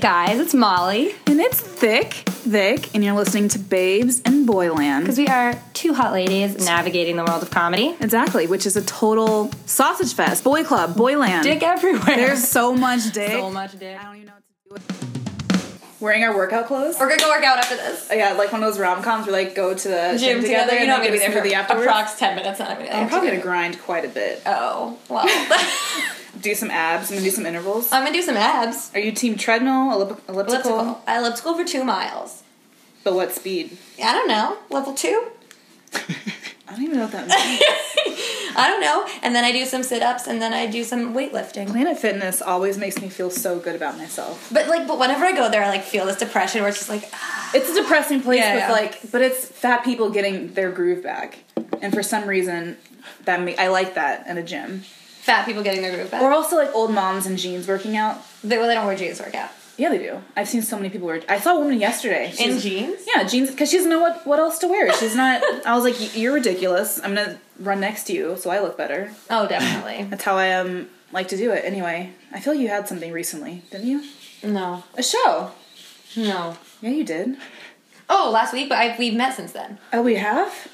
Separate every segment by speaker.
Speaker 1: guys. It's Molly.
Speaker 2: And it's thick, thick, and you're listening to Babes and Boyland.
Speaker 1: Because we are two hot ladies navigating the world of comedy.
Speaker 2: Exactly, which is a total sausage fest. Boy club, boyland.
Speaker 1: Dick everywhere.
Speaker 2: There's so much dick.
Speaker 1: so much dick.
Speaker 2: I don't even know what to do with Wearing our workout clothes?
Speaker 1: We're gonna go work out after this.
Speaker 2: Oh, yeah, like one of those rom coms where like go to the
Speaker 1: Gym together. You know I'm gonna
Speaker 2: and then
Speaker 1: be
Speaker 2: get
Speaker 1: there
Speaker 2: a
Speaker 1: for
Speaker 2: smoothie
Speaker 1: the
Speaker 2: afterwards.
Speaker 1: approx ten minutes. Not gonna.
Speaker 2: I'm probably gonna grind quite a bit.
Speaker 1: Oh well.
Speaker 2: Do some abs. I'm gonna do some intervals.
Speaker 1: I'm gonna do some abs.
Speaker 2: Are you team treadmill, ellip- elliptical?
Speaker 1: Elliptical. I elliptical for two miles.
Speaker 2: But what speed?
Speaker 1: I don't know. Level two.
Speaker 2: I don't even know what that means.
Speaker 1: I don't know. And then I do some sit ups, and then I do some weightlifting.
Speaker 2: Planet Fitness always makes me feel so good about myself.
Speaker 1: But like, but whenever I go there, I like feel this depression where it's just like,
Speaker 2: It's a depressing place,
Speaker 1: Yeah,
Speaker 2: but
Speaker 1: yeah.
Speaker 2: like, but it's fat people getting their groove back, and for some reason, that ma- I like that in a gym.
Speaker 1: fat people getting their groove back.
Speaker 2: Or also like old moms in jeans working out.
Speaker 1: they, well, they don't wear jeans to work out.
Speaker 2: Yeah, they do. I've seen so many people wear. I saw a woman yesterday. She
Speaker 1: In
Speaker 2: was-
Speaker 1: jeans?
Speaker 2: Yeah, jeans because she doesn't know what what else to wear. She's not. I was like, "Y- you're ridiculous. I'm gonna run next to you so I look better.
Speaker 1: Oh, definitely.
Speaker 2: That's how I um like to do it. Anyway, I feel you had something recently, didn't you?
Speaker 1: no.
Speaker 2: A show.
Speaker 1: No.
Speaker 2: Yeah, you did.
Speaker 1: Oh, last week, but I, we've met since then.
Speaker 2: Oh, we have.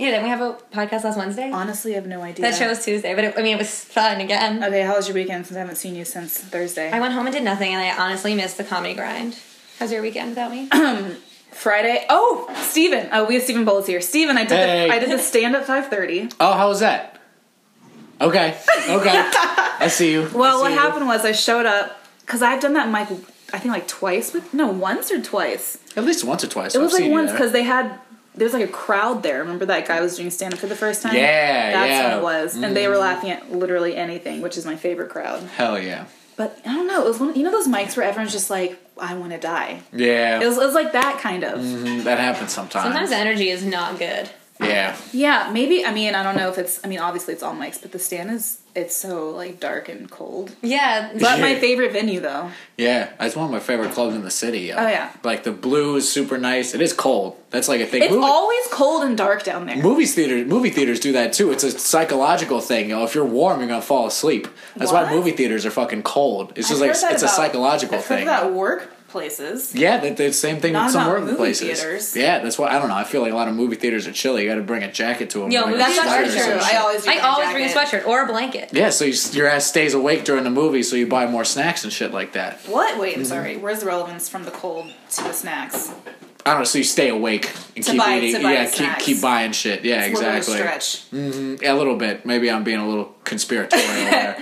Speaker 1: Yeah, then we have a podcast last Wednesday.
Speaker 2: Honestly, I have no idea.
Speaker 1: That show was Tuesday, but it, I mean, it was fun again.
Speaker 2: Okay, how was your weekend? Since I haven't seen you since Thursday.
Speaker 1: I went home and did nothing, and I honestly missed the comedy grind. How's your weekend without me?
Speaker 2: Friday. Oh, Steven. Oh, we have Steven Bowles here. Steven, I did.
Speaker 3: Hey.
Speaker 2: The, I did the stand at five thirty.
Speaker 3: Oh, how was that? Okay. Okay. I see you. I
Speaker 2: Well,
Speaker 3: see
Speaker 2: what
Speaker 3: you.
Speaker 2: happened was I showed up because I've done that mic. I think like twice with no once or twice.
Speaker 3: At least once or twice.
Speaker 2: It was like once because they had there was like a crowd there. Remember that guy was doing stand up for the first time?
Speaker 3: Yeah,
Speaker 2: that's
Speaker 3: yeah. Mm-hmm.
Speaker 2: when it was, and they were laughing at literally anything, which is my favorite crowd.
Speaker 3: Hell yeah.
Speaker 2: But I don't know. It was one you know those mics where everyone's just like, I want to die.
Speaker 3: Yeah.
Speaker 2: It was, it was like that kind of.
Speaker 3: Mm, that happens sometimes.
Speaker 1: Sometimes the energy is not good.
Speaker 3: yeah.
Speaker 2: Yeah, maybe. I mean, I don't know if it's. I mean, obviously it's all mics, but the stand is it's so like dark and cold.
Speaker 1: Yeah,
Speaker 2: But
Speaker 3: Yeah.
Speaker 2: my favorite venue though.
Speaker 3: Yeah. It's one of my favorite clubs in the city.
Speaker 2: Oh, yeah.
Speaker 3: Like the blue is super nice. It is cold. That's like a thing.
Speaker 2: It's
Speaker 3: Movie-
Speaker 2: always cold and dark down there.
Speaker 3: Movie theaters, movie theaters do that too. It's a psychological thing. You know, if you're warm, you're gonna fall asleep. That's
Speaker 2: What?
Speaker 3: why movie theaters are fucking cold. It's just
Speaker 2: I've
Speaker 3: like
Speaker 2: heard that
Speaker 3: it's a
Speaker 2: about-
Speaker 3: psychological
Speaker 2: I've heard
Speaker 3: thing.
Speaker 2: about workplaces.
Speaker 3: Yeah, the, the same thing
Speaker 2: Not
Speaker 3: with some
Speaker 2: about
Speaker 3: working
Speaker 2: movie
Speaker 3: places.
Speaker 2: theaters.
Speaker 3: Yeah, that's why I don't know. I feel like a lot of movie theaters are chilly. You got to bring a jacket to them.
Speaker 1: Yo,
Speaker 3: or
Speaker 1: that's
Speaker 3: a
Speaker 1: not
Speaker 3: sweater or
Speaker 1: true.
Speaker 3: some
Speaker 2: I
Speaker 3: shit.
Speaker 2: always. Do
Speaker 1: I
Speaker 2: my
Speaker 1: always bring a
Speaker 2: jacket.
Speaker 1: sweatshirt or a blanket.
Speaker 3: yeah, so you, your ass stays awake during the movie, so you buy more snacks and shit like that.
Speaker 2: What? Wait, I'm
Speaker 3: Mm-hmm.
Speaker 2: sorry. Where's the relevance from the cold to the snacks?
Speaker 3: I don't know. So you stay awake and
Speaker 2: To
Speaker 3: keep
Speaker 2: buy-
Speaker 3: eating.
Speaker 2: to buy
Speaker 3: yeah,
Speaker 2: the
Speaker 3: keep
Speaker 2: snacks.
Speaker 3: keep buying shit. Yeah,
Speaker 2: It's a little bit of
Speaker 3: exactly. Mm.
Speaker 2: a stretch.
Speaker 3: Yeah, a little bit. Maybe I'm being a little conspiratorial there.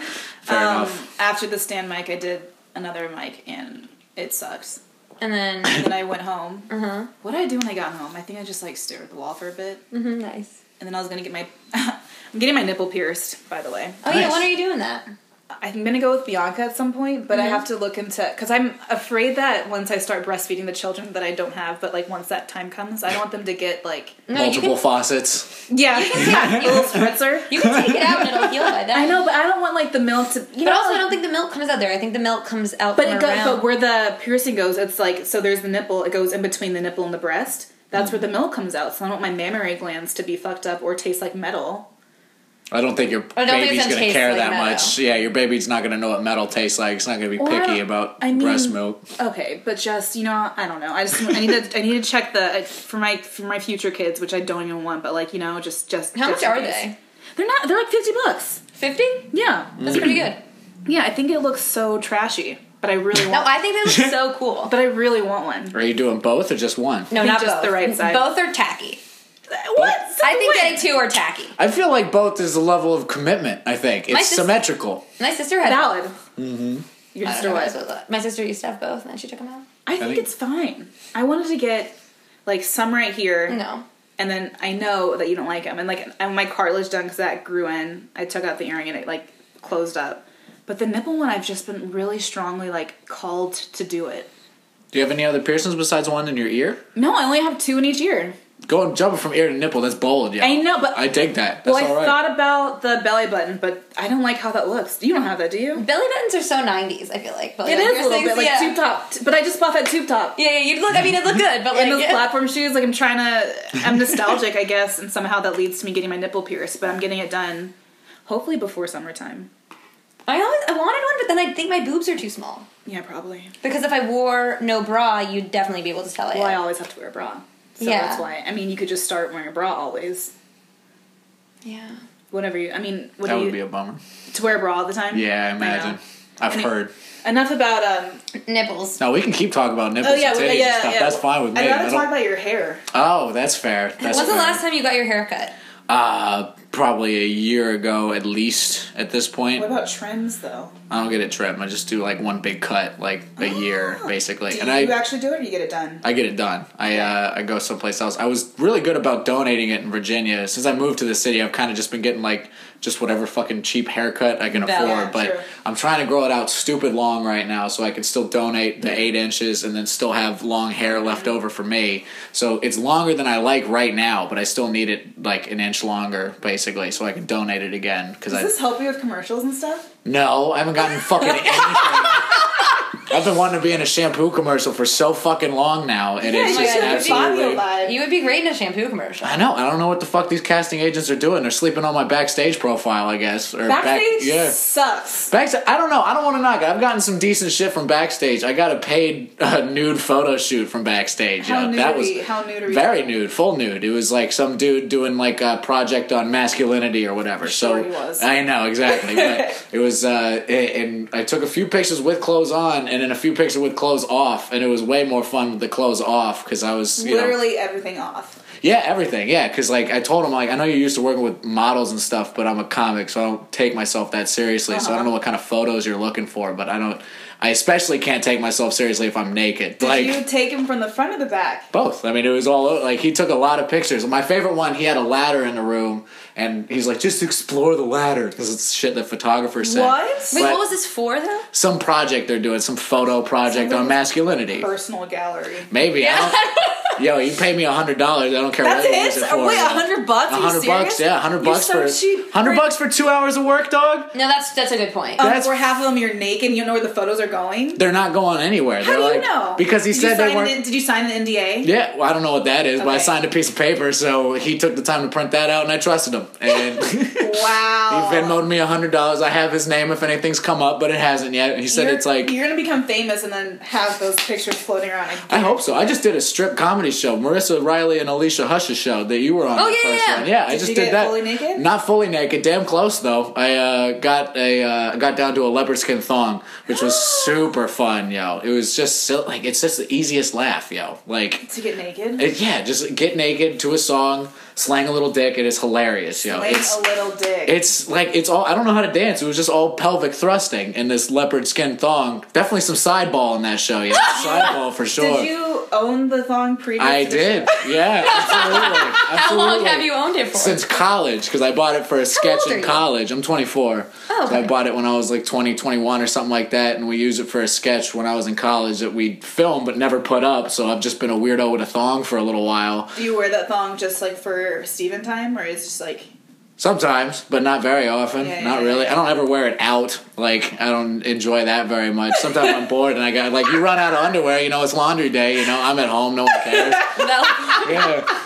Speaker 3: Fair
Speaker 2: Um,
Speaker 3: enough.
Speaker 2: After the stand mic, I did another mic, and it sucks.
Speaker 1: And then,
Speaker 2: then I went home.
Speaker 3: Mm-hmm.
Speaker 2: What did I do when I got home? I think I just like stared at the wall for a bit,
Speaker 3: Mm.
Speaker 2: and
Speaker 1: Mhm, nice.
Speaker 2: then I was gonna get my. I'm getting my nipple pierced, by the way.
Speaker 1: Oh yeah,
Speaker 3: Nice.
Speaker 1: when are you doing that?
Speaker 2: I'm gonna go with Bianca at some point, but I have to look into because I'm afraid that once I start breastfeeding the children that I don't have, but like once that time comes, I don't want them to get like
Speaker 1: No, you
Speaker 3: Multiple
Speaker 1: can,
Speaker 3: faucets.
Speaker 2: Mm, yeah, yeah, a little spritzer.
Speaker 1: you can take it out and it'll heal by then.
Speaker 2: I know, but I don't want like the milk to. You
Speaker 1: But
Speaker 2: know,
Speaker 1: also, I
Speaker 2: like-
Speaker 1: don't think the milk comes out there. I think the milk comes out.
Speaker 2: But
Speaker 1: from
Speaker 2: it goes,
Speaker 1: around.
Speaker 2: but where the piercing goes, it's like so. There's the nipple. It goes in between the nipple and the breast. That's where the milk comes out. So I don't want my mammary glands to be fucked up or taste like metal.
Speaker 3: I don't think your
Speaker 1: don't
Speaker 2: Oh,
Speaker 1: think it's
Speaker 3: baby's
Speaker 1: gonna
Speaker 3: gonna
Speaker 1: taste
Speaker 3: care
Speaker 1: like
Speaker 3: that
Speaker 1: metal.
Speaker 3: much. Yeah, your baby's not gonna know what metal tastes like. It's not gonna be
Speaker 2: Or-
Speaker 3: picky about
Speaker 2: I mean-
Speaker 3: breast milk.
Speaker 2: Okay, but just you know, I don't know. I just I need to I need to check the for my for my future kids, which I don't even want. But like you know, just just
Speaker 1: How
Speaker 2: just
Speaker 1: much
Speaker 2: in
Speaker 1: are
Speaker 2: case.
Speaker 1: they?
Speaker 2: They're not. They're like fifty bucks.
Speaker 1: Fifty?
Speaker 2: Yeah, Mm.
Speaker 1: That's pretty good.
Speaker 2: yeah. I think it looks so trashy, but I really
Speaker 1: No,
Speaker 2: want.
Speaker 1: I think they look so cool.
Speaker 2: but I really want one.
Speaker 3: Are you doing both or just one?
Speaker 1: No,
Speaker 2: think
Speaker 1: not
Speaker 2: just
Speaker 1: both.
Speaker 2: the right side.
Speaker 1: Both are tacky.
Speaker 2: What?
Speaker 1: I think
Speaker 2: Wait.
Speaker 1: they too are tacky.
Speaker 3: I feel like both is a level of commitment. I think it's
Speaker 1: sis-
Speaker 3: symmetrical.
Speaker 1: My sister had.
Speaker 2: valid. Mm-hmm. Your
Speaker 1: I don't
Speaker 2: sister
Speaker 1: know what
Speaker 2: was.
Speaker 1: it was. My sister used to have both, and then she took them out.
Speaker 2: I think,
Speaker 3: think-
Speaker 2: it's fine. I wanted to get like some right here,
Speaker 1: No.
Speaker 2: and then I know that you don't like them, and like and my cartilage done because that grew in. I took out the earring and it like closed up, but the nipple one I've just been really strongly like called to do it.
Speaker 3: Do you have any other piercings besides one in your ear?
Speaker 2: No, I only have two in each ear.
Speaker 3: Go and jump from ear to nipple. That's bold. Yeah,
Speaker 2: I know, but
Speaker 3: I dig that. That's
Speaker 2: well, I
Speaker 3: all right.
Speaker 2: thought about the belly button, but I don't like how that looks. You don't have that, do you?
Speaker 1: Belly buttons are so '90s. I feel like belly
Speaker 2: It
Speaker 1: button
Speaker 2: is a little
Speaker 1: piercings,
Speaker 2: bit like
Speaker 1: yeah.
Speaker 2: tube top, t- but I just bought that tube top.
Speaker 1: Yeah, yeah, you look. I mean, it looked good, but like
Speaker 2: in those
Speaker 1: yeah.
Speaker 2: platform shoes. Like I'm trying to, I'm nostalgic, I guess, and somehow that leads to me getting my nipple pierced. But I'm getting it done, hopefully before summertime.
Speaker 1: I always I wanted one, but then I'd think my boobs are too small.
Speaker 2: Yeah, probably.
Speaker 1: Because if I wore no bra, you'd definitely be able to tell it.
Speaker 2: Well, I always have to wear a bra. So
Speaker 1: Yeah.
Speaker 2: that's why. I mean, you could just start wearing a bra always.
Speaker 1: yeah.
Speaker 2: Whatever you. I mean, what
Speaker 3: That
Speaker 2: do
Speaker 3: would
Speaker 2: you
Speaker 3: be a bummer.
Speaker 2: to wear a bra all the time?
Speaker 3: Yeah, I
Speaker 2: know.
Speaker 3: imagine. I've
Speaker 2: And it-
Speaker 3: heard.
Speaker 2: Enough about um.
Speaker 1: Nipples.
Speaker 3: Now we can keep talking about nipples
Speaker 2: Oh yeah,
Speaker 3: and
Speaker 2: well,
Speaker 3: titties
Speaker 2: yeah,
Speaker 3: and stuff.
Speaker 2: yeah.
Speaker 3: That's fine with me.
Speaker 2: I'd
Speaker 3: I
Speaker 2: rather
Speaker 3: don't-
Speaker 2: talk about your hair.
Speaker 3: oh, that's fair. That's
Speaker 1: When's the
Speaker 3: fair.
Speaker 1: last time you got your hair cut?
Speaker 3: Uh, probably a year ago at least. At this point,
Speaker 2: What about trims though?
Speaker 3: I don't get it trimmed. I just do like one big cut, like a year basically,
Speaker 2: Do
Speaker 3: and
Speaker 2: Ah, you
Speaker 3: I
Speaker 2: actually do it, or you get it done?
Speaker 3: I get it done. I uh, I go someplace else. I was really good about donating it in Virginia. Since I moved to the city, I've kind of just been getting like just whatever fucking cheap haircut I can
Speaker 1: Yeah,
Speaker 3: afford. But
Speaker 2: true.
Speaker 3: I'm trying to grow it out stupid long right now, so I can still donate the eight inches and then still have long hair left over for me. So it's longer than I like right now, but I still need it like an inch longer basically, so I can donate it again because I
Speaker 2: Does this help you with commercials and stuff?
Speaker 3: no, I haven't gotten fucking anything. I've been wanting to be in a shampoo commercial for so fucking long now, and it's
Speaker 1: you
Speaker 3: just
Speaker 1: should have
Speaker 3: absolutely.
Speaker 1: You would be great in a shampoo commercial.
Speaker 3: I know. I don't know what the fuck these casting agents are doing. They're sleeping on my backstage profile, I guess. Or
Speaker 2: Backstage
Speaker 3: Back, yeah.
Speaker 2: sucks.
Speaker 3: Backstage. I don't know. I don't want to knock it. I've gotten some decent shit from backstage. I got a paid uh, nude photo shoot from backstage.
Speaker 2: How
Speaker 3: Uh,
Speaker 2: nude
Speaker 3: that
Speaker 2: are
Speaker 3: was
Speaker 2: we- how nude are we
Speaker 3: very
Speaker 2: talking?
Speaker 3: nude, full nude. It was like some dude doing like a project on masculinity or whatever.
Speaker 2: Sure
Speaker 3: so
Speaker 2: he was.
Speaker 3: I know exactly. But it was, uh, a- and I took a few pictures with clothes on, and then a few pictures with clothes off, and it was way more fun with the clothes off because I was you know,
Speaker 2: Literally everything off.
Speaker 3: yeah, everything. Yeah, because like I told him, like I know you're used to working with models and stuff, but I'm a comic, so I don't take myself that seriously. So
Speaker 2: Uh-huh.
Speaker 3: I don't know what kind of photos you're looking for, but I don't. I especially can't take myself seriously if I'm naked.
Speaker 2: Did
Speaker 3: like
Speaker 2: you take him from the front of the back?
Speaker 3: both. I mean, it was all o- like he took a lot of pictures. My favorite one, he had a ladder in the room, and he's like, just explore the ladder because it's shit that photographers say.
Speaker 2: What?
Speaker 1: Wait,
Speaker 3: But-
Speaker 1: what was this for though?
Speaker 3: Some project they're doing, some photo project on masculinity.
Speaker 2: Personal gallery.
Speaker 3: Maybe I don't. Yo, you pay me a hundred dollars. I don't care
Speaker 2: That's
Speaker 3: what you
Speaker 2: it?
Speaker 1: Oh,
Speaker 3: use it for.
Speaker 2: Wait,
Speaker 3: yeah.
Speaker 2: 100 bucks? Are you
Speaker 3: 100 bucks.
Speaker 2: serious?
Speaker 3: Yeah, hundred
Speaker 2: You're
Speaker 3: bucks
Speaker 2: so
Speaker 3: for
Speaker 2: cheap.
Speaker 3: hundred
Speaker 2: We're-
Speaker 3: bucks for two hours of work, dog.
Speaker 1: No, that's that's a good point.
Speaker 2: Um,
Speaker 3: That's-
Speaker 2: where half of them you're naked and you don't know where the photos are going?
Speaker 3: They're not going anywhere.
Speaker 2: How
Speaker 3: They're
Speaker 2: do you
Speaker 3: like,
Speaker 2: know?
Speaker 3: Because he
Speaker 2: Did you
Speaker 3: said
Speaker 2: sign
Speaker 3: they
Speaker 2: an-
Speaker 3: weren't.
Speaker 2: Did you sign an NDA?
Speaker 3: Yeah, well, I don't know what that is, but I
Speaker 2: Okay.
Speaker 3: signed a piece of paper, so he took the time to print that out, and I trusted him. And he
Speaker 2: Wow.
Speaker 3: Venmoed me hundred dollars. I have his name if anything's come up, but it hasn't yet. He said
Speaker 2: You're-
Speaker 3: it's like
Speaker 2: You're gonna become famous and then have those pictures floating around.
Speaker 3: I hope so. I just did a strip comedy show, Marissa Riley and Alicia Hush's show that you were on.
Speaker 1: Oh,
Speaker 3: the
Speaker 1: yeah,
Speaker 3: first
Speaker 1: yeah.
Speaker 3: one. yeah. I
Speaker 2: Did
Speaker 3: just
Speaker 2: you
Speaker 3: did
Speaker 2: get
Speaker 3: that.
Speaker 2: fully naked?
Speaker 3: Not fully naked, damn close though. I uh, got a uh, got down to a leopard skin thong, which was super fun, yo. It was just so, like it's just the easiest laugh, yo. Like
Speaker 2: To get naked?
Speaker 3: it, yeah, just get naked to a song, slang a little dick, and it's hilarious, yo.
Speaker 2: Slang
Speaker 3: It's
Speaker 2: a little dick.
Speaker 3: it's like it's all I don't know how to dance. It was just all pelvic thrusting in this leopard skin thong. Definitely some side ball in that show, yeah. side ball for sure.
Speaker 2: Did you own the thong pre?
Speaker 3: I did. Yeah, absolutely.
Speaker 1: How long
Speaker 3: Absolutely.
Speaker 1: have you owned it for?
Speaker 3: Since college, because I bought it for a sketch
Speaker 1: old are
Speaker 3: in
Speaker 1: you?
Speaker 3: college. I'm 24.
Speaker 1: Oh,
Speaker 3: So I
Speaker 1: okay.
Speaker 3: bought it when I was like 20, 21 or something like that, and we used it for a sketch when I was in college that we filmed but never put up. So I've just been a weirdo with a thong for a little while.
Speaker 2: Do you wear that thong just like for Steven time, or is it just like
Speaker 3: Sometimes, but not very often.
Speaker 2: Yeah,
Speaker 3: not
Speaker 2: yeah,
Speaker 3: really.
Speaker 2: yeah.
Speaker 3: I don't ever wear it out. Like I don't enjoy that very much. Sometimes I'm bored and I got like you run out of underwear. You know it's laundry day. You know I'm at home. No one cares.
Speaker 1: No.
Speaker 3: yeah,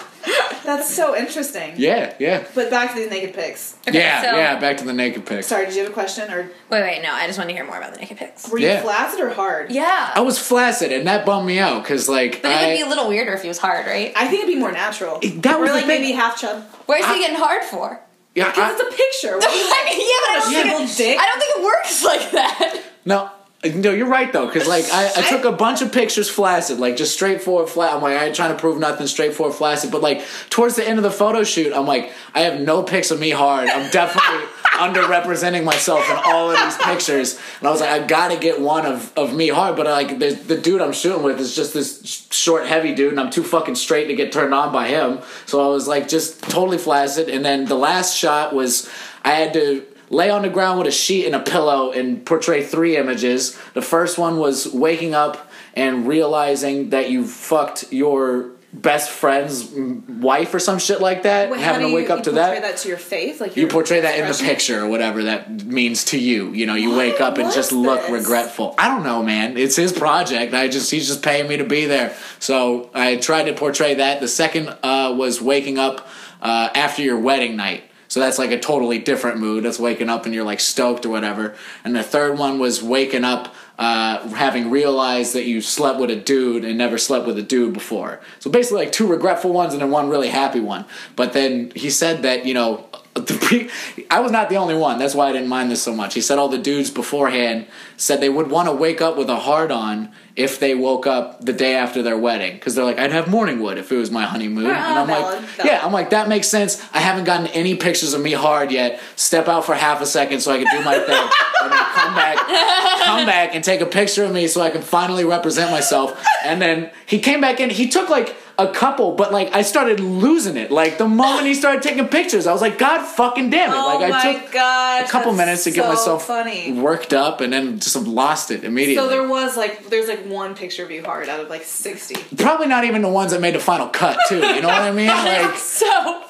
Speaker 2: that's so interesting?
Speaker 3: yeah, yeah.
Speaker 2: But back to these naked pics.
Speaker 1: Okay,
Speaker 3: yeah,
Speaker 1: so-
Speaker 3: yeah. Back to the naked pics.
Speaker 2: Sorry, did you have a question, or
Speaker 1: Wait, wait, no. I just want to hear more about the naked pics.
Speaker 2: were you
Speaker 3: Yeah.
Speaker 2: flaccid or hard?
Speaker 1: Yeah,
Speaker 3: I was flaccid, and that bummed me out because like
Speaker 1: but it
Speaker 3: I,
Speaker 1: would be a little weirder if he was hard, right?
Speaker 2: I think it'd be more natural.
Speaker 3: It- that
Speaker 2: or
Speaker 3: was the
Speaker 2: like
Speaker 3: thing.
Speaker 2: maybe half chub.
Speaker 1: Where's
Speaker 3: I-
Speaker 1: he getting hard for?
Speaker 3: yeah, I-
Speaker 2: Because it's a picture. What
Speaker 1: I
Speaker 2: do you-
Speaker 1: mean, yeah, but I
Speaker 2: Yeah.
Speaker 1: don't,
Speaker 2: Little
Speaker 1: think
Speaker 2: dick.
Speaker 1: it, I don't think it works like that.
Speaker 3: no. No, you're right though, because like I, I took a bunch of pictures flaccid, like just straightforward flat. I'm like, I ain't trying to prove nothing, straightforward flaccid. But like towards the end of the photo shoot, I'm like, I have no pics of me hard. I'm definitely underrepresenting myself in all of these pictures. And I was like, I gotta get one of, of me hard. But like the, the dude I'm shooting with is just this sh- short, heavy dude, and I'm too fucking straight to get turned on by him. So I was like, just totally flaccid. And then the last shot was, I had to lay on the ground with a sheet and a pillow and portray three images. The first one was waking up and realizing that you fucked your best friend's mm, wife or some shit like that,
Speaker 2: Wait, how
Speaker 3: having
Speaker 2: do
Speaker 3: to wake
Speaker 2: you,
Speaker 3: up
Speaker 2: you
Speaker 3: to
Speaker 2: portray
Speaker 3: that.
Speaker 2: to your face, like
Speaker 3: You
Speaker 2: your
Speaker 3: portray that in the
Speaker 2: expression?
Speaker 3: picture or whatever that means to you. You know, you wake up and
Speaker 2: What
Speaker 3: just
Speaker 2: is
Speaker 3: look
Speaker 2: this?
Speaker 3: regretful. I don't know, man. It's his project. I just he's just paying me to be there. So I tried to portray that. The second uh, was waking up uh, after your wedding night. So that's like a totally different mood. That's waking up and you're like stoked or whatever. And the third one was waking up uh, having realized that you slept with a dude and never slept with a dude before. So basically, like two regretful ones and then one really happy one. But then he said that, you know, the pre- I was not the only one. That's why I didn't mind this so much. He said all the dudes beforehand said they would want to wake up with a hard on if they woke up the day after their wedding because they're like, I'd have morning wood if it was my honeymoon.
Speaker 2: Uh,
Speaker 3: and I'm
Speaker 2: valid,
Speaker 3: like,
Speaker 2: valid.
Speaker 3: yeah, I'm like that makes sense. I haven't gotten any pictures of me hard yet. Step out for half a second so I can do my thing. and then come back, come back and take a picture of me so I can finally represent myself. And then he came back in. He took like a couple, but like I started losing it. Like the moment he started taking pictures, I was like, God fucking damn it!
Speaker 2: Oh
Speaker 3: like I
Speaker 2: my
Speaker 3: took
Speaker 2: gosh,
Speaker 3: a couple
Speaker 2: that's
Speaker 3: minutes to get
Speaker 2: so
Speaker 3: myself
Speaker 2: funny.
Speaker 3: worked up, and then just lost it immediately.
Speaker 2: So there was like there's like one picture of you hard out of like sixty.
Speaker 3: probably not even the ones that made the final cut too. You know what I mean? Like
Speaker 1: So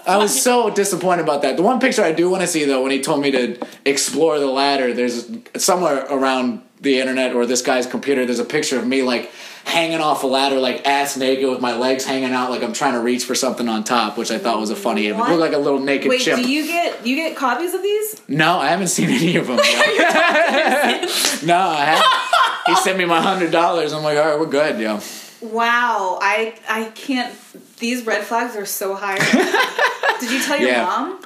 Speaker 3: I was so disappointed about that. The one picture I do want to see though, when he told me to explore the ladder, there's somewhere around the internet or this guy's computer, there's a picture of me like hanging off a ladder, like ass naked with my legs hanging out, like I'm trying to reach for something on top, which I thought was a funny image.
Speaker 2: What?
Speaker 3: It looked like a little naked
Speaker 2: Wait,
Speaker 3: chimp.
Speaker 2: do you get you get copies of these?
Speaker 3: No, I haven't seen any of them. Yo. no, I haven't. He sent me my hundred dollars. I'm like, all right, we're good, yo.
Speaker 2: Wow, I I can't. These red flags are so high. Did you tell your
Speaker 3: Yeah.
Speaker 2: mom?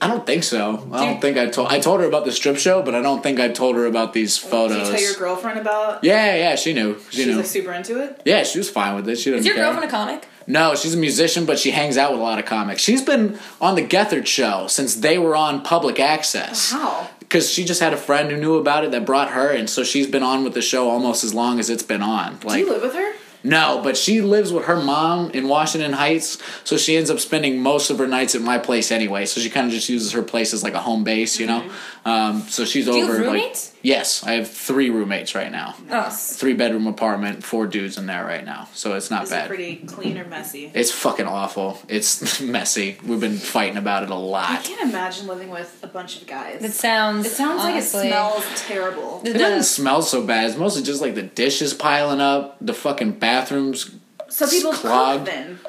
Speaker 3: I don't think so. I
Speaker 2: Dude.
Speaker 3: don't think I told. I told her about the strip show, but I don't think I told her about these
Speaker 2: Did
Speaker 3: photos.
Speaker 2: you tell your girlfriend about?
Speaker 3: Oh, Yeah, yeah, she knew. She
Speaker 2: She's
Speaker 3: knew.
Speaker 2: like super into it.
Speaker 3: yeah, she was fine with it. She didn't
Speaker 1: is your
Speaker 3: care.
Speaker 1: girlfriend a comic?
Speaker 3: no, she's a musician, but she hangs out with a lot of comics. She's been on the Gethard show since they were on public access.
Speaker 1: Uh-huh.
Speaker 2: Wow.
Speaker 3: Because she just had a friend who knew about it that brought her, and so she's been on with the show almost as long as it's been on. Like,
Speaker 2: Do you live with her?
Speaker 3: no, but she lives with her mom in Washington Heights, so she ends up spending most of her nights at my place anyway. So she kind of just uses her place as like a home base, you know. Um, so she's
Speaker 1: Mm-hmm. you have
Speaker 3: over.
Speaker 1: roommates?
Speaker 3: Like, yes, I have three roommates right now.
Speaker 1: Oh.
Speaker 3: Three bedroom apartment, four dudes in there right now. So it's not
Speaker 2: Is
Speaker 3: bad.
Speaker 2: it pretty clean or messy?
Speaker 3: it's fucking awful. It's messy. We've been fighting about it a
Speaker 2: I
Speaker 3: lot.
Speaker 2: can't imagine living with a bunch of guys.
Speaker 1: It sounds.
Speaker 2: it sounds
Speaker 1: honestly,
Speaker 2: like it smells terrible.
Speaker 1: the-
Speaker 3: It doesn't smell so bad. It's mostly just like the dishes piling up, the fucking bathrooms
Speaker 2: So people cook
Speaker 3: clogged.
Speaker 2: then.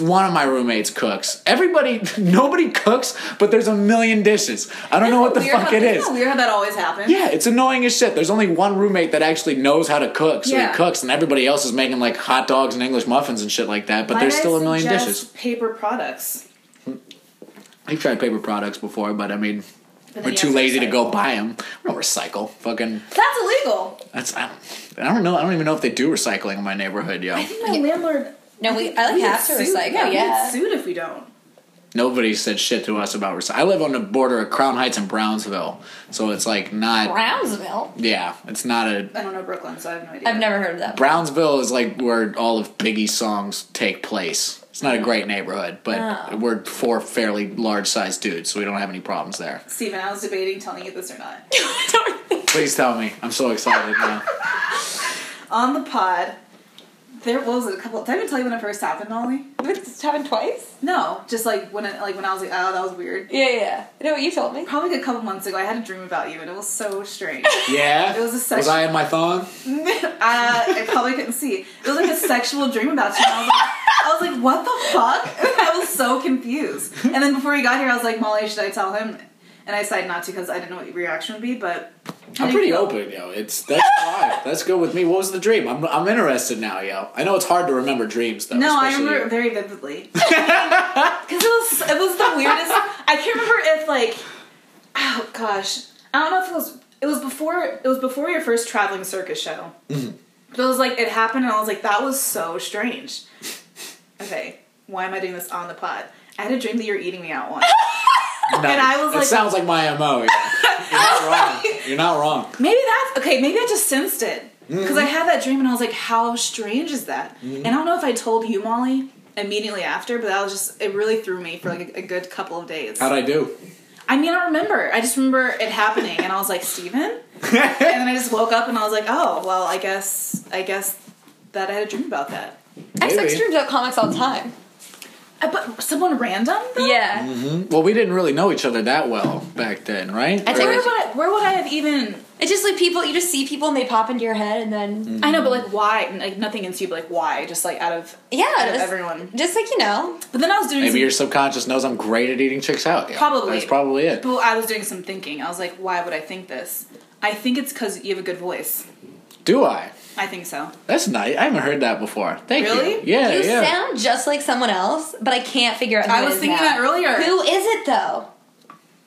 Speaker 3: one of my roommates cooks. Everybody, nobody cooks, but there's a million dishes. I don't know what the
Speaker 2: Weird
Speaker 3: fuck
Speaker 2: how,
Speaker 3: it
Speaker 2: isn't
Speaker 3: is.
Speaker 2: that Weird how that always happens.
Speaker 3: Yeah, it's annoying as shit. There's only one roommate that actually knows how to cook, so
Speaker 2: Yeah.
Speaker 3: he cooks, and everybody else is making like hot dogs and English muffins and shit like that. But
Speaker 2: Why
Speaker 3: there's
Speaker 2: did I
Speaker 3: still a million
Speaker 2: suggest
Speaker 3: dishes.
Speaker 2: Paper products.
Speaker 3: I've tried paper products before, but I mean,
Speaker 2: But then
Speaker 3: we're
Speaker 2: you
Speaker 3: too
Speaker 2: have to
Speaker 3: lazy to go
Speaker 2: recycle.
Speaker 3: buy them. I don't recycle. Fucking,
Speaker 2: That's illegal.
Speaker 3: that's I don't, I don't know. I don't even know if they do recycling in my neighborhood, yo.
Speaker 2: I think my landlord.
Speaker 1: No, we. I like
Speaker 2: we
Speaker 1: have to
Speaker 2: get sued.
Speaker 1: recycle. Yeah.
Speaker 2: we get sued if we don't.
Speaker 3: Nobody said shit to us about recycling. I live on the border of Crown Heights and Brownsville, so it's like not.
Speaker 1: Brownsville.
Speaker 3: Yeah, it's not a.
Speaker 2: I don't know Brooklyn, so I have no idea.
Speaker 1: I've never heard of that.
Speaker 3: Brownsville is like where all of Biggie's songs take place. It's not a great neighborhood, but
Speaker 1: Oh.
Speaker 3: we're four fairly large sized dudes, so we don't have any problems there.
Speaker 2: Steven, I was debating telling you this or not.
Speaker 3: Please tell me. I'm so excited now.
Speaker 2: On the pod, there was a couple. Did I even tell you when it first happened, Molly?
Speaker 1: it's happened twice.
Speaker 2: No, just like when it, like when I was like, oh, that was weird.
Speaker 1: Yeah, yeah. You know what you told me?
Speaker 2: Probably a couple months ago, I had a dream about you, and it was so strange.
Speaker 3: Yeah?
Speaker 2: It was a session.
Speaker 3: Was I in my thong?
Speaker 2: uh, I probably couldn't see. It was like a sexual dream about you. And I, was like, I was like, what the fuck? I was so confused. And then before you got here, I was like, Molly, should I tell him? And I decided not to because I didn't know what your reaction would be. But how do
Speaker 3: I'm
Speaker 2: you
Speaker 3: pretty
Speaker 2: feel?
Speaker 3: open, yo. It's that's fine. That's good with me. What was the dream? I'm I'm interested now, yo. I know it's hard to remember dreams though.
Speaker 2: No, I
Speaker 3: especially-
Speaker 2: remember it very vividly because it was it was the weirdest. I can't remember if like, oh gosh, I don't know if it was it was before it was before your first traveling circus show. But it was like it happened, and I was like, that was so strange. Okay, why am I doing this on the pod? I had a dream that you were eating me out once.
Speaker 3: No,
Speaker 2: and I was
Speaker 3: it
Speaker 2: like-
Speaker 3: sounds like my MO. yo. You're not wrong. You're not wrong.
Speaker 2: Maybe that's okay. Maybe I just sensed it because I had that dream and I was like, "How strange is that?" And I don't know if I told you, Molly, immediately after, but that was just it. Really threw me for like a, a good couple of days.
Speaker 3: How'd
Speaker 2: I,
Speaker 3: I do?
Speaker 2: mean, I don't remember. I just remember it happening, and I was like, "Steven? and then I just woke up and I was like, "Oh, well, I guess, I guess that I had a dream about that."
Speaker 1: I
Speaker 3: Maybe.
Speaker 1: sex dreams about comics all the time.
Speaker 2: Uh, But someone random? Though?
Speaker 1: Yeah.
Speaker 3: Well, we didn't really know each other that well back then, right?
Speaker 1: I
Speaker 3: Or-
Speaker 1: think
Speaker 2: Where would I, where would I have even?
Speaker 1: It's just like people, you just see people and they pop into your head and then.
Speaker 2: I know, but
Speaker 3: Hmm.
Speaker 2: like why? Like nothing into you, but like why? Just like out of
Speaker 1: Yeah,
Speaker 2: out of
Speaker 1: just-
Speaker 2: everyone.
Speaker 1: Just like, you know.
Speaker 2: But then I was doing
Speaker 3: Maybe
Speaker 2: some,
Speaker 3: your subconscious knows I'm great at eating chicks out. Yeah,
Speaker 2: Probably.
Speaker 3: That's probably it.
Speaker 2: Well, I was doing some thinking. I was like, why would I think this? I think it's because you have a good voice.
Speaker 3: Do I?
Speaker 2: I think so.
Speaker 3: That's nice. I haven't heard that before. Thank you.
Speaker 2: Really?
Speaker 3: Yeah,
Speaker 1: you
Speaker 3: yeah.
Speaker 1: sound just like someone else, but I can't figure out who
Speaker 2: I
Speaker 1: it
Speaker 2: was
Speaker 1: is
Speaker 2: thinking
Speaker 1: now.
Speaker 2: that earlier.
Speaker 1: Who is it though?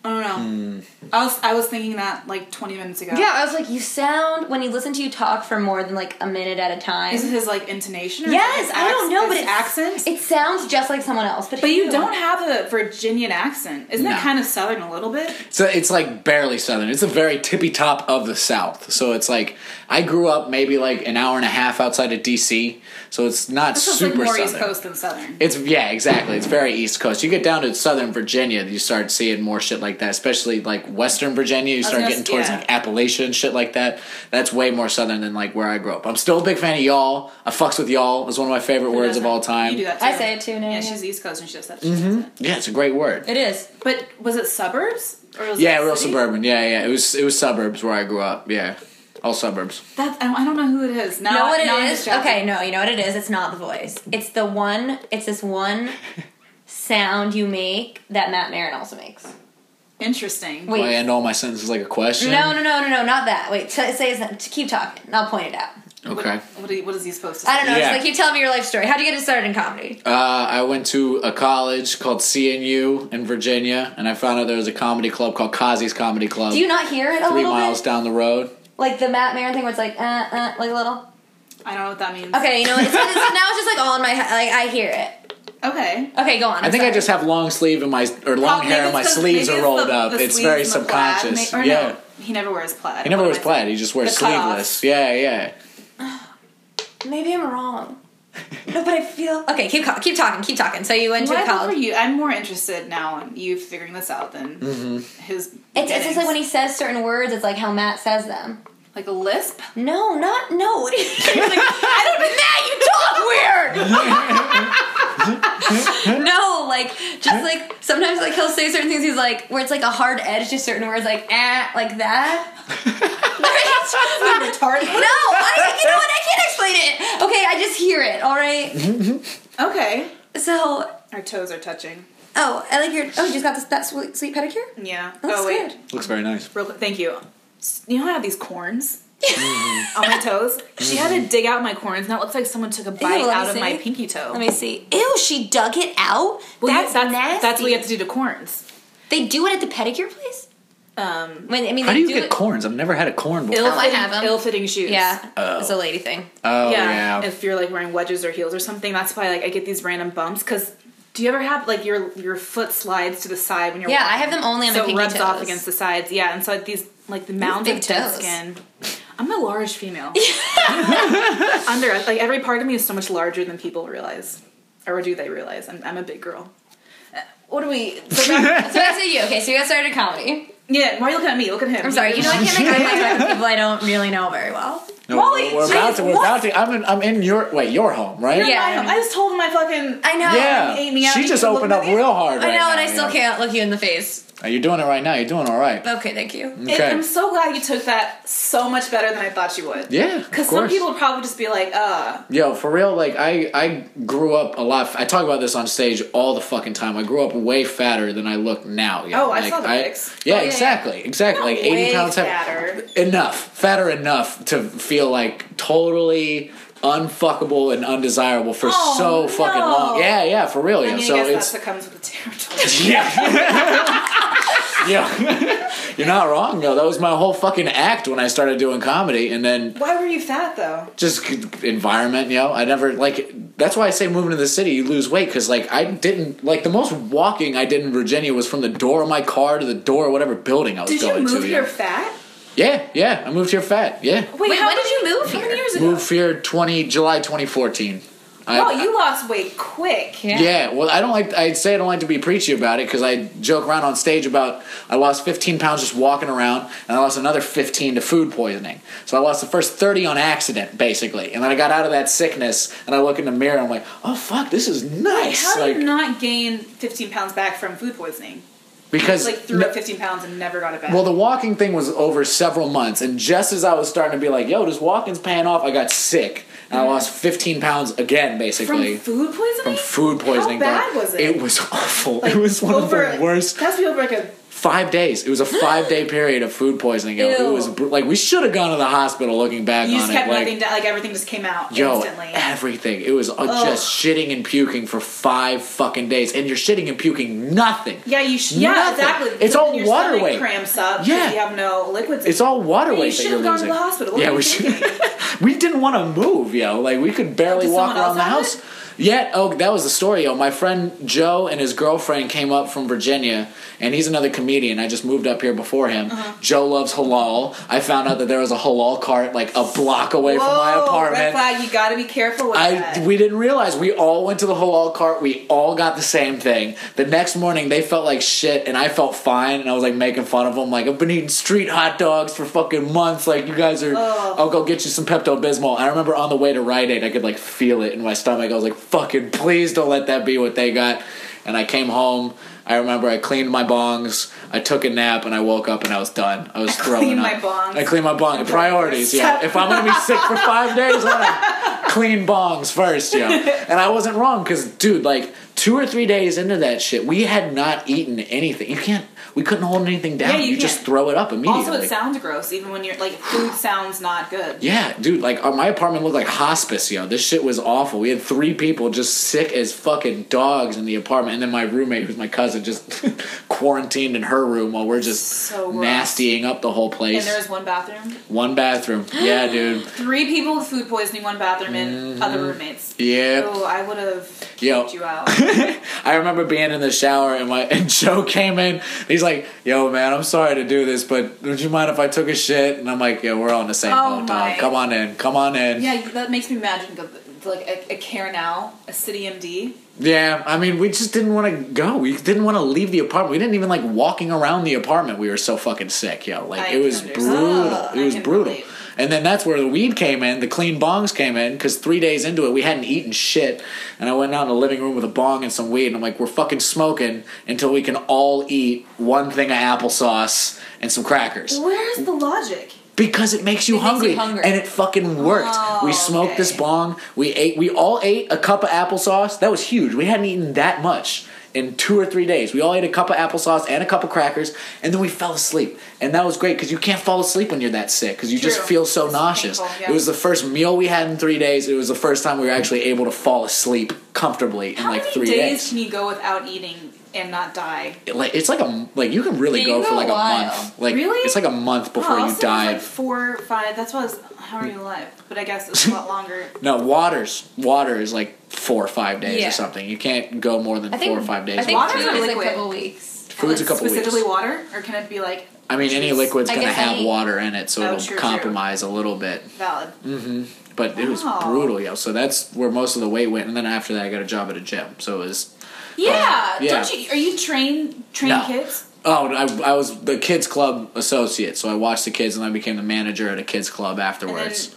Speaker 2: I
Speaker 3: Hmm.
Speaker 2: don't know. I was I was thinking that like 20 minutes ago.
Speaker 1: Yeah, I was like, you sound, when you listen to you talk for more than like a minute at a time.
Speaker 2: Is it his like intonation? Or
Speaker 1: Yes,
Speaker 2: his
Speaker 1: I don't
Speaker 2: acc-
Speaker 1: know, but
Speaker 2: his
Speaker 1: it's,
Speaker 2: accent.
Speaker 1: It sounds just like someone else, but
Speaker 2: but you
Speaker 1: who?
Speaker 2: don't have a Virginian accent. Isn't
Speaker 3: No.
Speaker 2: it kind of southern a little bit?
Speaker 3: So it's like barely southern. It's the very tippy top of the South. So it's like I grew up maybe like an hour and a half outside of DC. So it's not
Speaker 2: This is like
Speaker 3: super
Speaker 2: more
Speaker 3: southern.
Speaker 2: East Coast than southern.
Speaker 3: It's yeah, exactly. It's very East Coast. You get down to Southern Virginia, you start seeing more shit like that. Especially like Western Virginia, you start
Speaker 2: gonna
Speaker 3: getting
Speaker 2: s-
Speaker 3: towards
Speaker 2: yeah.
Speaker 3: like Appalachia and shit like that. That's way more Southern than like where I grew up. I'm still a big fan of y'all. I fucks with y'all. It's one of my favorite words of all time. Mm-hmm.
Speaker 2: You do that too.
Speaker 1: I say it too now,
Speaker 2: Yeah,
Speaker 1: yeah.
Speaker 2: she's East Coast and she just said
Speaker 3: Yeah, it's a great word.
Speaker 1: It is.
Speaker 2: But was it suburbs? Or was
Speaker 3: Yeah,
Speaker 2: it
Speaker 3: real
Speaker 2: city?
Speaker 3: suburban. Yeah, yeah. It was it was suburbs where I grew up. Yeah, all suburbs.
Speaker 2: That, I don't- I don't know who it is. Now,
Speaker 1: know what
Speaker 2: now I'm
Speaker 1: it is?
Speaker 2: distracted.
Speaker 1: Okay, no, you know what it is? It's not the voice. It's the one, it's this one sound you make that Matt Marin also makes.
Speaker 2: Interesting.
Speaker 1: Wait.
Speaker 3: Do I end all my sentences like a question?
Speaker 1: No, no, no, no, no, not that. Wait, t- say his name. T- keep talking. and I'll point it out.
Speaker 3: Okay.
Speaker 2: What, what, are you- what is he supposed to say?
Speaker 1: I don't know.
Speaker 3: Yeah.
Speaker 1: Just like keep telling me your life story. How'd you get started in comedy?
Speaker 3: Uh, I went to a college called CNU in Virginia, and I found out there was a comedy club called Kazi's Comedy Club.
Speaker 1: Do you not hear it a
Speaker 3: three
Speaker 1: little
Speaker 3: miles
Speaker 1: bit?
Speaker 3: down the road.
Speaker 1: Like the Matt Marin thing where it's like, uh, uh, like a little.
Speaker 2: I don't know what that means.
Speaker 1: Okay, you know what? It's, it's, now it's just like all in my head. Like I hear it.
Speaker 2: Okay.
Speaker 1: Okay, go on.
Speaker 3: I think I just have long sleeve in my or long
Speaker 2: Probably
Speaker 3: hair, and
Speaker 2: it's
Speaker 3: my
Speaker 2: 'cause-
Speaker 3: sleeves
Speaker 2: maybe
Speaker 3: are
Speaker 2: it's
Speaker 3: rolled
Speaker 2: the-
Speaker 3: up.
Speaker 2: the
Speaker 3: it's
Speaker 2: sleeves
Speaker 3: very
Speaker 2: and the plaid,
Speaker 3: subconscious.
Speaker 2: may- or no,
Speaker 3: yeah,
Speaker 2: he never wears plaid.
Speaker 3: he never
Speaker 2: What
Speaker 3: wears
Speaker 2: am I
Speaker 3: plaid.
Speaker 2: saying?
Speaker 3: He just wears
Speaker 2: The cutoff.
Speaker 3: sleeveless. Yeah, yeah.
Speaker 1: Maybe I'm wrong. No, but I feel okay. Keep co- keep talking. Keep talking. So you went
Speaker 2: Why
Speaker 1: to
Speaker 2: for
Speaker 1: college.
Speaker 2: you? I'm more interested now in you figuring this out than his.
Speaker 1: It's, it's just like when
Speaker 2: beginnings.
Speaker 1: he says certain words. It's like how Matt says them.
Speaker 2: like a lisp.
Speaker 1: No, not no. What do you- like, I don't. Matt, you talk weird. no, like just like sometimes like he'll say certain things. He's like where it's like a hard edge to certain words, like eh, like that.
Speaker 2: retarded.
Speaker 1: No, I, you know what? I can't explain it. Okay, I just hear it. All right.
Speaker 2: Okay.
Speaker 1: So,
Speaker 2: Our toes are touching.
Speaker 1: oh, I like your. Oh, you just got this that sweet, sweet pedicure.
Speaker 2: Yeah.
Speaker 1: That's
Speaker 2: oh wait.
Speaker 1: good.
Speaker 3: Looks very nice.
Speaker 2: Real quick. Thank you. S- You know how I have these corns on my toes? She had to dig out my corns, and that looks like someone took a bite
Speaker 1: let me
Speaker 2: out of
Speaker 1: see.
Speaker 2: my pinky toe.
Speaker 1: Let me see. Ew, she dug it out.
Speaker 2: Well, you-
Speaker 1: that's
Speaker 2: that's
Speaker 1: nasty.
Speaker 2: that's what you have to do to corns.
Speaker 1: They do it at the pedicure place.
Speaker 2: Um,
Speaker 1: When I mean,
Speaker 3: How
Speaker 1: they
Speaker 3: do you
Speaker 1: do
Speaker 3: get
Speaker 1: it-
Speaker 3: corns? I've never had a corn before.
Speaker 2: ill
Speaker 1: Oh, I have 'em.
Speaker 2: ill-fitting shoes.
Speaker 1: Yeah,
Speaker 3: Oh.
Speaker 1: it's a lady thing.
Speaker 3: oh
Speaker 2: yeah,
Speaker 3: yeah.
Speaker 2: If you're like wearing wedges or heels or something, that's why like I get these random bumps. Because do you ever have like your your foot slides to the side when you're
Speaker 1: Yeah,
Speaker 2: walking?
Speaker 1: I have them only on my
Speaker 2: so it
Speaker 1: pinky
Speaker 2: rubs off
Speaker 1: toes.
Speaker 2: against the sides. Yeah, and so I have these like the mound
Speaker 1: big
Speaker 2: of dead
Speaker 1: toes.
Speaker 2: skin. I'm a large female. Under like every part of me is so much larger than people realize, or do they realize? I'm, I'm a big girl. Uh, What do we? so back-
Speaker 1: So that's you. Okay, so you got started comedy.
Speaker 2: yeah, why are you looking at me? Look at him.
Speaker 1: I'm sorry. You know, I can't like I like people I don't really know very well.
Speaker 3: No,
Speaker 2: Molly,
Speaker 3: we're, we're about
Speaker 2: jeez,
Speaker 3: to. We're
Speaker 2: what?
Speaker 3: about to. I'm in, I'm in your wait your home right?
Speaker 1: Yeah.
Speaker 2: I, I just told him my fucking.
Speaker 1: I know.
Speaker 3: Yeah.
Speaker 2: Ate me out,
Speaker 3: she
Speaker 2: you
Speaker 3: just
Speaker 2: look
Speaker 3: opened
Speaker 2: at
Speaker 3: up
Speaker 2: me.
Speaker 3: real hard.
Speaker 1: I
Speaker 3: right
Speaker 1: know,
Speaker 3: now,
Speaker 1: and I
Speaker 3: you
Speaker 1: still can't look you in the face.
Speaker 3: Oh, You're doing it right now. You're doing all right.
Speaker 1: Okay, thank you.
Speaker 2: And
Speaker 3: Okay.
Speaker 2: I'm so glad you took that so much better than I thought you would.
Speaker 3: Yeah, of
Speaker 2: Because some
Speaker 3: course.
Speaker 2: people would probably just be like, uh,
Speaker 3: Yo, for real, like I I grew up a lot. I talk about this on stage all the fucking time. I grew up way fatter than I look now. yo.
Speaker 2: Oh, I
Speaker 3: Like,
Speaker 2: saw the pics.
Speaker 3: Yeah,
Speaker 1: Oh, yeah,
Speaker 3: exactly, exactly. like eighty
Speaker 2: way
Speaker 3: pounds heav-
Speaker 2: fatter.
Speaker 3: Enough, fatter enough to feel like totally unfuckable and undesirable for
Speaker 2: Oh,
Speaker 3: so fucking
Speaker 2: no.
Speaker 3: long. Yeah, yeah, for real.
Speaker 2: I
Speaker 3: yo.
Speaker 2: mean,
Speaker 3: so
Speaker 2: I guess
Speaker 3: it's
Speaker 2: that's what comes with the territory.
Speaker 3: yeah. yeah. You're not wrong, though. That was my whole fucking act when I started doing comedy, and then
Speaker 2: Why were you fat though?
Speaker 3: just environment, you know. I never like. That's why I say moving to the city, you lose weight because like I didn't like the most walking I did in Virginia was from the door of my car to the door of whatever building I was
Speaker 2: Did you
Speaker 3: going
Speaker 2: move
Speaker 3: to. you
Speaker 2: here
Speaker 3: know?
Speaker 2: fat?
Speaker 3: Yeah, yeah. I moved here fat. Yeah,
Speaker 1: Wait, when did you move
Speaker 2: How
Speaker 1: here?
Speaker 2: many years ago?
Speaker 3: moved here twenty July twenty fourteen. I,
Speaker 2: Oh, you lost weight quick.
Speaker 1: Yeah.
Speaker 3: yeah, well, I don't like. I'd say I don't like to be preachy about it because I joke around on stage about I lost 15 pounds just walking around, and I lost another 15 to food poisoning. So I lost the first 30 on accident, basically, and then I got out of that sickness, and I look in the mirror, and I'm like, oh fuck, this is nice.
Speaker 2: How
Speaker 3: like
Speaker 2: did you not gain 15 pounds back from food poisoning?
Speaker 3: because
Speaker 2: Just like threw
Speaker 3: no-
Speaker 2: up 15 pounds and never got it back.
Speaker 3: Well, the walking thing was over several months, and just as I was starting to be like, "Yo, this walking's paying off," I got sick and I lost 15 pounds again,
Speaker 2: from
Speaker 3: basically
Speaker 2: food poisoning?
Speaker 3: from food poisoning.
Speaker 2: How bad
Speaker 3: dog.
Speaker 2: was it?
Speaker 3: It was awful.
Speaker 2: Like,
Speaker 3: it was one
Speaker 2: over,
Speaker 3: of the worst.
Speaker 2: That's over like a
Speaker 3: Five days. It was a five day period of food poisoning. yo. It
Speaker 1: Ew.
Speaker 3: was br- like we should have gone to the hospital. Looking back
Speaker 2: you
Speaker 3: on
Speaker 2: just
Speaker 3: it,
Speaker 2: kept
Speaker 3: like,
Speaker 2: nothing down, like everything just came out
Speaker 3: Yo,
Speaker 2: instantly.
Speaker 3: everything. It was uh, just shitting and puking for five fucking days, and you're shitting and puking nothing.
Speaker 2: Yeah, you should. Yeah,
Speaker 3: Nothing.
Speaker 2: exactly.
Speaker 3: It's
Speaker 2: So
Speaker 3: all
Speaker 2: then your
Speaker 3: water
Speaker 2: stomach
Speaker 3: weight.
Speaker 2: Cramps up. 'cause
Speaker 3: Yeah.
Speaker 2: you have no liquids.
Speaker 3: It's all waterway.
Speaker 2: You
Speaker 3: that
Speaker 2: should
Speaker 3: you're
Speaker 2: have gone
Speaker 3: losing.
Speaker 2: to the hospital. What
Speaker 3: yeah,
Speaker 2: were you
Speaker 3: we should. we didn't want to move, yo. Like we could barely
Speaker 2: Did
Speaker 3: walk
Speaker 2: someone else
Speaker 3: around the
Speaker 2: have
Speaker 3: house.
Speaker 2: it?
Speaker 3: Yet, oh, that was the story, yo. My friend Joe and his girlfriend came up from Virginia, and he's another comedian. I just moved up here before him.
Speaker 2: Uh-huh.
Speaker 3: Joe loves halal. I found out that there was a halal cart like a block away from my
Speaker 2: Whoa, Red
Speaker 3: apartment.
Speaker 2: flag. You got to be careful with
Speaker 3: I
Speaker 2: that.
Speaker 3: we didn't realize we all went to the halal cart. We all got the same thing. The next morning, they felt like shit, and I felt fine. And I was like making fun of them, like I've been eating street hot dogs for fucking months. Like you guys are.
Speaker 2: Ugh.
Speaker 3: I'll go get you some Pepto Bismol. I remember on the way to Rite Aid, I could like feel it in my stomach. I was like, fucking, please don't let that be what they got. And I came home. I remember I cleaned my bongs. I took a nap and I woke up and I was done. I was throwing
Speaker 2: cleaned my
Speaker 3: up.
Speaker 2: bongs.
Speaker 3: I cleaned my bong. Priorities, yeah. If I'm gonna be sick for five days, I to clean bongs first, yo. And I wasn't wrong because, dude, like two or three days into that shit, we had not eaten anything. You can't. We couldn't hold anything down.
Speaker 2: Yeah, you
Speaker 3: just
Speaker 2: can't.
Speaker 3: throw it up immediately.
Speaker 2: also, it sounds gross, even when you're like food sounds not good.
Speaker 3: Yeah, dude, like uh, my apartment looked like hospice, yo. This shit was awful. We had three people just sick as fucking dogs in the apartment, and then my roommate, who's my cousin, just quarantined in her room while we're just
Speaker 2: So gross.
Speaker 3: nastying up the whole
Speaker 2: And
Speaker 3: place.
Speaker 2: there was one bathroom.
Speaker 3: One bathroom. Yeah, dude.
Speaker 2: Three people with food poisoning, one bathroom, and other roommates.
Speaker 3: Mm-hmm. Yep.
Speaker 2: Oh, I would have
Speaker 3: Yo.
Speaker 2: kicked you out.
Speaker 3: I remember being in the shower and my and Joe came in. He's like, "Yo, man, I'm sorry to do this, but would you mind if I took a shit?" And I'm like, "Yeah, we're all in the same
Speaker 2: Oh
Speaker 3: boat,
Speaker 2: my-
Speaker 3: dog. Come on in. Come on in."
Speaker 2: yeah, you- that makes me imagine the, the, like a, a care now, a city MD.
Speaker 3: Yeah, I mean, we just didn't want to go. We didn't want to leave the apartment. We didn't even like walking around the apartment. We were so fucking sick, yo. Like
Speaker 2: I
Speaker 3: it was
Speaker 2: can
Speaker 3: brutal.
Speaker 2: understand. Oh,
Speaker 3: it
Speaker 2: I
Speaker 3: was
Speaker 2: can
Speaker 3: brutal.
Speaker 2: relate.
Speaker 3: And then that's where the weed came in. The clean bongs came in because three days into it, we hadn't eaten shit. And I went out in the living room with a bong and some weed, and I'm like, we're fucking smoking until we can all eat one thing of applesauce and some crackers
Speaker 2: Where's the logic?
Speaker 3: because it makes you,
Speaker 1: It makes you
Speaker 3: hungry,
Speaker 1: hungry.
Speaker 3: and it fucking worked.
Speaker 2: Oh,
Speaker 3: we smoked
Speaker 2: okay.
Speaker 3: this bong. We ate. We all ate a cup of applesauce. That was huge. We hadn't eaten that much in two or three days. We all ate a cup of applesauce and a cup of crackers, and then we fell asleep. And that was great because you can't fall asleep when you're that sick because you just
Speaker 2: True.
Speaker 3: feel so
Speaker 2: It's
Speaker 3: nauseous.
Speaker 2: painful, yeah.
Speaker 3: It was the first meal we had in three days. It was the first time we were actually able to fall asleep comfortably in
Speaker 2: How
Speaker 3: like
Speaker 2: many
Speaker 3: three
Speaker 2: days
Speaker 3: days.
Speaker 2: can you go without eating and not die?
Speaker 3: It- like it's like a like you can really
Speaker 1: Yeah, you
Speaker 3: go
Speaker 1: can
Speaker 3: for
Speaker 1: go
Speaker 3: like
Speaker 1: a
Speaker 3: a,
Speaker 1: while.
Speaker 3: month. Like
Speaker 2: Really?
Speaker 3: it's like a month before
Speaker 2: oh,
Speaker 3: you
Speaker 2: so
Speaker 3: die.
Speaker 2: Like four, five. That's why I was. How are you alive? But I guess it's a lot longer.
Speaker 3: No, waters. Water is like four or five days
Speaker 1: Yeah.
Speaker 3: or something. You can't go more than
Speaker 1: I think
Speaker 3: four or five days.
Speaker 1: I think
Speaker 2: Water's
Speaker 1: food
Speaker 2: a
Speaker 1: is
Speaker 2: liquid.
Speaker 1: a couple weeks.
Speaker 3: Food's a couple weeks.
Speaker 2: Specifically water, or can it be like
Speaker 3: I mean, any
Speaker 2: Jeez.
Speaker 3: liquid's
Speaker 1: I
Speaker 3: gonna
Speaker 1: guess I
Speaker 3: have
Speaker 1: eat-
Speaker 3: water in it, so
Speaker 2: Oh,
Speaker 3: it'll
Speaker 2: true, true.
Speaker 3: compromise a little bit.
Speaker 2: valid?
Speaker 3: Mm. But it was
Speaker 2: Wow.
Speaker 3: brutal, yo. So that's where most of the weight went, and then after that, I got a job at a gym. So it was
Speaker 2: Yeah.
Speaker 3: Yeah.
Speaker 2: Don't you? Are you trained trained
Speaker 3: No.
Speaker 2: kids?
Speaker 3: oh, I, I was the kids club associate, so I watched the kids, and I became the manager at a kids club
Speaker 2: And then,
Speaker 3: afterwards.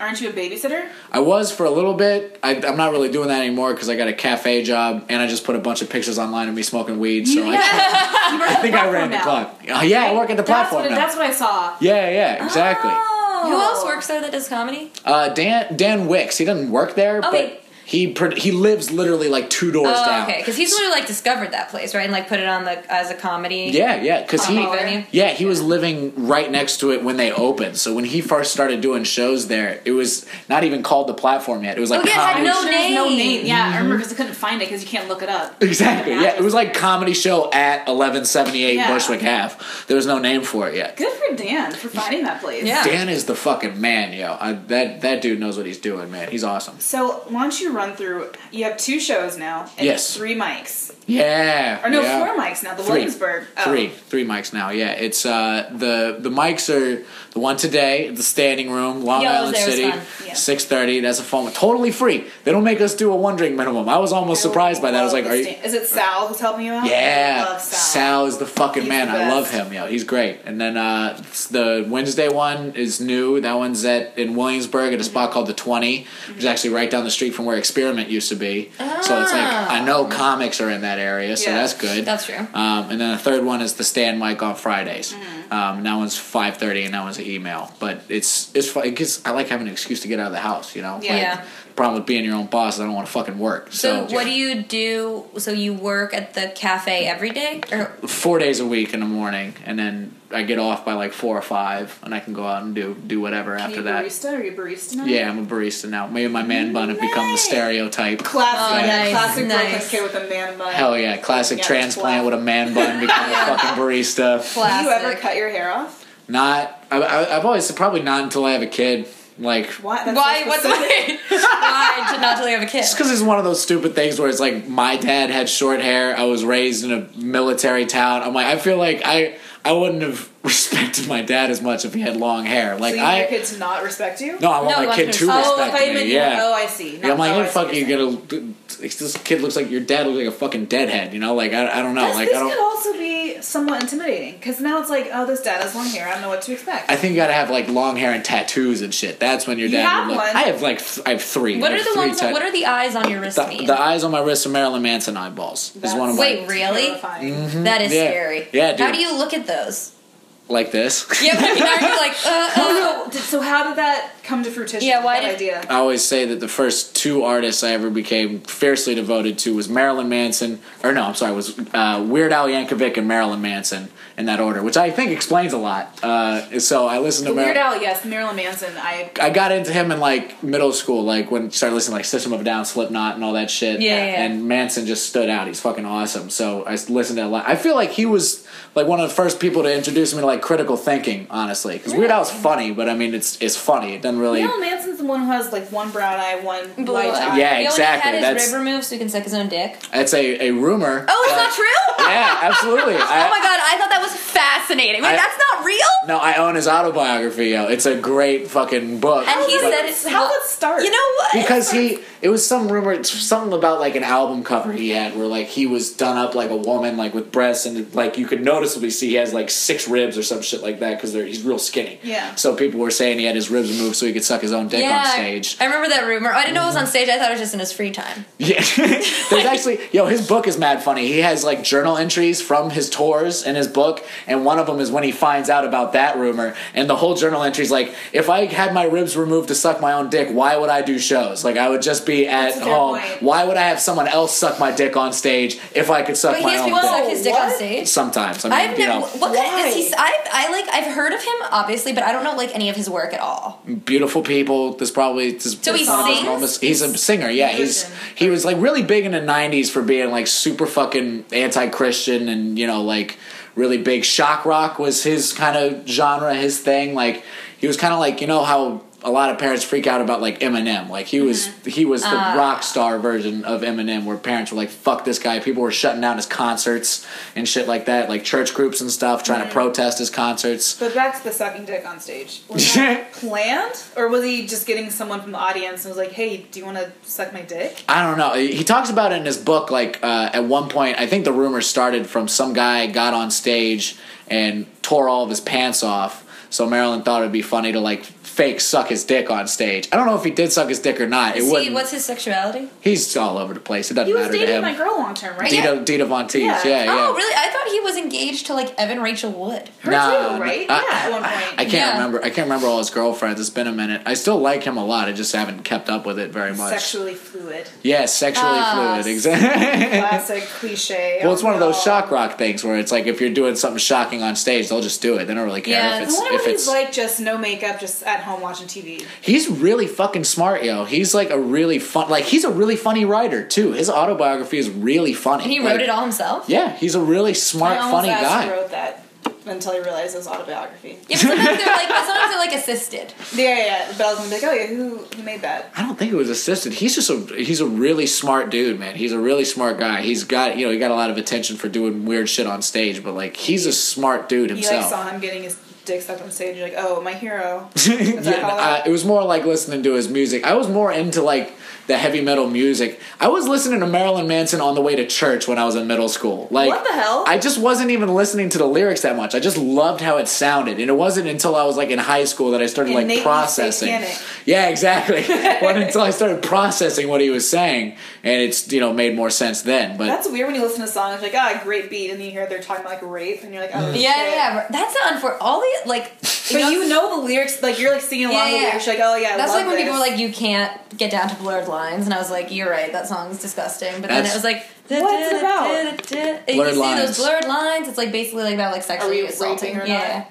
Speaker 2: aren't you a babysitter?
Speaker 3: I was for a little bit. I, I'm not really doing that anymore because I got a cafe job, and I just put a bunch of pictures online of me smoking weed. So I, I think I ran the clock. Oh, yeah, I work at the
Speaker 2: That's
Speaker 3: platform
Speaker 2: what,
Speaker 3: now.
Speaker 2: that's what I saw.
Speaker 3: Yeah, yeah, exactly.
Speaker 2: Oh.
Speaker 1: Who else works there that does comedy?
Speaker 3: Uh, Dan Dan Wicks. He doesn't work there,
Speaker 1: Oh,
Speaker 3: but
Speaker 1: wait.
Speaker 3: he pr- he lives literally like two doors
Speaker 1: Oh,
Speaker 3: down.
Speaker 1: okay, because he's the one who like discovered that place, right, and like put it on the as a comedy.
Speaker 3: Yeah, yeah, because he
Speaker 1: comedy Oh, venue.
Speaker 3: yeah he was living right next to it when they opened. So when he first started doing shows there, it was not even called the platform yet. It was like
Speaker 1: Okay, Oh, it had
Speaker 3: comedy.
Speaker 1: no
Speaker 2: There's no
Speaker 1: name.
Speaker 2: name. Yeah, I remember because I couldn't find it because you can't look it up.
Speaker 3: Mm-hmm. Exactly. Yeah, it was like comedy show at eleven seventy eight
Speaker 2: Yeah.
Speaker 3: Bushwick Half. There was no name for it yet.
Speaker 2: Good for Dan for finding that place.
Speaker 1: Yeah.
Speaker 3: Dan is the fucking man, yo. I, that that dude knows what he's doing, man. He's awesome.
Speaker 2: So why don't you run through. You have two shows now. And
Speaker 3: Yes.
Speaker 2: Three mics.
Speaker 3: Yeah.
Speaker 2: Or no,
Speaker 3: yeah.
Speaker 2: four mics now. The
Speaker 3: Three.
Speaker 2: Williamsburg. Oh.
Speaker 3: Three, three mics now. Yeah, it's uh the the mics are the one today, the standing room, Long
Speaker 1: Yeah, I was
Speaker 3: Island
Speaker 1: there, it was
Speaker 3: City,
Speaker 1: fun.
Speaker 2: Yeah.
Speaker 3: six thirty. That's a phone, totally free. They don't make us do a one drink minimum. I was almost surprised by that. I was like,
Speaker 2: Love
Speaker 3: are
Speaker 2: the
Speaker 3: you?
Speaker 2: sta- Is it Sal who's helping you out? I
Speaker 3: Yeah,
Speaker 2: love Sal.
Speaker 3: Sal is the fucking
Speaker 2: He's
Speaker 3: man.
Speaker 2: the
Speaker 3: I love
Speaker 2: best.
Speaker 3: him. Yo, he's great. And then uh, the Wednesday one is new. That one's at in Williamsburg at a spot called the Twenty, which is actually right down the street from where Experiment used to be. So it's like I know comics are in that area, so
Speaker 2: Yeah.
Speaker 3: that's good.
Speaker 1: That's true.
Speaker 3: Um, and then the third one is the stand mic on Fridays. Um, and that one's five thirty, and that one's an email. But it's it's fun because I like having an excuse to get out of the house. You know, Like,
Speaker 1: Yeah.
Speaker 3: the problem with being your own boss is I don't want to fucking work.
Speaker 1: So
Speaker 3: So,
Speaker 1: what do you do? So you work at the cafe every day, or
Speaker 3: four days a week in the morning, and then I get off by like four or five, and I can go out and do do whatever
Speaker 2: Are
Speaker 3: after
Speaker 2: you
Speaker 3: that.
Speaker 2: barista? Are you a barista now?
Speaker 3: Yeah, I'm a barista now. Me and my man bun have become the
Speaker 2: Nice.
Speaker 3: stereotype.
Speaker 2: Classic.
Speaker 1: Oh, nice,
Speaker 2: Classic
Speaker 1: nice.
Speaker 2: Brooklyn kid with a man bun.
Speaker 3: Hell yeah, classic
Speaker 2: Yeah,
Speaker 3: transplant
Speaker 2: flat.
Speaker 3: with a man bun become a fucking barista.
Speaker 2: Do you ever
Speaker 1: Classic.
Speaker 2: cut your hair off?
Speaker 3: Not, I, I, I've always probably not until I have a kid. Like,
Speaker 2: Why? That's
Speaker 1: Why?
Speaker 2: so
Speaker 1: What's the
Speaker 2: specific.
Speaker 1: point? Why to not till you have a kid?
Speaker 3: It's because it's one of those stupid things where it's like my dad had short hair. I was raised in a military town. I'm like, I feel like I I wouldn't have respected my dad as much if he had long hair. Like
Speaker 2: So you want your
Speaker 3: I
Speaker 2: kid to not respect you?
Speaker 3: no, I want
Speaker 1: No, you
Speaker 3: my
Speaker 1: want
Speaker 3: kid
Speaker 1: to
Speaker 3: to
Speaker 1: respect-
Speaker 2: Oh, if
Speaker 3: respect
Speaker 2: I meant
Speaker 3: me.
Speaker 2: you.
Speaker 3: Yeah,
Speaker 2: Oh, I see.
Speaker 3: Yeah, I'm like,
Speaker 2: oh,
Speaker 3: hey,
Speaker 2: I see
Speaker 3: fuck
Speaker 2: what
Speaker 3: you,
Speaker 2: saying.
Speaker 3: gonna this kid looks like your dad looks like a fucking deadhead. You know, like I, I don't know,
Speaker 2: This,
Speaker 3: like
Speaker 2: this
Speaker 3: I
Speaker 2: could
Speaker 3: don't.
Speaker 2: also be somewhat intimidating because now it's like, oh, this dad has long hair. I don't know what to expect.
Speaker 3: I think you gotta have like long hair and tattoos and shit. That's when your
Speaker 2: You
Speaker 3: dad
Speaker 2: have
Speaker 3: would look.
Speaker 2: one.
Speaker 3: I have like th- I have three.
Speaker 1: What
Speaker 3: I
Speaker 1: are
Speaker 3: have
Speaker 1: the
Speaker 3: three
Speaker 1: ones?
Speaker 3: tat-
Speaker 1: What are the eyes on your wrist
Speaker 3: the,
Speaker 1: mean?
Speaker 3: the eyes on my wrist are Marilyn Manson eyeballs. is one of my
Speaker 1: Wait,
Speaker 3: Mm-hmm.
Speaker 1: really?
Speaker 2: terrifying.
Speaker 1: that is
Speaker 3: yeah.
Speaker 1: scary.
Speaker 3: Yeah, dude.
Speaker 1: How do you look at those?
Speaker 3: like this.
Speaker 1: Yeah, but aren't you like, uh, uh,
Speaker 2: Oh, did, so how did that come to fruition?
Speaker 1: Yeah, why
Speaker 2: that
Speaker 1: did-
Speaker 2: idea?
Speaker 3: I always say that the first two artists I ever became fiercely devoted to was Marilyn Manson, or no, I'm sorry, was uh, Weird Al Yankovic and Marilyn Manson in that order, which I think explains a lot. Uh, so I listened to
Speaker 2: The Weird
Speaker 3: Marilyn.
Speaker 2: Al, yes, Marilyn Manson. I
Speaker 3: I got into him in like middle school, like when started listening to like System of a Down, Slipknot, and all that shit.
Speaker 1: Yeah, yeah, yeah.
Speaker 3: And Manson just stood out. He's fucking awesome. So I s- listened to a lot. I feel like he was like one of the first people to introduce me to like critical thinking, honestly, because Weird Al's funny, but I mean it's it's funny. It doesn't really.
Speaker 2: Marilyn Manson's the one who has like one brown eye, one
Speaker 1: blue
Speaker 2: light eye.
Speaker 1: eye.
Speaker 3: Yeah,
Speaker 1: He
Speaker 3: exactly,
Speaker 1: Only had his
Speaker 3: that's-
Speaker 1: rib removed so he can suck his own dick.
Speaker 3: It's a a rumor.
Speaker 1: Oh, it's
Speaker 3: but-
Speaker 1: not true.
Speaker 3: yeah, absolutely. I,
Speaker 1: oh my god, I thought that was fascinating. Wait,
Speaker 3: I-
Speaker 1: that's not real.
Speaker 3: No, I own his autobiography, yo. It's a great fucking book.
Speaker 1: And he
Speaker 2: How
Speaker 1: said
Speaker 2: did
Speaker 1: it's
Speaker 2: it- how
Speaker 1: not-
Speaker 2: did it start?
Speaker 1: You know what?
Speaker 3: because he, it was some rumor, it's something about like an album cover he had where like he was done up like a woman, like with breasts, and like you could noticeably see he has like six ribs or some shit like that because he's real skinny.
Speaker 2: Yeah.
Speaker 3: So people were saying he had his ribs removed so he could suck his own dick
Speaker 1: yeah,
Speaker 3: on stage. Mm-hmm.
Speaker 1: I remember that rumor. I didn't know it was on stage. I thought it was just in his free time.
Speaker 3: Yeah, there's actually yo. His book is mad funny. He has like journal entries from his tours in his book, and one of them is when he finds out about that rumor. And the whole journal entry is like, if I had my ribs removed to suck my own dick, why would I do shows? Like I would just be at
Speaker 2: a fair
Speaker 3: home.
Speaker 2: point.
Speaker 3: Why would I have someone else suck my dick on stage if I could suck
Speaker 1: But he
Speaker 3: my
Speaker 1: has
Speaker 3: own
Speaker 1: people
Speaker 3: dick?
Speaker 1: suck his dick
Speaker 2: What?
Speaker 1: on stage.
Speaker 3: Sometimes I mean,
Speaker 1: I've
Speaker 3: you
Speaker 1: never.
Speaker 3: know,
Speaker 1: What kind is he?
Speaker 2: Why?
Speaker 1: I, I like. I've heard of him, obviously, but I don't know like any of his work at all.
Speaker 3: beautiful people. This probably this,
Speaker 1: So he
Speaker 3: this almost-
Speaker 1: sings?
Speaker 3: almost- he's a singer. Yeah, he's
Speaker 2: Musician.
Speaker 3: he was like really big in the '90s for being like super fucking anti-Christian and you know like really big shock rock was his kind of genre, his thing. Like he was kind of like you know how a lot of parents freak out about like Eminem. Like he was
Speaker 1: Mm-hmm.
Speaker 3: he was the
Speaker 1: Uh.
Speaker 3: rock star version of Eminem, where parents were like, "Fuck this guy." People were shutting down his concerts and shit like that, like church groups and stuff, trying
Speaker 1: Mm-hmm.
Speaker 3: to protest his concerts.
Speaker 2: But back to the sucking dick on stage. Was that planned, or was he just getting someone from the audience and was like, "Hey, do you want to suck my dick?"
Speaker 3: I don't know. He talks about it in his book. Like uh, at one point, I think the rumor started from some guy got on stage and tore all of his pants off. So Marilyn thought it'd be funny to like fake suck his dick on stage. I don't know if he did suck his dick or not. It
Speaker 1: Is he,
Speaker 3: wouldn't.
Speaker 1: what's his sexuality?
Speaker 3: He's all over the place. It doesn't
Speaker 2: He was
Speaker 3: matter to
Speaker 2: dating
Speaker 3: him.
Speaker 2: my girl long term, right?
Speaker 1: Yeah.
Speaker 3: Dita, Dita Von Teese. Yeah,
Speaker 2: Yeah.
Speaker 3: yeah.
Speaker 1: Oh, really? I thought he was engaged to like Evan Rachel Wood.
Speaker 2: Her
Speaker 3: Nah,
Speaker 2: too, right?
Speaker 3: I-
Speaker 2: yeah, at one point.
Speaker 3: I can't
Speaker 1: Yeah.
Speaker 3: remember. I can't remember all his girlfriends. It's been a minute. I still like him a lot. I just haven't kept up with it very much.
Speaker 2: Sexually Uh, fluid.
Speaker 3: yeah, sexually
Speaker 1: Ah,
Speaker 3: fluid. Exactly.
Speaker 2: Classic cliche.
Speaker 3: Well, it's one of those
Speaker 2: Oh.
Speaker 3: shock rock things where it's like if you're doing something shocking on stage, they'll just do it. They don't really care
Speaker 1: Yeah,
Speaker 3: if
Speaker 1: I
Speaker 2: I
Speaker 3: it's
Speaker 2: wonder
Speaker 3: if
Speaker 2: what
Speaker 3: it's.
Speaker 2: he's like just no makeup, just at home watching TV.
Speaker 3: he's really fucking smart, yo. He's like a really fun, like he's a really funny writer too. His autobiography is really funny.
Speaker 1: And he wrote
Speaker 3: Like,
Speaker 1: it all himself.
Speaker 3: Yeah, he's a really smart,
Speaker 2: I almost
Speaker 3: funny
Speaker 2: asked who
Speaker 3: guy.
Speaker 2: wrote that. until I realized it was autobiography.
Speaker 1: Yeah, but sometimes they're like, but sometimes they're like assisted.
Speaker 2: Yeah, yeah, yeah. But I was gonna be like, oh yeah, who who made that?
Speaker 3: I don't think it was assisted. He's just a he's a really smart dude, man. He's a really smart guy. He's got you know he got a lot of attention for doing weird shit on stage, but like he's a smart dude
Speaker 2: You like
Speaker 3: himself.
Speaker 2: saw him getting his dick sucked on stage. You're like, oh, my hero. that
Speaker 3: yeah,
Speaker 2: how it-
Speaker 3: uh, it was more like listening to his music. I was more into like the heavy metal music. I was listening to Marilyn Manson on the way to church when I was in middle school. Like
Speaker 2: What the hell?
Speaker 3: I just wasn't even listening to the lyrics that much. I just loved how it sounded, and it wasn't until I was like in high school that I started
Speaker 2: Innately
Speaker 3: like processing.
Speaker 2: satanic.
Speaker 3: Yeah, exactly. Well, until I started processing what he was saying, and it's you know made more sense then. But
Speaker 2: That's weird when you listen to songs like, ah, great beat, and then you hear they're talking about like rape, and you're like,
Speaker 1: Yeah,
Speaker 2: oh,
Speaker 3: Mm.
Speaker 2: shit.
Speaker 1: yeah, yeah. That's not unfor all the like.
Speaker 2: But you know the lyrics, like you're like singing along
Speaker 1: Yeah,
Speaker 2: the
Speaker 1: yeah.
Speaker 2: lyrics. You're like, oh yeah, I
Speaker 1: That's
Speaker 2: love
Speaker 1: like when
Speaker 2: this.
Speaker 1: people were like, "You can't get down to blurred lines," and I was like, "You're right. That song's disgusting." But then
Speaker 3: That's-
Speaker 1: it was like,
Speaker 2: What's it about?
Speaker 1: And you
Speaker 3: Blurred
Speaker 1: see
Speaker 3: lines.
Speaker 1: those blurred lines. It's like basically like about like sexually
Speaker 2: raping
Speaker 1: assaulting.
Speaker 2: her or
Speaker 1: yeah.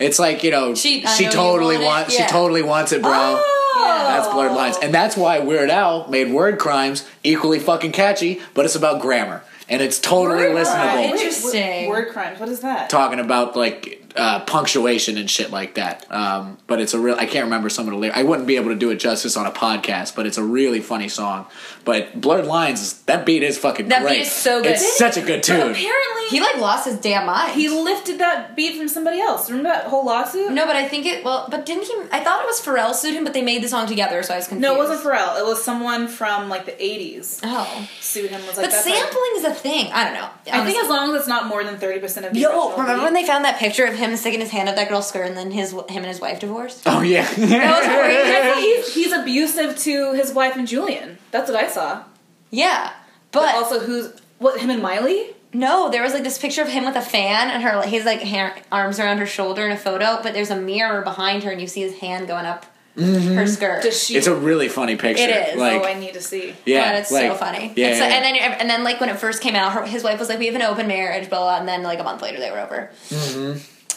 Speaker 3: it's like you know
Speaker 1: She-
Speaker 3: she,
Speaker 1: I know you
Speaker 3: totally
Speaker 1: want it.
Speaker 3: wants
Speaker 1: Yeah.
Speaker 3: she totally wants it, bro.
Speaker 2: Oh,
Speaker 3: That's blurred lines, and that's why Weird Al made word crimes equally fucking catchy, but it's about grammar and it's totally
Speaker 1: Word
Speaker 3: listenable.
Speaker 1: crimes. Interesting.
Speaker 2: Word, crimes. What is that?
Speaker 3: Talking about like uh, punctuation and shit like that, um, but it's a real. I can't remember some of the lyrics. I wouldn't be able to do it justice on a podcast, but it's a really funny song. But Blurred Lines, is- that beat is fucking
Speaker 1: That beat
Speaker 3: great.
Speaker 1: is so good.
Speaker 3: It's such a good
Speaker 2: But
Speaker 3: tune.
Speaker 2: apparently,
Speaker 1: He
Speaker 2: he
Speaker 1: like lost his damn mind.
Speaker 2: he lifted that beat from somebody else. Remember that whole lawsuit?
Speaker 1: no, but I think it. Well, but didn't he? I thought it was Pharrell sued him, but they made the song together, so I was confused.
Speaker 2: No, it wasn't Pharrell. It was someone from like the '80s.
Speaker 1: Oh,
Speaker 2: Sued him. Was like,
Speaker 1: but
Speaker 2: that's
Speaker 1: sampling is
Speaker 2: Like,
Speaker 1: a thing. I don't know.
Speaker 2: I think
Speaker 1: Honestly.
Speaker 2: as long as it's not more than thirty percent of the
Speaker 1: Yo,
Speaker 2: original
Speaker 1: remember
Speaker 2: beat.
Speaker 1: when they found that picture of him sticking his hand up that girl's skirt, and then his him and his wife divorced?
Speaker 3: Oh yeah,
Speaker 1: was great.
Speaker 2: That's what he's, he's abusive to his wife and Julian. That's what I saw.
Speaker 1: Yeah,
Speaker 2: But
Speaker 1: but
Speaker 2: also, who's what? Him and Miley?
Speaker 1: no, there was like this picture of him with a fan and her, like, his like ha- arms around her shoulder in a photo, but there's a mirror behind her, and you see his hand going up her skirt.
Speaker 2: Does she?
Speaker 3: it's a really funny picture.
Speaker 1: It is.
Speaker 3: Like,
Speaker 2: oh, I need to see.
Speaker 3: yeah,
Speaker 1: God, it's
Speaker 3: like-
Speaker 1: so funny.
Speaker 3: Yeah,
Speaker 1: It's
Speaker 3: yeah,
Speaker 1: like-
Speaker 3: yeah.
Speaker 1: and then and then like when it first came out, her, his wife was like, "We have an open marriage," blah, blah, blah and then like a month later, they were over.
Speaker 3: Mm-hmm.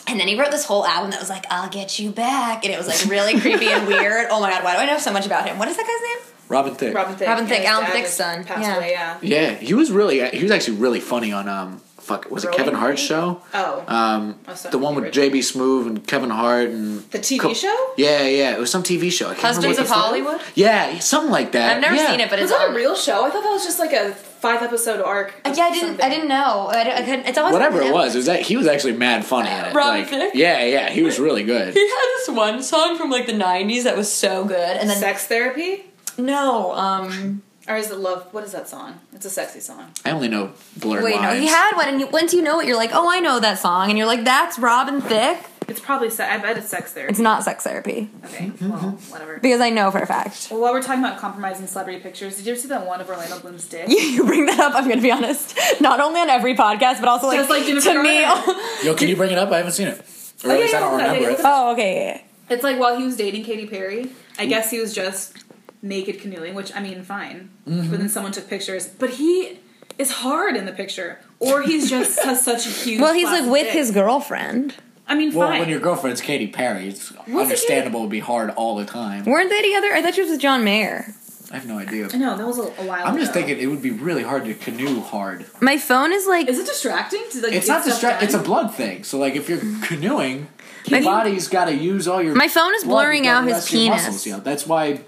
Speaker 1: And then he wrote this whole album that was like, "I'll get you back," and it was like really creepy and weird. Oh my god, why do I know so much about him? What is that guy's name?
Speaker 3: Robin Thicke.
Speaker 2: Robin Thicke.
Speaker 1: Robin Thicke,
Speaker 2: his
Speaker 1: Alan
Speaker 2: dad
Speaker 1: Thicke's
Speaker 2: just
Speaker 1: son.
Speaker 2: Passed
Speaker 1: Yeah.
Speaker 2: away, yeah.
Speaker 3: Yeah, he was really uh, he was actually really funny on um fuck was it
Speaker 2: Growing
Speaker 3: Kevin Hart's
Speaker 2: Pains?
Speaker 3: show?
Speaker 2: Oh.
Speaker 3: Um,
Speaker 2: Oh, sorry,
Speaker 3: the one with
Speaker 2: original.
Speaker 3: JB Smoove and Kevin Hart and
Speaker 2: The TV
Speaker 3: co-
Speaker 2: show?
Speaker 3: Yeah, yeah, it was some TV show. I can't remember what the fuck- Yeah, something like that.
Speaker 1: I've never
Speaker 3: Uh, Yeah.
Speaker 1: seen it, but
Speaker 2: Was
Speaker 1: it's
Speaker 2: that
Speaker 1: on-
Speaker 2: a real show? I thought that was just like a five episode arc.
Speaker 1: Uh, Yeah, I didn't. I didn't know. I, don't- I couldn't. It's always on
Speaker 3: Whatever it
Speaker 1: Netflix.
Speaker 3: was, it was that he was actually mad funny at it.
Speaker 1: Robin
Speaker 3: like,
Speaker 1: Thicke?
Speaker 3: Yeah, yeah, he was really good.
Speaker 1: He had this one song from like the '90s that was so good, and then
Speaker 2: Sex therapy?
Speaker 1: no, um,
Speaker 2: Or is it love? What is that song? It's a sexy song.
Speaker 3: I only know blurred
Speaker 1: wait, no,
Speaker 3: lines.
Speaker 1: he had one, and you, once you know it, you're like, oh, I know that song, and you're like, that's Robin Thicke.
Speaker 2: It's probably. Se- I bet it's sex therapy.
Speaker 1: It's not sex therapy
Speaker 2: Okay. Well, whatever.
Speaker 1: because I know for a fact.
Speaker 2: Well, while we're talking about compromising celebrity pictures, did you ever see that one of Orlando Bloom's dick?
Speaker 1: You, you bring that up. I'm gonna be honest. Not only on every podcast, but also like,
Speaker 2: Just like Jennifer
Speaker 1: to me.
Speaker 2: Garner.
Speaker 3: Yo, can you bring it up? I haven't seen it. Or at
Speaker 2: yeah,
Speaker 3: least I don't
Speaker 2: yeah, yeah,
Speaker 3: remember
Speaker 2: yeah.
Speaker 3: it.
Speaker 1: oh, okay. yeah, yeah.
Speaker 2: It's like while he was dating Katy Perry, I guess he was just naked canoeing, which I mean, fine.
Speaker 3: Mm-hmm.
Speaker 2: But then someone took pictures. But he is hard in the picture, or he's just has such a huge.
Speaker 1: Well, he's like
Speaker 2: flaccid
Speaker 1: with
Speaker 2: dick.
Speaker 1: his girlfriend.
Speaker 2: I mean,
Speaker 3: Well,
Speaker 2: fine.
Speaker 3: when your girlfriend's Katy Perry, it's understandable it would be hard all the time.
Speaker 1: Weren't they together? I thought she was with John Mayer.
Speaker 3: I have no idea.
Speaker 2: no, that was a, a while.
Speaker 3: I'm just
Speaker 2: ago.
Speaker 3: thinking it would be really hard to canoe hard.
Speaker 1: My phone is like
Speaker 2: Is it distracting? To, like,
Speaker 3: It's
Speaker 2: get
Speaker 3: not
Speaker 2: stuff
Speaker 3: distract.
Speaker 2: done?
Speaker 3: It's a blood thing. So like if you're canoeing,
Speaker 1: My-
Speaker 3: your body's got to use all your.
Speaker 1: My phone is
Speaker 3: blood to
Speaker 1: blurring
Speaker 3: get
Speaker 1: out
Speaker 3: the
Speaker 1: his
Speaker 3: rest of your
Speaker 1: penis.
Speaker 3: Muscles, yeah, that's why.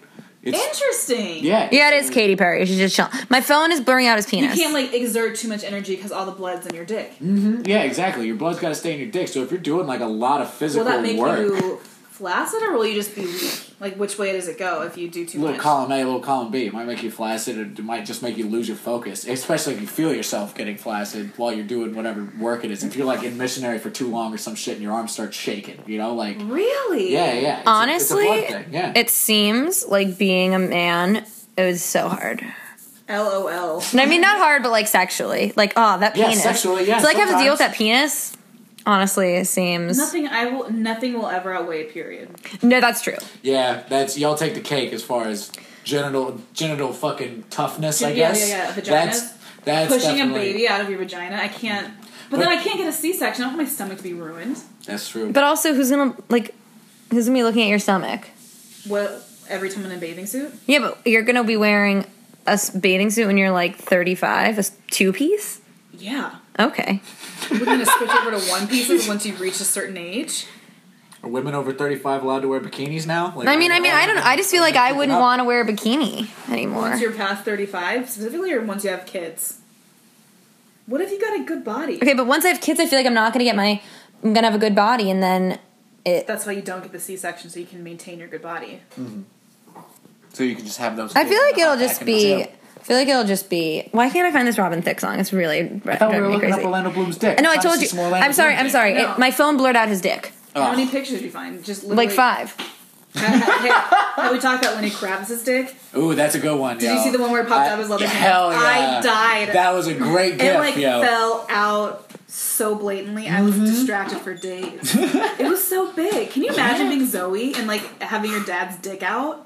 Speaker 3: It's
Speaker 2: interesting.
Speaker 3: yeah.
Speaker 1: Yeah, it is Katy Perry. She's just chill. My phone is blurring out his
Speaker 2: You
Speaker 1: penis.
Speaker 2: can't like exert too much energy because all the blood's in your dick.
Speaker 3: Mm. Yeah, exactly. Your blood's got to stay in your dick. So if you're doing like a lot of
Speaker 2: Will
Speaker 3: physical
Speaker 2: that make
Speaker 3: work,
Speaker 2: you flaccid, or will you just be weak? Like, which way does it go if you do too
Speaker 3: little
Speaker 2: much?
Speaker 3: column A, little column B, it might make you flaccid. It might just make you lose your focus, especially if you feel yourself getting flaccid while you're doing whatever work it is. If you're like in missionary for too long or some shit, and your arms start shaking, you know, like
Speaker 2: Really?
Speaker 3: yeah, yeah. It's a- it's a
Speaker 1: Mm. Honestly,
Speaker 3: blood thing, yeah.
Speaker 1: it seems like being a man. It was so hard.
Speaker 2: LOL.
Speaker 1: And I mean, not hard, but like sexually. Like, oh, that
Speaker 3: Yeah,
Speaker 1: penis.
Speaker 3: sexually, yeah,
Speaker 1: So like, have to deal with that
Speaker 3: sometimes.
Speaker 1: penis. Honestly, it seems.
Speaker 2: Nothing I will nothing will ever outweigh period.
Speaker 1: No, that's true.
Speaker 3: Yeah, that's y'all take the cake as far as genital genital fucking toughness. I
Speaker 2: Yeah, yeah,
Speaker 3: guess.
Speaker 2: yeah, vaginas.
Speaker 3: That's that's
Speaker 2: Pushing a
Speaker 3: definitely,
Speaker 2: baby out of your vagina, I can't but, then I can't get a C section. I don't want my stomach to be ruined.
Speaker 3: That's true.
Speaker 1: But also, who's gonna like? Who's gonna be looking at your stomach?
Speaker 2: What every time I'm in a bathing suit?
Speaker 1: Yeah, but you're gonna be wearing a s- bathing suit when you're like 35, a two piece.
Speaker 2: Yeah.
Speaker 1: Okay.
Speaker 2: We're gonna switch over to one pieces once you reach a certain age.
Speaker 3: Are women over 35 allowed to wear bikinis now? Like,
Speaker 1: I mean, I mean, I don't know. I just feel like I wouldn't
Speaker 3: up.
Speaker 1: want to wear a bikini anymore.
Speaker 2: Once you're past thirty-five, specifically, or once you have kids. What if you got a good body?
Speaker 1: Okay, but once I have kids, I feel like I'm not gonna get my. I'm gonna have a good body, and then it.
Speaker 2: That's why you don't get the C-section, so you can maintain your good body.
Speaker 3: So you can just have those.
Speaker 1: I feel like it'll just be.
Speaker 3: I
Speaker 1: I feel like it'll just be. Why can't I find this Robin Thicke song? It's really
Speaker 3: thought we
Speaker 1: driving
Speaker 3: were
Speaker 1: me
Speaker 3: looking
Speaker 1: crazy.
Speaker 3: up Orlando Bloom's dick.
Speaker 1: no, I
Speaker 3: Trying to
Speaker 1: told
Speaker 3: see
Speaker 1: you.
Speaker 3: some Orlando
Speaker 1: I'm sorry.
Speaker 3: Bloom
Speaker 1: I'm sorry.
Speaker 2: No.
Speaker 1: It, my phone blurred out his dick.
Speaker 2: How many pictures do you find? Just literally,
Speaker 1: Like five.
Speaker 2: How we talked about Lenny Kravitz's dick.
Speaker 3: dick. Ooh, that's a good one.
Speaker 2: Did you see the one where it popped out of his leather pants?
Speaker 3: Hell yeah.
Speaker 2: I died.
Speaker 3: That was a great
Speaker 2: It
Speaker 3: gift,
Speaker 2: like
Speaker 3: yo.
Speaker 2: fell out so blatantly. I was distracted for days. it was so big. Can you imagine being Zoe and like having your dad's dick out?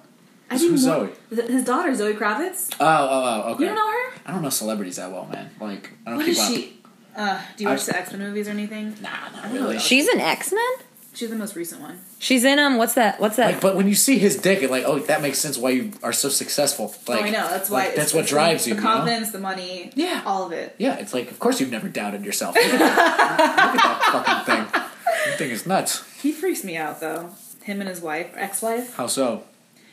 Speaker 2: I
Speaker 3: Who's- who's
Speaker 2: Zoe? His daughter Zoe Kravitz.
Speaker 3: Oh, oh, oh, okay.
Speaker 2: You don't know her?
Speaker 3: I don't know celebrities that well, man. Like, I don't
Speaker 2: What
Speaker 3: keep
Speaker 2: is
Speaker 3: up.
Speaker 2: she? Uh, do you
Speaker 3: I-
Speaker 2: watch the X Men movies or anything?
Speaker 3: Nah, not really.
Speaker 1: She's an X Men.
Speaker 2: She's the most recent one.
Speaker 1: She's in um. What's that? What's that?
Speaker 3: Like, but when you see his dick, it like, oh, that makes sense why you are so successful. Like,
Speaker 2: oh, I know. That's why.
Speaker 3: like,
Speaker 2: it's-
Speaker 3: that's what
Speaker 2: it's
Speaker 3: drives
Speaker 2: the
Speaker 3: you. you
Speaker 2: The
Speaker 3: know?
Speaker 2: confidence, the money.
Speaker 3: Yeah.
Speaker 2: All of it.
Speaker 3: Yeah, it's like, of course you've never doubted yourself. Look at that, Look at that fucking thing. That thing is nuts.
Speaker 2: He freaks me out though. Him and his wife, ex-wife.
Speaker 3: How so?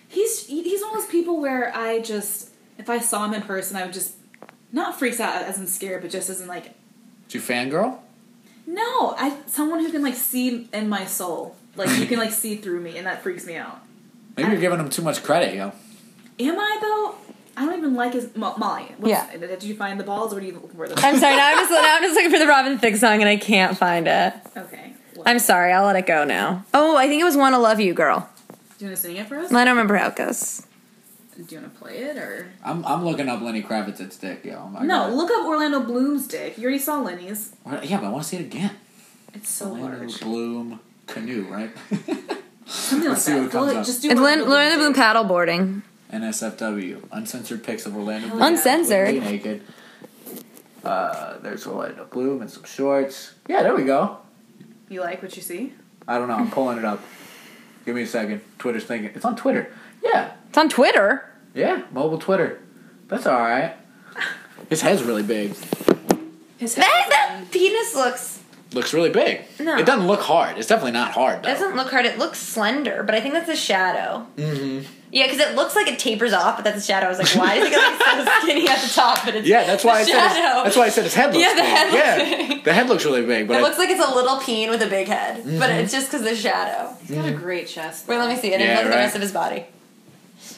Speaker 2: He's he- he's one of those people where I just if I saw him in person, I would just not freaks out as in scared, but just as in like
Speaker 3: Did you fangirl?
Speaker 2: no, I someone who can like see in my soul, like you can like see through me, and that freaks me out.
Speaker 3: Maybe you're giving him too much credit, yo.
Speaker 2: Am I though? I don't even like his Mo- Molly. What's,
Speaker 1: Yeah.
Speaker 2: Did you find the balls, or do you looking for them?
Speaker 1: I'm sorry. Now I'm just now I'm just looking for the Robin Thicke song, and I can't find it.
Speaker 2: okay. Well,
Speaker 1: I'm sorry. I'll let it go now. Oh, I think it was "Wanna Love You, Girl."
Speaker 2: do you want to sing it for us?
Speaker 1: I don't remember how it goes.
Speaker 2: do you want to play it or?
Speaker 3: I'm, I'm looking up Lenny Kravitz's dick, yo. Oh I'm like,
Speaker 2: No, look up Orlando Bloom's dick. You already saw Lenny's.
Speaker 3: What- Yeah, but I want to see it again.
Speaker 2: It's so
Speaker 3: Orlando
Speaker 2: large.
Speaker 3: Bloom canoe, right?
Speaker 2: Something like
Speaker 3: see
Speaker 2: that.
Speaker 3: what comes
Speaker 2: Well,
Speaker 3: up.
Speaker 2: Just do
Speaker 1: It's Lin- Lorena Bloom
Speaker 2: Bloom's dick.
Speaker 1: paddleboarding.
Speaker 3: NSFW. Uncensored pics of Orlando
Speaker 2: Hell
Speaker 3: Bloom.
Speaker 2: yeah.
Speaker 1: Uncensored.
Speaker 3: completely naked. Uh, there's Orlando Bloom in some shorts. Yeah, there we go.
Speaker 2: You like what you see?
Speaker 3: I don't know. I'm pulling it up. Give me a second. Twitter's thinking. It's on Twitter. Yeah.
Speaker 1: It's on Twitter.
Speaker 3: Yeah. Mobile Twitter. That's all right. His head's really big.
Speaker 2: His head.
Speaker 1: That, that penis looks
Speaker 3: Looks really big.
Speaker 1: No.
Speaker 3: It doesn't look hard. It's definitely not hard though.
Speaker 1: doesn't look hard. It looks slender, but I think that's a shadow. Mm-hmm. Yeah, because it looks like it tapers off, but that's a shadow. I was like, why is it like so skinny at the top? But it's
Speaker 3: yeah, that's why I said. His,
Speaker 1: Shadow.
Speaker 3: that's why I said his head looks
Speaker 1: Yeah, the
Speaker 3: big.
Speaker 1: head looks
Speaker 3: yeah,
Speaker 1: big.
Speaker 3: the head looks really big. But
Speaker 1: It
Speaker 3: I-
Speaker 1: looks like it's a little peen with a big head, but
Speaker 3: Mm-hmm.
Speaker 1: it's just because the shadow.
Speaker 2: He's
Speaker 3: Mm.
Speaker 2: got a great chest.
Speaker 1: Wait, let me see. I didn't
Speaker 3: Yeah,
Speaker 1: look at the
Speaker 3: right.
Speaker 1: rest of his body.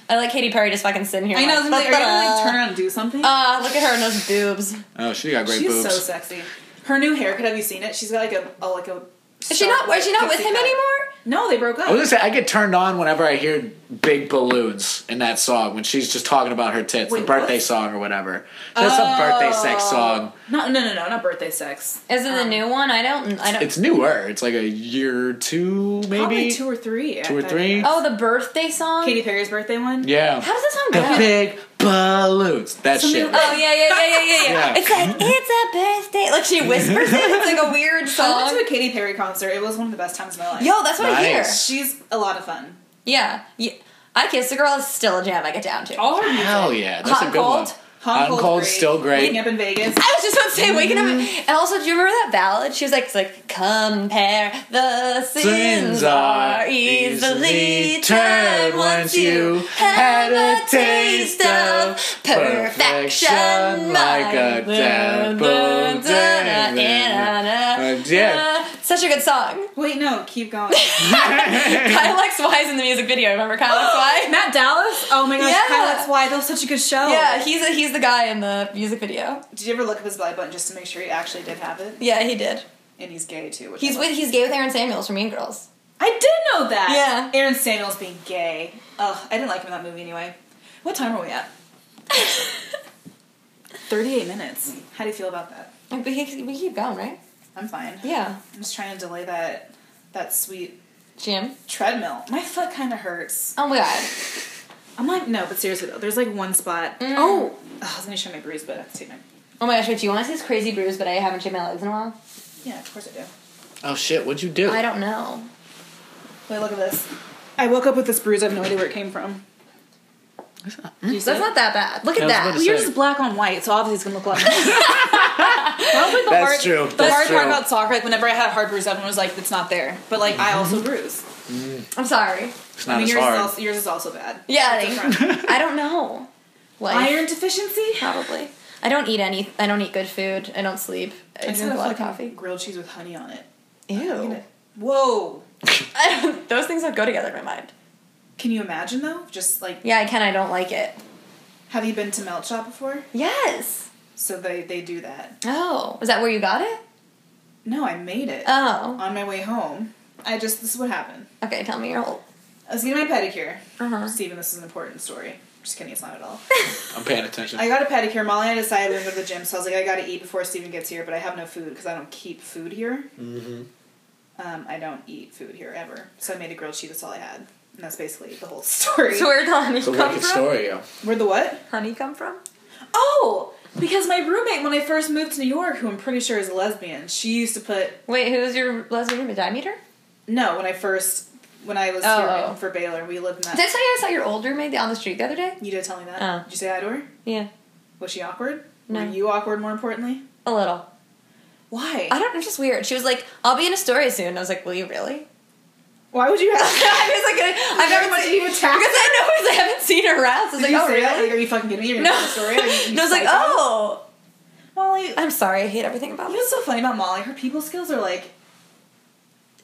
Speaker 1: I like Katy Perry just fucking sitting here.
Speaker 2: I know. I was
Speaker 1: Like,
Speaker 2: gonna say, are you gonna like
Speaker 1: "Ta-da."
Speaker 2: turn around and do something?
Speaker 1: Ah, look at her and those boobs.
Speaker 3: oh, she got great
Speaker 2: She's
Speaker 3: boobs.
Speaker 2: so sexy. Her new haircut. Have you seen it? She's got like a, a like a.
Speaker 1: Is she not? Is she not with him anymore?
Speaker 2: No, they broke up.
Speaker 3: I was gonna say I get turned on whenever I hear "Big Balloons" in that song when she's just talking about her tits,
Speaker 2: Wait,
Speaker 3: the birthday
Speaker 2: what?
Speaker 3: song or whatever. That's a birthday sex
Speaker 1: Oh.
Speaker 3: song.
Speaker 2: No, no, no, no, not birthday sex.
Speaker 1: Is it the new one? I don't. I don't.
Speaker 3: Um, It's newer. It's like a year or two, maybe.
Speaker 2: Probably two or three.
Speaker 3: Two or three?
Speaker 1: oh, the birthday song.
Speaker 2: Katy Perry's birthday one.
Speaker 3: yeah.
Speaker 1: How does that song go?
Speaker 3: the big balloons. That
Speaker 2: Something
Speaker 3: shit.
Speaker 2: like-
Speaker 1: Oh yeah, yeah, yeah, yeah, yeah, yeah.
Speaker 3: Yeah.
Speaker 1: It's like it's a birthday. Like she whispers it. It's like a weird
Speaker 2: I went
Speaker 1: song.
Speaker 2: to a Katy Perry concert. It was one of the best times of my life.
Speaker 1: Yo, that's what I hear.
Speaker 3: Nice.
Speaker 2: she's a lot of fun.
Speaker 1: Yeah. yeah. I kissed a girl is still a jam I get down to.
Speaker 2: All her music.
Speaker 3: Hell yeah, that's
Speaker 1: Hot
Speaker 3: a
Speaker 1: and
Speaker 3: good
Speaker 1: Cold?
Speaker 3: one.
Speaker 2: Hot and Cold's
Speaker 3: Cold's still great.
Speaker 2: Waking up in Vegas.
Speaker 1: I was just about to say, waking up, and also, do you remember that ballad? She was like, it's like, compare the sins are easily turned once you had a taste of perfection,
Speaker 3: like a
Speaker 1: Da, da, da, da, da,
Speaker 3: Uh, yeah.
Speaker 1: da. Such a good song.
Speaker 2: Wait, no, keep
Speaker 1: Kyle
Speaker 2: going.
Speaker 1: X Y is in the music video. Remember Kyle X Y?
Speaker 2: Matt Dallas. Oh my gosh,
Speaker 1: Yeah.
Speaker 2: Kyle, that's why that was such a good show.
Speaker 1: Yeah, he's a, he's the guy in the music video.
Speaker 2: Did you ever look up his belly button just to make sure he actually did have it?
Speaker 1: Yeah, he did.
Speaker 2: And he's gay too. Which
Speaker 1: He's
Speaker 2: I
Speaker 1: with he's gay with Aaron Samuels from Mean Girls.
Speaker 2: I did know that.
Speaker 1: Yeah.
Speaker 2: Aaron Samuels being gay. Ugh, I didn't like him in that movie anyway. What time are we at? Thirty-eight minutes. How do you feel about that?
Speaker 1: We keep, we keep going, right?
Speaker 2: I'm fine.
Speaker 1: Yeah.
Speaker 2: I'm just trying to delay that that sweet
Speaker 1: Jim.
Speaker 2: treadmill. My foot kind of hurts.
Speaker 1: Oh my god.
Speaker 2: I'm like, no, but seriously though, there's like one spot. Oh, Ugh, I was gonna show my bruise, but I have to take my.
Speaker 1: Oh my gosh, wait, do you want to see this crazy bruise, but I haven't shaved my legs in a while?
Speaker 2: Yeah, of course I do.
Speaker 3: Oh shit, what'd you do?
Speaker 1: I don't know.
Speaker 2: Wait, look at this. I woke up with this bruise. I have no idea where it came from. You see
Speaker 1: That's
Speaker 2: it?
Speaker 1: not that bad. Look
Speaker 3: Yeah,
Speaker 1: at
Speaker 3: I was
Speaker 1: that.
Speaker 3: about
Speaker 2: Well, you're
Speaker 3: Sick.
Speaker 2: just black on white, so obviously it's gonna look like. that was like the
Speaker 3: That's
Speaker 2: hard,
Speaker 3: true.
Speaker 2: The
Speaker 3: That's
Speaker 2: hard part
Speaker 3: true.
Speaker 2: about soccer, like whenever I had a hard bruise, everyone was like, "That's not there," but like I also bruise.
Speaker 1: I'm sorry.
Speaker 3: It's
Speaker 2: I
Speaker 3: Mm-hmm. not
Speaker 2: mean,
Speaker 3: as
Speaker 2: yours is,
Speaker 3: hard.
Speaker 2: also, yours is also bad.
Speaker 1: Yeah,
Speaker 2: It's
Speaker 1: like-
Speaker 2: different.
Speaker 1: I don't know. Like
Speaker 2: iron deficiency.
Speaker 1: probably. I don't eat any. I don't eat good food. I don't sleep. I, drink a lot of coffee.
Speaker 2: grilled cheese with honey on it.
Speaker 1: Ew.
Speaker 2: Whoa!
Speaker 1: I don't, those things don't go together in my mind.
Speaker 2: Can you imagine though? Just like,
Speaker 1: Yeah, I can. I don't like it.
Speaker 2: have you been to Melt Shop before?
Speaker 1: Yes.
Speaker 2: So they they do that.
Speaker 1: Oh, is that where you got it?
Speaker 2: No, I made it
Speaker 1: Oh.
Speaker 2: on my way home. I just this is what happened.
Speaker 1: Okay, tell me your whole.
Speaker 2: I was getting my pedicure.
Speaker 1: Uh-huh.
Speaker 2: Stephen, this is an important story. Just kidding, it's not at all.
Speaker 3: I'm paying attention.
Speaker 2: I got a pedicure. Molly and I decided we were going to the gym, so I was like, I gotta eat before Steven gets here, but I have no food because I don't keep food here. Mm-hmm. Um, I don't eat food here ever. So I made a grilled cheese, that's all I had. And that's basically the whole story.
Speaker 1: So where did honey
Speaker 3: it's a
Speaker 1: come
Speaker 3: wicked
Speaker 1: from?
Speaker 3: story, yo.
Speaker 2: Where'd the what?
Speaker 1: Honey come from?
Speaker 2: Oh! Because my roommate, when I first moved to New York, who I'm pretty sure is a lesbian, she used to put.
Speaker 1: Wait, who's your lesbian roommate? Did I meet her?
Speaker 2: No, when I first. When I was
Speaker 1: Oh,
Speaker 2: here
Speaker 1: oh.
Speaker 2: for Baylor, we lived in
Speaker 1: Did I
Speaker 2: that.
Speaker 1: tell you I saw your old roommate on the street the other day?
Speaker 2: You did tell me that.
Speaker 1: Oh.
Speaker 2: Did you say hi to her?
Speaker 1: Yeah,
Speaker 2: Was she awkward?
Speaker 1: No.
Speaker 2: Were you awkward, more importantly?
Speaker 1: a little.
Speaker 2: Why?
Speaker 1: I don't know, it's just weird. She was like, "I'll be in a story soon." I was like, "Will you really?"
Speaker 2: Why would you have.
Speaker 1: I was like, "I've never
Speaker 2: Everyone-
Speaker 1: seen
Speaker 2: you attacked
Speaker 1: Because I know because I haven't seen her ass. I was
Speaker 2: Did
Speaker 1: like,
Speaker 2: you
Speaker 1: oh,
Speaker 2: say that?
Speaker 1: really?
Speaker 2: Like, are you fucking kidding me? You're
Speaker 1: No.
Speaker 2: making a story? Are you- you
Speaker 1: And I was like,
Speaker 2: psycho?
Speaker 1: oh.
Speaker 2: Molly. You
Speaker 1: I'm sorry. I hate everything about
Speaker 2: know
Speaker 1: this.
Speaker 2: what's so funny about Molly? Her people skills are like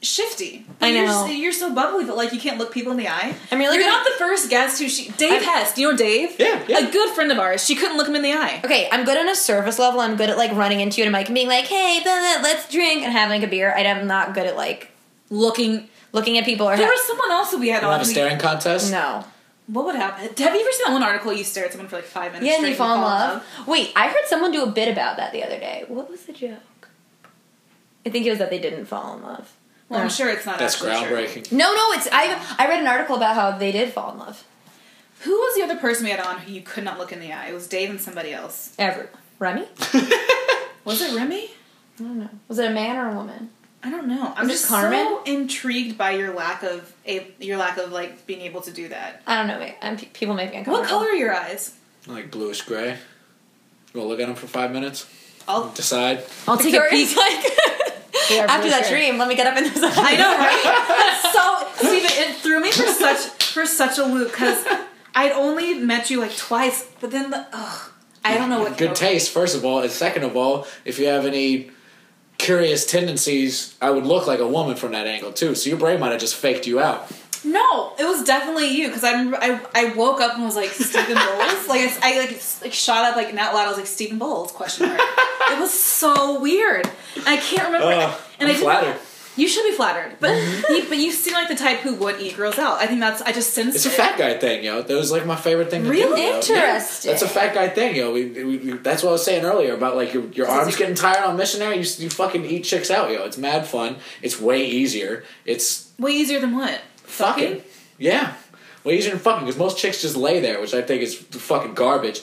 Speaker 2: shifty.
Speaker 1: I
Speaker 2: You're,
Speaker 1: know.
Speaker 2: just- you're so bubbly, but like you can't look people in the eye.
Speaker 1: I'm really
Speaker 2: You're
Speaker 1: good-
Speaker 2: not the first guest who she. Dave
Speaker 1: I'm-
Speaker 2: Hess. Do you know Dave?
Speaker 3: Yeah, yeah.
Speaker 2: A good friend of ours. She couldn't look him in the eye.
Speaker 1: Okay, I'm good on a surface level. I'm good at like running into you and Mike and being like, hey, blah, blah, let's drink and having a beer. I am not good at like
Speaker 2: Looking.
Speaker 1: looking at people or
Speaker 2: There was someone else that we had
Speaker 3: Not
Speaker 2: on.
Speaker 3: a
Speaker 2: who-
Speaker 3: staring contest?
Speaker 1: no.
Speaker 2: What would happen? Have you ever seen that one article? You stare at someone for like five minutes.
Speaker 1: Yeah, and
Speaker 2: straight
Speaker 1: you fall in love. Wait, I heard someone do a bit about that the other day. What was the joke? I think it was that they didn't fall in love.
Speaker 2: Well,
Speaker 1: Uh.
Speaker 2: I'm sure it's not.
Speaker 3: That's
Speaker 2: actually true.
Speaker 3: groundbreaking.
Speaker 1: No, no, it's I. I read an article about how they did fall in love.
Speaker 2: Who was the other person we had on who you could not look in the eye? It was Dave and somebody else.
Speaker 1: Ever Remy?
Speaker 2: Was it Remy?
Speaker 1: I don't know. Was it a man or a woman?
Speaker 2: I don't know. I'm
Speaker 1: it
Speaker 2: just
Speaker 1: Carmen?
Speaker 2: so intrigued by your lack of a your lack of like being able to do that.
Speaker 1: I don't know. Wait, I'm, pe- people make me uncomfortable.
Speaker 2: What color are your eyes?
Speaker 3: Like bluish gray. Go look at them for five minutes.
Speaker 2: I'll
Speaker 3: Decide.
Speaker 2: I'll
Speaker 1: Victoria's
Speaker 2: They
Speaker 1: like
Speaker 2: are
Speaker 1: after
Speaker 2: blue
Speaker 1: that
Speaker 2: shirt.
Speaker 1: dream, let me get up in this.
Speaker 2: I know, right? so Steven, it threw me for such for such a loop because I'd only met you like twice, but then the ugh, I don't know what
Speaker 3: Good taste, first of all, and second of all, if you have any curious tendencies, I would look like a woman from that angle too. So your brain might have just faked you out.
Speaker 2: No, it was definitely you because I remember I, I woke up and was like Stephen Bowles. like I, I like s- like shot up like and out loud. I was like Stephen Bowles question mark. it was so weird. And I can't remember.
Speaker 3: Ugh,
Speaker 2: and
Speaker 3: Uh,
Speaker 2: I
Speaker 3: I'm
Speaker 2: didn't-
Speaker 3: flattered.
Speaker 2: You should be flattered, but
Speaker 3: Mm-hmm.
Speaker 2: you, but you seem like the type who would eat girls out. I think that's I just sensed
Speaker 3: It's a
Speaker 2: it.
Speaker 3: fat guy thing, yo. That was like my favorite thing. To
Speaker 2: Really?
Speaker 3: do, yo.
Speaker 1: Interesting.
Speaker 3: Yeah, that's a fat guy thing, yo. We, we, we- that's what I was saying earlier about like your, your arms getting tired on missionary. You, s- you fucking eat chicks out, yo. It's mad fun. It's way easier. It's
Speaker 2: Way easier than what?
Speaker 3: fucking yeah. Way easier than fucking because most chicks just lay there, which I think is fucking garbage.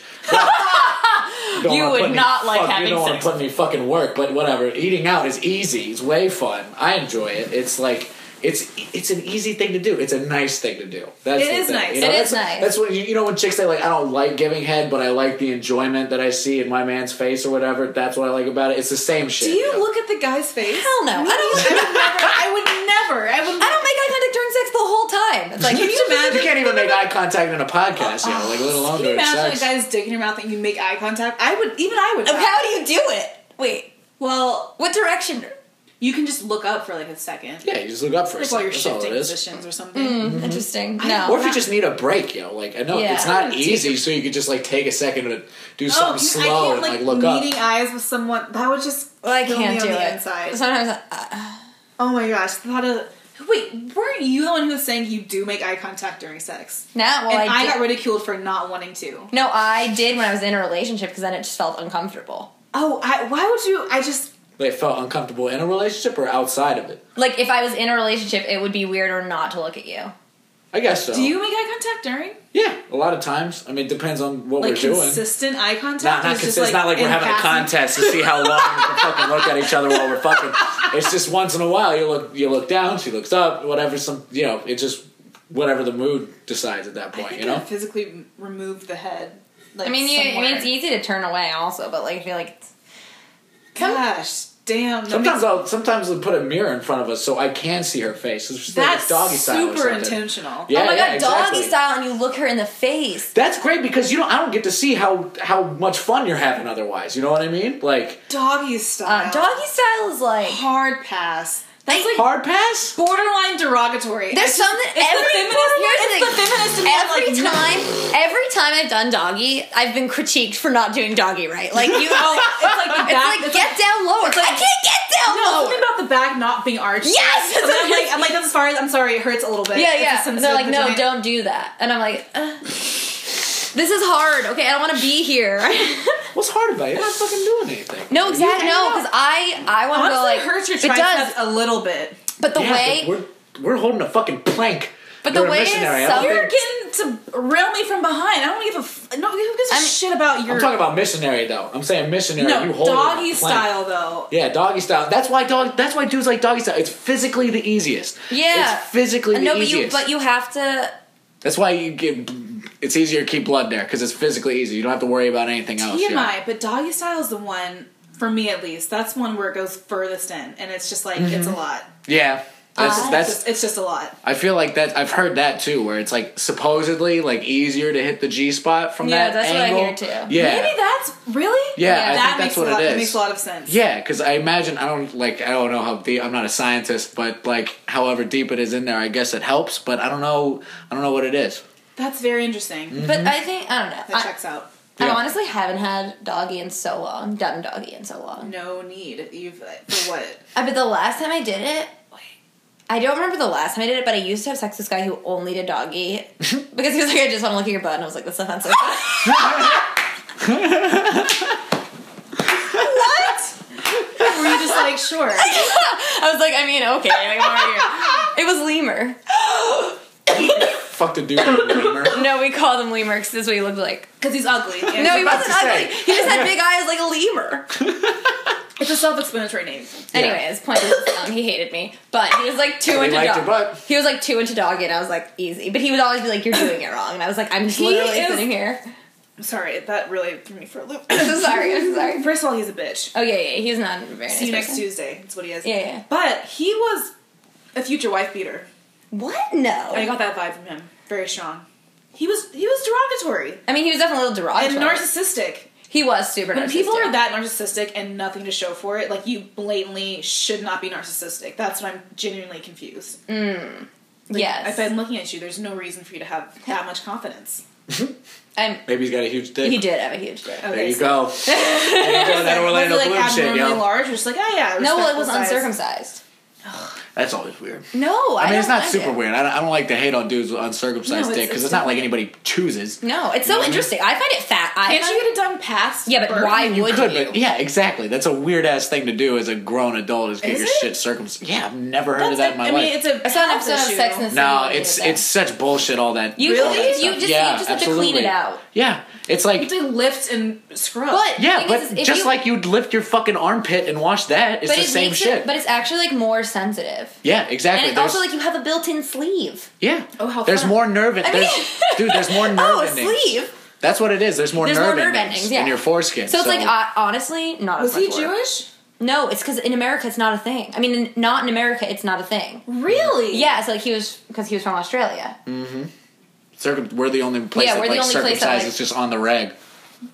Speaker 3: You don't
Speaker 1: You
Speaker 3: wanna
Speaker 1: would
Speaker 3: put me-
Speaker 1: not like
Speaker 3: fuck,
Speaker 1: having
Speaker 3: You don't
Speaker 1: sex.
Speaker 3: want to put me fucking work, but whatever. Eating out is easy. It's way fun. I enjoy it. It's like it's it's an easy thing to do. It's a nice thing to do. That's
Speaker 2: It
Speaker 3: the
Speaker 2: is
Speaker 3: thing,
Speaker 2: nice.
Speaker 3: You know,
Speaker 1: It
Speaker 3: that's,
Speaker 1: is nice.
Speaker 3: That's what you, you know when chicks say like I don't like giving head, but I like the enjoyment that I see in my man's face or whatever. That's what I like about it. It's the same shit.
Speaker 2: Do you
Speaker 3: know?
Speaker 2: look at the guy's face?
Speaker 1: Hell no. I don't.
Speaker 2: I would never. I would never. I would.
Speaker 1: I don't make eye contact during sex the whole time. It's like
Speaker 2: Can you imagine?
Speaker 3: You can't even make eye contact in a podcast, you know, like a little
Speaker 2: Can
Speaker 3: longer.
Speaker 2: you imagine a
Speaker 3: sex.
Speaker 2: guy's dick in your mouth and you make eye contact? I would. Even I would.
Speaker 1: how do you do it? Wait,
Speaker 2: Well,
Speaker 1: what direction?
Speaker 2: you can just look up for like a second,
Speaker 3: Yeah, you just look up for a
Speaker 2: like while you're
Speaker 3: second. That's all
Speaker 2: shifting
Speaker 3: it is. Mm.
Speaker 2: positions or something.
Speaker 1: Interesting.
Speaker 3: Or if
Speaker 1: No.
Speaker 3: you just need a break, yo. Like I know
Speaker 1: Yeah.
Speaker 3: it's not
Speaker 2: Oh, Yeah.
Speaker 3: easy, so you could just like take a second to do
Speaker 2: Oh,
Speaker 3: something
Speaker 2: you-
Speaker 3: slow
Speaker 2: I can't, like,
Speaker 3: and like look up.
Speaker 2: meeting eyes with someone that would just
Speaker 1: Well, I
Speaker 2: kill
Speaker 1: can't
Speaker 2: me
Speaker 1: do
Speaker 2: on the
Speaker 1: it.
Speaker 2: inside.
Speaker 1: Sometimes. I-
Speaker 2: Oh my gosh, the thought of wait, weren't you the one who was saying you do make eye contact during sex?
Speaker 1: now, well,
Speaker 2: and I,
Speaker 1: Oh, I, did.
Speaker 2: got ridiculed for not wanting to.
Speaker 1: no, I did when I was in a relationship because then it just felt uncomfortable.
Speaker 2: Oh, I, why would you? I just
Speaker 3: They felt uncomfortable in a relationship or outside of it.
Speaker 1: Like if I was in a relationship, it would be weirder not to look at you.
Speaker 3: I guess so.
Speaker 2: do you make eye contact during
Speaker 3: Yeah, a lot of times. I mean, it depends on what
Speaker 2: like
Speaker 3: we're doing.
Speaker 2: consistent eye contact?
Speaker 3: Not, not
Speaker 2: It's just,
Speaker 3: consistent. It's not like
Speaker 2: in
Speaker 3: we're having a
Speaker 2: passing?
Speaker 3: contest to see how long we can fucking look at each other while we're fucking. It's just once in a while you look you look down, she looks up, whatever. Some you know, it just whatever the mood decides at that
Speaker 2: I
Speaker 3: point,
Speaker 2: think
Speaker 3: you know?
Speaker 2: I physically remove the head. Like,
Speaker 1: I mean, you, I mean,
Speaker 2: somewhere.
Speaker 1: it's easy to turn away also, but like I feel like it's,
Speaker 2: Gosh, damn. that
Speaker 3: Sometimes
Speaker 2: makes-
Speaker 3: I'll sometimes I'll put a mirror in front of us so I can see her face. It's just
Speaker 2: that's
Speaker 3: like a doggy style. or
Speaker 2: super
Speaker 3: something.
Speaker 2: intentional.
Speaker 3: Yeah,
Speaker 1: oh my
Speaker 3: yeah,
Speaker 1: god,
Speaker 3: exactly.
Speaker 1: doggy style, and you look her in the face.
Speaker 3: That's great because you don't. I don't get to see how how much fun you're having otherwise. You know what I mean? Like
Speaker 2: Doggy
Speaker 1: Uh,
Speaker 2: style.
Speaker 1: Doggy style is like
Speaker 2: Hard pass. That's like
Speaker 3: hard pass.
Speaker 2: borderline derogatory.
Speaker 1: There's
Speaker 2: It's just-
Speaker 1: something
Speaker 2: it's
Speaker 1: every
Speaker 2: the feminist.
Speaker 1: here's
Speaker 2: it's the
Speaker 1: thing.
Speaker 2: feminist. in me, I'm
Speaker 1: Every
Speaker 2: like, no.
Speaker 1: time, every time I've done doggy, I've been critiqued for not doing doggy right. Like you, it's
Speaker 2: it's like the back.
Speaker 1: like get down lower. I can't get down
Speaker 2: no,
Speaker 1: lower.
Speaker 2: something about the back not being arched.
Speaker 1: Yes!
Speaker 2: and I'm like, I'm like, that's far. I'm sorry, it hurts a little bit.
Speaker 1: yeah,
Speaker 2: It's a
Speaker 1: yeah. And
Speaker 2: sensitive
Speaker 1: they're like, no,
Speaker 2: vagina.
Speaker 1: don't do that. And I'm like, uh, this is hard. Okay, I don't want to be here.
Speaker 3: What's hard about it? You're not fucking doing anything.
Speaker 1: no, exactly.
Speaker 3: You hang
Speaker 1: No,
Speaker 3: out.
Speaker 1: because I, I want to
Speaker 2: Honestly,
Speaker 1: go like
Speaker 2: it hurts your
Speaker 1: it does.
Speaker 2: triceps a little bit.
Speaker 1: But the
Speaker 3: Yeah,
Speaker 1: way
Speaker 3: but we're we're holding a fucking plank.
Speaker 1: But the
Speaker 3: during
Speaker 1: way
Speaker 3: missionary. I don't
Speaker 1: some-
Speaker 3: think-
Speaker 2: You're getting to rail me from behind. I don't give a f- no. Who gives a
Speaker 1: I'm-
Speaker 2: shit about your
Speaker 3: I'm talking about missionary though. I'm saying missionary. you
Speaker 2: no
Speaker 3: hold
Speaker 2: doggy
Speaker 3: a plank.
Speaker 2: style though?
Speaker 3: Yeah, doggy style. That's why dog. That's why dudes like doggy style. It's physically the easiest.
Speaker 1: Yeah.
Speaker 3: it's physically the
Speaker 1: no, but you,
Speaker 3: easiest.
Speaker 1: but you have to.
Speaker 3: that's why you get. It's easier to keep blood there because it's physically easy. You don't have to worry about anything else. yeah.
Speaker 2: TMI, but doggy style is the one for me at least. That's one where it goes furthest in, and it's just like it's a lot.
Speaker 3: Yeah. That's,
Speaker 1: Uh,
Speaker 3: Mm-hmm. that's
Speaker 2: It's just, it's just a lot.
Speaker 3: I feel like that I've heard that too, where it's like supposedly like easier to hit the G spot from
Speaker 1: Yeah,
Speaker 3: that
Speaker 1: that's what I
Speaker 3: angle.
Speaker 1: hear, too.
Speaker 3: Yeah,
Speaker 2: Maybe that's really
Speaker 3: Yeah, I
Speaker 2: that
Speaker 3: think that's
Speaker 2: makes
Speaker 3: what
Speaker 2: a lot,
Speaker 3: it
Speaker 2: that
Speaker 3: is.
Speaker 2: makes a lot of sense.
Speaker 3: yeah, because I imagine I don't like I don't know how deep I'm not a scientist, but like however deep it is in there, I guess it helps. But I don't know I don't know what it is.
Speaker 2: That's very interesting.
Speaker 3: Mm.
Speaker 1: But I think I don't know.
Speaker 2: That
Speaker 1: I-
Speaker 2: checks out.
Speaker 1: I
Speaker 3: Yeah.
Speaker 1: honestly haven't had doggy in so long. Done doggy in so long.
Speaker 2: No need. You've for what?
Speaker 1: I Uh, but the last time I did it, like, I don't remember the last time I did it, but I used to have sex with this guy who only did doggy because he was like, "I just want to look at your butt," and I was like, "That's offensive."
Speaker 2: what? Were you just like sure?
Speaker 1: I was like, "I mean, okay." Like, I'm already here. It was lemur.
Speaker 3: Fuck the dude. in the lemur.
Speaker 1: No, we called him lemur because this is what he looked like.
Speaker 2: Because he's ugly. Yeah,
Speaker 1: No,
Speaker 2: he's
Speaker 1: he
Speaker 2: about-
Speaker 1: wasn't
Speaker 3: to say.
Speaker 1: ugly. He just had big eyes like a lemur.
Speaker 2: It's a self-explanatory name.
Speaker 1: Anyways, point is, um, he hated me, but he was like two
Speaker 3: He
Speaker 1: into
Speaker 3: liked your
Speaker 1: dog.
Speaker 3: butt.
Speaker 1: He was like two into doggy, and I was like easy. But he would always be like, "You're doing it wrong," and I was like, "I'm just
Speaker 2: He
Speaker 1: literally
Speaker 2: is-
Speaker 1: sitting here."
Speaker 2: I'm sorry, that really threw me for a loop.
Speaker 1: I'm so sorry. I'm so sorry.
Speaker 2: First of all, he's a bitch.
Speaker 1: Oh yeah, yeah. He's not a very.
Speaker 2: See you
Speaker 1: nice
Speaker 2: next
Speaker 1: person.
Speaker 2: Tuesday. That's what he is.
Speaker 1: Yeah, yeah.
Speaker 2: But he was a future wife beater.
Speaker 1: What? No.
Speaker 2: I got that vibe from him. Very strong. He was he was derogatory
Speaker 1: I mean, he was definitely a little
Speaker 2: and
Speaker 1: derogatory.
Speaker 2: narcissistic.
Speaker 1: he was super.
Speaker 2: When
Speaker 1: narcissistic.
Speaker 2: people are that narcissistic and nothing to show for it, like you blatantly should not be narcissistic. That's when I'm genuinely confused.
Speaker 1: yes.
Speaker 2: I've been looking at you. There's no reason for you to have that much confidence.
Speaker 1: I'm,
Speaker 3: Maybe he's got a huge dick.
Speaker 1: he did have a huge dick.
Speaker 2: Okay,
Speaker 3: There you
Speaker 2: so-
Speaker 3: go. there you go.
Speaker 2: Was
Speaker 3: That
Speaker 2: it
Speaker 3: Orlando
Speaker 2: like
Speaker 3: Bloom shit,
Speaker 2: abnormally
Speaker 3: yo.
Speaker 2: large? Or just like, oh yeah.
Speaker 1: No, well, it was
Speaker 2: respectable size.
Speaker 1: uncircumcised.
Speaker 3: That's always weird.
Speaker 1: No, I,
Speaker 3: I mean, it's
Speaker 1: don't
Speaker 3: not
Speaker 1: like
Speaker 3: super
Speaker 1: it.
Speaker 3: weird. I don't, I don't like to hate on dudes with uncircumcised
Speaker 2: No, it's-
Speaker 3: dick because
Speaker 2: it's
Speaker 3: it's, not like
Speaker 2: definitely-
Speaker 3: anybody chooses.
Speaker 1: No, it's so
Speaker 3: Mm-hmm.
Speaker 1: interesting. I find it fat. I
Speaker 2: Can't
Speaker 1: find-
Speaker 2: you get it done past?
Speaker 1: Yeah, but
Speaker 2: birth?
Speaker 1: why
Speaker 3: You
Speaker 1: would
Speaker 3: could,
Speaker 1: you?
Speaker 3: but yeah, exactly. That's a weird ass thing to do as a grown adult is get
Speaker 2: Is
Speaker 3: your
Speaker 2: it?
Speaker 3: shit circumcised. Yeah, I've never heard
Speaker 2: That's
Speaker 3: of that
Speaker 2: like-
Speaker 3: in my
Speaker 2: I
Speaker 3: life.
Speaker 2: mean, it's a.
Speaker 1: I saw an episode
Speaker 2: health
Speaker 1: of
Speaker 2: issue.
Speaker 1: Sex and the City.
Speaker 3: no,
Speaker 1: where they
Speaker 3: it's
Speaker 1: did that.
Speaker 3: it's such bullshit. All that
Speaker 1: You
Speaker 3: all
Speaker 1: really-
Speaker 3: that stuff.
Speaker 1: you just- you
Speaker 3: yeah,
Speaker 1: just have to
Speaker 3: absolutely.
Speaker 1: clean it out.
Speaker 3: Yeah, it's like
Speaker 2: You have to lift and scrub.
Speaker 1: But
Speaker 3: yeah,
Speaker 1: the thing
Speaker 3: but
Speaker 1: is, is if
Speaker 3: just
Speaker 1: you-
Speaker 3: like you'd lift your fucking armpit and wash that, it's
Speaker 1: but
Speaker 3: the
Speaker 1: it
Speaker 3: same
Speaker 1: makes
Speaker 3: shit.
Speaker 1: It, but it's actually like more sensitive.
Speaker 3: yeah,
Speaker 1: And
Speaker 3: exactly.
Speaker 1: it's
Speaker 3: There's-
Speaker 1: also like you have a built-in sleeve.
Speaker 3: yeah,
Speaker 2: Oh, how
Speaker 3: there's
Speaker 2: fun.
Speaker 3: more nerve. In,
Speaker 1: I mean-
Speaker 3: there's, dude, there's more nerve.
Speaker 1: Oh, a
Speaker 3: endings.
Speaker 1: sleeve.
Speaker 3: That's what it is. There's more
Speaker 1: There's
Speaker 3: nerve,
Speaker 1: more nerve
Speaker 3: endings,
Speaker 1: endings, yeah.
Speaker 3: in your foreskin.
Speaker 1: So it's like uh, honestly not.
Speaker 2: was
Speaker 1: as much
Speaker 2: he
Speaker 1: work.
Speaker 2: Jewish?
Speaker 1: No, it's because in America it's not a thing. I mean, in, not in America it's not a thing.
Speaker 2: Really?
Speaker 1: Yeah, so like he was because he was from Australia.
Speaker 3: Mm-hmm. circum- we're the only place
Speaker 1: Yeah,
Speaker 3: that
Speaker 1: we're the
Speaker 3: like
Speaker 1: only place that,
Speaker 3: circumcised.
Speaker 1: like-
Speaker 3: It's just on the reg.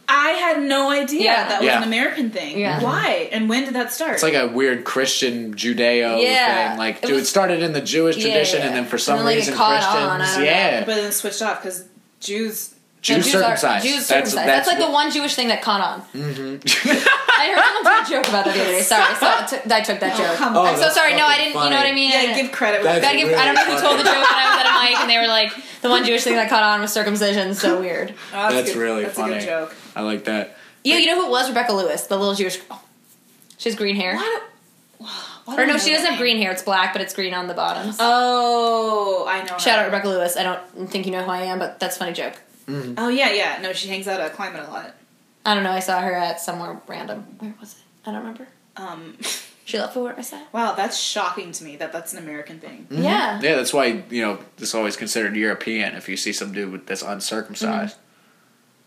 Speaker 2: I had no idea
Speaker 1: Yeah.
Speaker 2: that was
Speaker 3: Yeah.
Speaker 2: an American thing.
Speaker 1: Yeah.
Speaker 2: Why and when did that start?
Speaker 3: It's like a weird Christian Judeo
Speaker 1: Yeah.
Speaker 3: thing. Like,
Speaker 1: It
Speaker 3: dude, it
Speaker 1: was-
Speaker 3: started in the Jewish
Speaker 1: Yeah,
Speaker 3: tradition,
Speaker 1: yeah.
Speaker 3: and then for
Speaker 1: And
Speaker 3: some
Speaker 1: then, like, it
Speaker 3: reason
Speaker 1: caught
Speaker 3: Christians,
Speaker 1: on, I don't
Speaker 3: yeah,
Speaker 1: know.
Speaker 2: but then it switched off because Jews.
Speaker 1: No,
Speaker 3: Jews
Speaker 1: are-
Speaker 3: circumcised.
Speaker 1: Jews circumcised. That's, like the one Jewish thing that caught on. Mm-hmm. I heard someone do a joke about that the other day. Sorry, so I, took, I took that joke.
Speaker 2: come on.
Speaker 1: I'm
Speaker 3: Oh,
Speaker 1: so
Speaker 3: that's
Speaker 1: sorry. No, I
Speaker 3: fucking
Speaker 1: didn't. You know what
Speaker 3: funny.
Speaker 1: I mean? I
Speaker 2: Yeah,
Speaker 1: didn't-
Speaker 2: give credit.
Speaker 3: That's-
Speaker 1: Gotta give, I don't know who told the joke, but I was at a mic and they were like, the one Jewish thing that caught on was circumcision. So weird.
Speaker 2: Oh, that's
Speaker 3: That's
Speaker 2: good-
Speaker 3: really
Speaker 2: that's
Speaker 3: funny.
Speaker 2: a good joke.
Speaker 3: I like that.
Speaker 1: Yeah, you know who it was? Rebecca Lewis, the little Jewish girl. She has green hair.
Speaker 2: Why do- why do
Speaker 1: Or
Speaker 2: I
Speaker 1: no,
Speaker 2: know
Speaker 1: she
Speaker 2: that
Speaker 1: doesn't have
Speaker 2: name?
Speaker 1: green hair. It's black, but it's green on the bottoms.
Speaker 2: Oh, I know. her.
Speaker 1: Shout out Rebecca Lewis. I don't think you know who I am, but that's a funny joke.
Speaker 2: Oh yeah, yeah. No, she hangs out at Climate a lot.
Speaker 1: I don't know. I saw her at somewhere random. Where was it? I don't remember.
Speaker 2: Um,
Speaker 1: She left for what was that?
Speaker 2: Wow, that's shocking to me that that's an American thing.
Speaker 1: Yeah.
Speaker 3: Yeah, that's why you know it's always considered European if you see some dude with- that's uncircumcised.